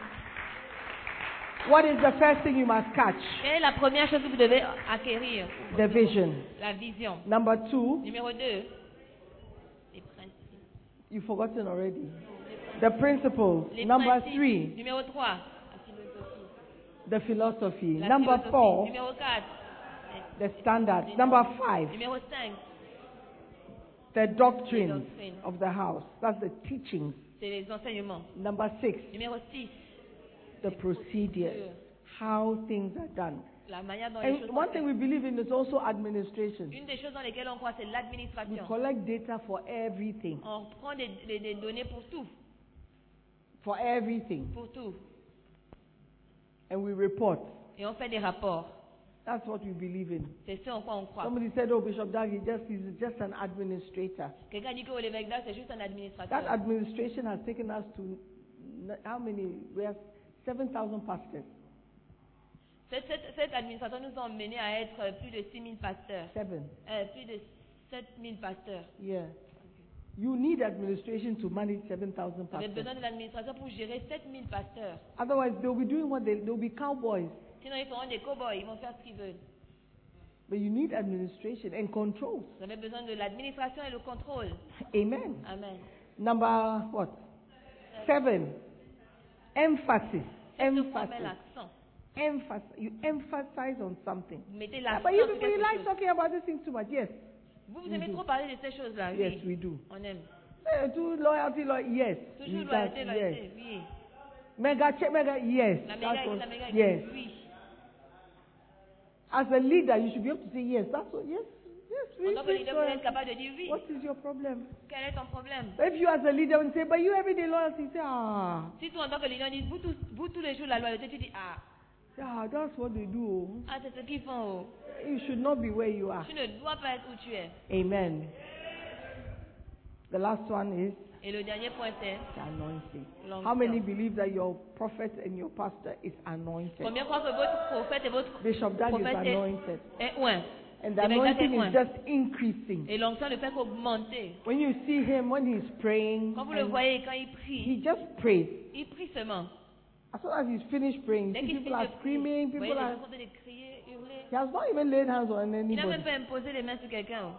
[SPEAKER 3] What is the first thing you must catch?
[SPEAKER 4] Quelle est la première chose que vous devez acquérir
[SPEAKER 3] The vision.
[SPEAKER 4] La vision.
[SPEAKER 3] Number two,
[SPEAKER 4] Numéro 2. Les principes.
[SPEAKER 3] you've forgotten already. The principles.
[SPEAKER 4] Les
[SPEAKER 3] Number
[SPEAKER 4] principes.
[SPEAKER 3] three,
[SPEAKER 4] Numéro 3. La philosophie.
[SPEAKER 3] the philosophy.
[SPEAKER 4] La
[SPEAKER 3] Number
[SPEAKER 4] philosophie.
[SPEAKER 3] four,
[SPEAKER 4] Numéro 4.
[SPEAKER 3] the standards. Number five,
[SPEAKER 4] Numéro 5.
[SPEAKER 3] the doctrines
[SPEAKER 4] doctrines.
[SPEAKER 3] of the house. That's the teachings.
[SPEAKER 4] C'est les enseignements.
[SPEAKER 3] Number six,
[SPEAKER 4] Numéro 6.
[SPEAKER 3] the procedures. How things are done.
[SPEAKER 4] La manière dont les choses
[SPEAKER 3] And
[SPEAKER 4] sont
[SPEAKER 3] one
[SPEAKER 4] faites.
[SPEAKER 3] thing we believe in is also administration.
[SPEAKER 4] Une des choses dans lesquelles on croit, c'est
[SPEAKER 3] We
[SPEAKER 4] l'administration.
[SPEAKER 3] collect data for everything.
[SPEAKER 4] On prend des, des- des données pour tout,
[SPEAKER 3] For everything.
[SPEAKER 4] pour tout,
[SPEAKER 3] And we report.
[SPEAKER 4] et on fait des rapports.
[SPEAKER 3] That's what we believe in.
[SPEAKER 4] C'est ce en quoi on croit.
[SPEAKER 3] Somebody said, oh, Bishop Dag, he just, he's just an administrator.
[SPEAKER 4] Quelqu'un dit que oh, l'évêque d'Arc, c'est juste un administrateur.
[SPEAKER 3] That administration has taken us to n- how many? We have 7,000 pastors.
[SPEAKER 4] Cette, cette- cette administration nous a emmenés à être euh, plus de 6 000 pasteurs,
[SPEAKER 3] Seven.
[SPEAKER 4] Euh, plus de 7 000 pasteurs.
[SPEAKER 3] Yeah. You need administration to manage 7,000
[SPEAKER 4] Vous avez
[SPEAKER 3] pastors.
[SPEAKER 4] besoin de l'administration pour gérer 7 000 pasteurs.
[SPEAKER 3] Otherwise, they'll be doing what they, they'll be cowboys.
[SPEAKER 4] Sinon, ils seront des cow-boys, ils vont faire ce qu'ils veulent.
[SPEAKER 3] But you need administration and controls.
[SPEAKER 4] Vous avez besoin de l'administration et le contrôle.
[SPEAKER 3] Amen.
[SPEAKER 4] Amen.
[SPEAKER 3] Number what? Seven. Emphasis.
[SPEAKER 4] Sur quoi on met
[SPEAKER 3] Emphasis.
[SPEAKER 4] l'accent.
[SPEAKER 3] Emphasis. You emphasize on something.
[SPEAKER 4] Vous mettez
[SPEAKER 3] Yeah,
[SPEAKER 4] l'accent
[SPEAKER 3] but you
[SPEAKER 4] sur
[SPEAKER 3] people, you
[SPEAKER 4] quelque
[SPEAKER 3] like
[SPEAKER 4] chose.
[SPEAKER 3] talking about this thing too much. Yes.
[SPEAKER 4] Vous, vous aimez trop parler de ces choses-là,
[SPEAKER 3] Yes,
[SPEAKER 4] oui.
[SPEAKER 3] we do.
[SPEAKER 4] On aime.
[SPEAKER 3] Eh, do loyalty, lo- yes.
[SPEAKER 4] Toujours
[SPEAKER 3] That's-
[SPEAKER 4] loyauté,
[SPEAKER 3] yes.
[SPEAKER 4] loyauté, oui.
[SPEAKER 3] Mega check, mega, yes.
[SPEAKER 4] La méga
[SPEAKER 3] That's
[SPEAKER 4] église,
[SPEAKER 3] what,
[SPEAKER 4] la méga
[SPEAKER 3] yes.
[SPEAKER 4] église, oui.
[SPEAKER 3] As a leader, you should be able to say yes. That's what, yes, yes.
[SPEAKER 4] En
[SPEAKER 3] We
[SPEAKER 4] tant que
[SPEAKER 3] think
[SPEAKER 4] leader,
[SPEAKER 3] so.
[SPEAKER 4] vous êtes capable de dire oui.
[SPEAKER 3] What is your problem?
[SPEAKER 4] Quel est ton problème
[SPEAKER 3] If you as a leader and say, but you everyday loyalty, you say, ah,
[SPEAKER 4] Si toi, en tant que leader, dis, vous, tous- vous tous les jours la loyauté, tu dis ah,
[SPEAKER 3] ah, that's what they do.
[SPEAKER 4] ah c'est ce qu'ils font. oh.
[SPEAKER 3] You should not be where you are.
[SPEAKER 4] Tu ne dois pas être où tu es.
[SPEAKER 3] Amen. The last one is
[SPEAKER 4] Et le dernier point, c'est
[SPEAKER 3] the anointing.
[SPEAKER 4] Long
[SPEAKER 3] How many
[SPEAKER 4] term.
[SPEAKER 3] believe that your prophet and your pastor is anointed?
[SPEAKER 4] combien croient que votre prophète et votre
[SPEAKER 3] Bishop Dag is
[SPEAKER 4] prophète est,
[SPEAKER 3] anointed.
[SPEAKER 4] est Eh un.
[SPEAKER 3] And the
[SPEAKER 4] L'évêque Dag
[SPEAKER 3] anointing
[SPEAKER 4] est
[SPEAKER 3] is
[SPEAKER 4] un.
[SPEAKER 3] just increasing.
[SPEAKER 4] Et l'onction ne fait qu'augmenter.
[SPEAKER 3] When you see him, when he's praying,
[SPEAKER 4] Quand vous le
[SPEAKER 3] and
[SPEAKER 4] voyez, quand il
[SPEAKER 3] he
[SPEAKER 4] prie,
[SPEAKER 3] just prays.
[SPEAKER 4] il prie seulement.
[SPEAKER 3] As soon as he's finished praying,
[SPEAKER 4] Dès
[SPEAKER 3] you see
[SPEAKER 4] qu'il
[SPEAKER 3] people
[SPEAKER 4] finit
[SPEAKER 3] are
[SPEAKER 4] de prier,
[SPEAKER 3] screaming,
[SPEAKER 4] vous
[SPEAKER 3] people
[SPEAKER 4] voyez les gens
[SPEAKER 3] are.
[SPEAKER 4] sont en train de crier, hurler.
[SPEAKER 3] He has not even laid hands on
[SPEAKER 4] Il n'a
[SPEAKER 3] anybody.
[SPEAKER 4] même pas imposé les mains sur quelqu'un. oh.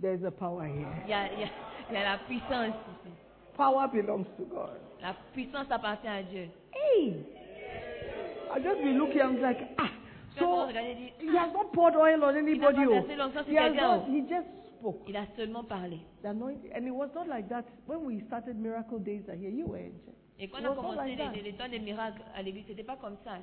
[SPEAKER 3] There's a power here.
[SPEAKER 4] Il y a, il y a- il y a la puissance ici.
[SPEAKER 3] Power belongs to God.
[SPEAKER 4] La puissance appartient à Dieu.
[SPEAKER 3] Hey! I just be looking, I'm like, ah. So,
[SPEAKER 4] Just regarder, dire,
[SPEAKER 3] he has not poured oil on anybody.
[SPEAKER 4] pas
[SPEAKER 3] oh.
[SPEAKER 4] versé l'onction sur
[SPEAKER 3] He, has
[SPEAKER 4] quelqu'un,
[SPEAKER 3] not,
[SPEAKER 4] oh.
[SPEAKER 3] he just spoke.
[SPEAKER 4] Il a seulement parlé.
[SPEAKER 3] The anointing. And it was not like that. When we started Miracle Days are here, you were in church.
[SPEAKER 4] Et quand
[SPEAKER 3] It
[SPEAKER 4] on a
[SPEAKER 3] was not
[SPEAKER 4] commencé
[SPEAKER 3] like
[SPEAKER 4] les,
[SPEAKER 3] that.
[SPEAKER 4] les- les temps des miracles à l'église, c'était pas comme ça.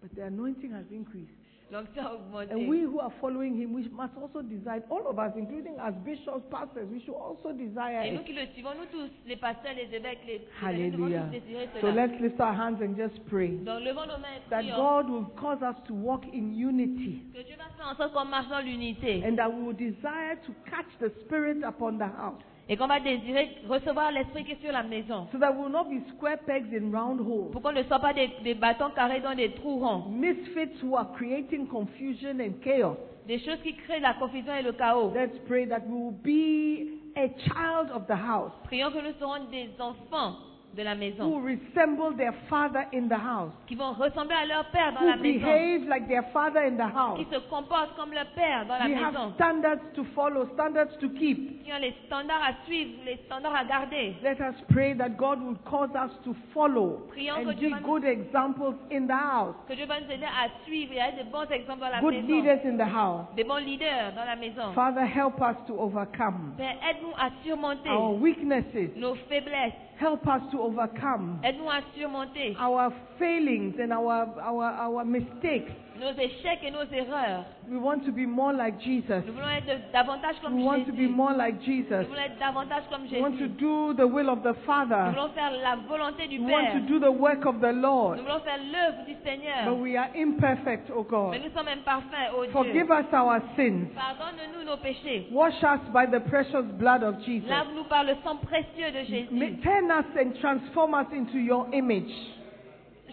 [SPEAKER 3] But the anointing has increased.
[SPEAKER 4] L'onction a augmenté.
[SPEAKER 3] And we who are following him, we must also desire, all of us, including as bishops, pastors, we should also desire
[SPEAKER 4] Et nous
[SPEAKER 3] it.
[SPEAKER 4] qui le suivons, nous tous, les pasteurs, les évêques, les les- nous devons
[SPEAKER 3] Hallelujah.
[SPEAKER 4] tous désirer
[SPEAKER 3] So
[SPEAKER 4] cela.
[SPEAKER 3] let's lift our hands and just pray
[SPEAKER 4] Donc levons nos mains et
[SPEAKER 3] that
[SPEAKER 4] prions.
[SPEAKER 3] God will cause us to walk in unity
[SPEAKER 4] Que Dieu va faire en sorte qu'on marche dans l'unité
[SPEAKER 3] and that we will desire to catch the Spirit upon the house
[SPEAKER 4] et qu'on va désirer recevoir l'esprit qui est sur la maison.
[SPEAKER 3] so that we will not be square pegs in round holes.
[SPEAKER 4] Pour qu'on ne soit pas des, des bâtons carrés dans des trous ronds.
[SPEAKER 3] Misfits who are creating confusion and chaos.
[SPEAKER 4] Des choses qui créent la confusion et le chaos.
[SPEAKER 3] Let's pray that we will be a child of the house
[SPEAKER 4] Prions que nous serons des enfants de la
[SPEAKER 3] who will
[SPEAKER 4] maison
[SPEAKER 3] resemble their father in the house,
[SPEAKER 4] qui vont ressembler à leur père dans la
[SPEAKER 3] who
[SPEAKER 4] maison,
[SPEAKER 3] behave like their father in the house.
[SPEAKER 4] qui se comportent comme leur père dans la
[SPEAKER 3] We have
[SPEAKER 4] maison,
[SPEAKER 3] standards to follow, standards to keep.
[SPEAKER 4] qui ont les standards à suivre, les standards à garder.
[SPEAKER 3] Let us pray that God will cause us to follow
[SPEAKER 4] Prions que
[SPEAKER 3] and
[SPEAKER 4] Dieu
[SPEAKER 3] give
[SPEAKER 4] va nous-
[SPEAKER 3] good examples in the house,
[SPEAKER 4] Que Dieu va nous aider à suivre et à être de bons exemples dans la
[SPEAKER 3] good
[SPEAKER 4] maison.
[SPEAKER 3] leaders in the house.
[SPEAKER 4] Des bons leaders dans la maison.
[SPEAKER 3] Father, help us to overcome
[SPEAKER 4] Père, aide-nous à surmonter
[SPEAKER 3] our weaknesses.
[SPEAKER 4] nos faiblesses.
[SPEAKER 3] Help us to overcome
[SPEAKER 4] Aide-nous à surmonter
[SPEAKER 3] our failings and our, our, our mistakes.
[SPEAKER 4] nos échecs et nos erreurs.
[SPEAKER 3] We want to be more like Jesus.
[SPEAKER 4] Nous voulons être de- davantage comme
[SPEAKER 3] We want to be
[SPEAKER 4] Jésus.
[SPEAKER 3] more like Jesus.
[SPEAKER 4] Nous voulons être davantage comme
[SPEAKER 3] We want to
[SPEAKER 4] Jésus.
[SPEAKER 3] do the will of the
[SPEAKER 4] Nous
[SPEAKER 3] Father.
[SPEAKER 4] voulons faire la volonté
[SPEAKER 3] We
[SPEAKER 4] du
[SPEAKER 3] want
[SPEAKER 4] Père.
[SPEAKER 3] to do the work of the Lord.
[SPEAKER 4] Nous voulons faire l'œuvre du
[SPEAKER 3] But
[SPEAKER 4] Seigneur.
[SPEAKER 3] we are imperfect, O
[SPEAKER 4] Mais
[SPEAKER 3] God.
[SPEAKER 4] nous sommes imparfaits, ô Dieu.
[SPEAKER 3] Forgive us our sins.
[SPEAKER 4] Pardonne-nous nos péchés.
[SPEAKER 3] Wash us by the precious blood of Jesus.
[SPEAKER 4] Lave-nous par le sang précieux de
[SPEAKER 3] Ma-
[SPEAKER 4] Jésus.
[SPEAKER 3] Turn us and transform us into your image.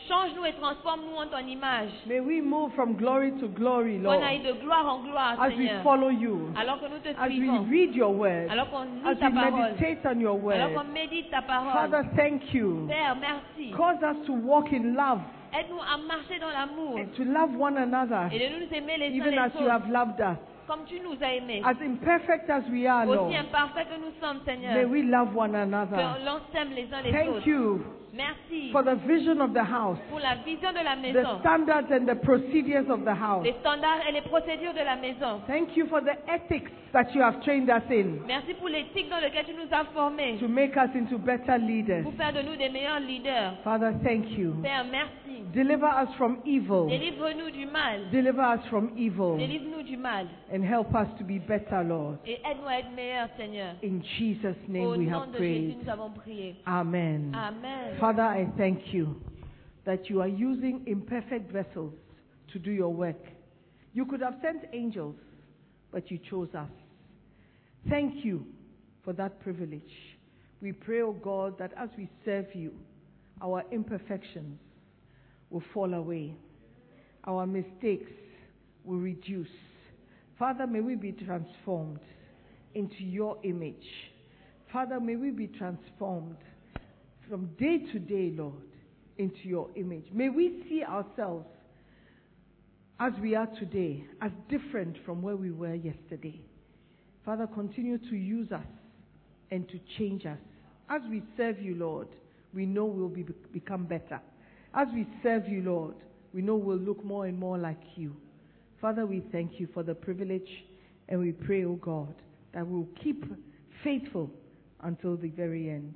[SPEAKER 4] Change-nous et transforme-nous en ton image.
[SPEAKER 3] May we move from glory to glory,
[SPEAKER 4] Qu'on
[SPEAKER 3] Lord,
[SPEAKER 4] aille de gloire en gloire,
[SPEAKER 3] as we
[SPEAKER 4] Seigneur.
[SPEAKER 3] follow you,
[SPEAKER 4] Alors que nous te
[SPEAKER 3] as we
[SPEAKER 4] suivons.
[SPEAKER 3] read your word,
[SPEAKER 4] Alors qu'on
[SPEAKER 3] as
[SPEAKER 4] lit ta
[SPEAKER 3] we
[SPEAKER 4] parole.
[SPEAKER 3] meditate on your
[SPEAKER 4] Alors qu'on
[SPEAKER 3] word.
[SPEAKER 4] médite ta parole.
[SPEAKER 3] Father, thank you.
[SPEAKER 4] Père, merci.
[SPEAKER 3] Cause us to walk in love
[SPEAKER 4] Aide-nous à marcher dans l'amour
[SPEAKER 3] and to love one another,
[SPEAKER 4] et de nous aimer les uns
[SPEAKER 3] even as
[SPEAKER 4] les
[SPEAKER 3] you have
[SPEAKER 4] autres
[SPEAKER 3] loved us.
[SPEAKER 4] comme tu nous as aimés.
[SPEAKER 3] As imperfect as we are, Lord,
[SPEAKER 4] Aussi imparfaits que nous sommes,
[SPEAKER 3] may
[SPEAKER 4] Seigneur,
[SPEAKER 3] we love one another.
[SPEAKER 4] que l'on s'aime les uns les
[SPEAKER 3] Thank
[SPEAKER 4] autres.
[SPEAKER 3] you
[SPEAKER 4] Merci
[SPEAKER 3] for the vision of the house,
[SPEAKER 4] pour la vision de la
[SPEAKER 3] the
[SPEAKER 4] maison,
[SPEAKER 3] standards and the procedures of the house.
[SPEAKER 4] les standards et les procédures de la maison.
[SPEAKER 3] Thank you for the ethics that you have trained us in
[SPEAKER 4] Merci pour l'éthique dans laquelle tu nous as formés
[SPEAKER 3] to make us into better leaders.
[SPEAKER 4] pour faire de nous des meilleurs leaders.
[SPEAKER 3] Father, thank you.
[SPEAKER 4] Père, merci.
[SPEAKER 3] Deliver us from evil.
[SPEAKER 4] Délivre-nous du mal.
[SPEAKER 3] Deliver us from evil.
[SPEAKER 4] Délivre-nous du mal.
[SPEAKER 3] And help us to be better, Lord.
[SPEAKER 4] Et aide-nous à être meilleurs, Seigneur.
[SPEAKER 3] In Jesus'
[SPEAKER 4] Au
[SPEAKER 3] name we
[SPEAKER 4] nom
[SPEAKER 3] have
[SPEAKER 4] de Jésus,
[SPEAKER 3] prayed.
[SPEAKER 4] nous avons prié.
[SPEAKER 3] Amen.
[SPEAKER 4] Amen.
[SPEAKER 3] Father, I thank you that you are using imperfect vessels to do your work. You could have sent angels, but you chose us. Thank you for that privilege. We pray, O God, that as we serve you, our imperfections will fall away, our mistakes will reduce. Father, may we be transformed into your image. Father, may we be transformed from day to day, Lord, into your image. May we see ourselves as we are today, as different from where we were yesterday. Father, continue to use us and to change us. As we serve you, Lord, we know we'll be, become better. As we serve you, Lord, we know we'll look more and more like you. Father, we thank you for the privilege and we pray, O God, that we'll keep faithful until the very end,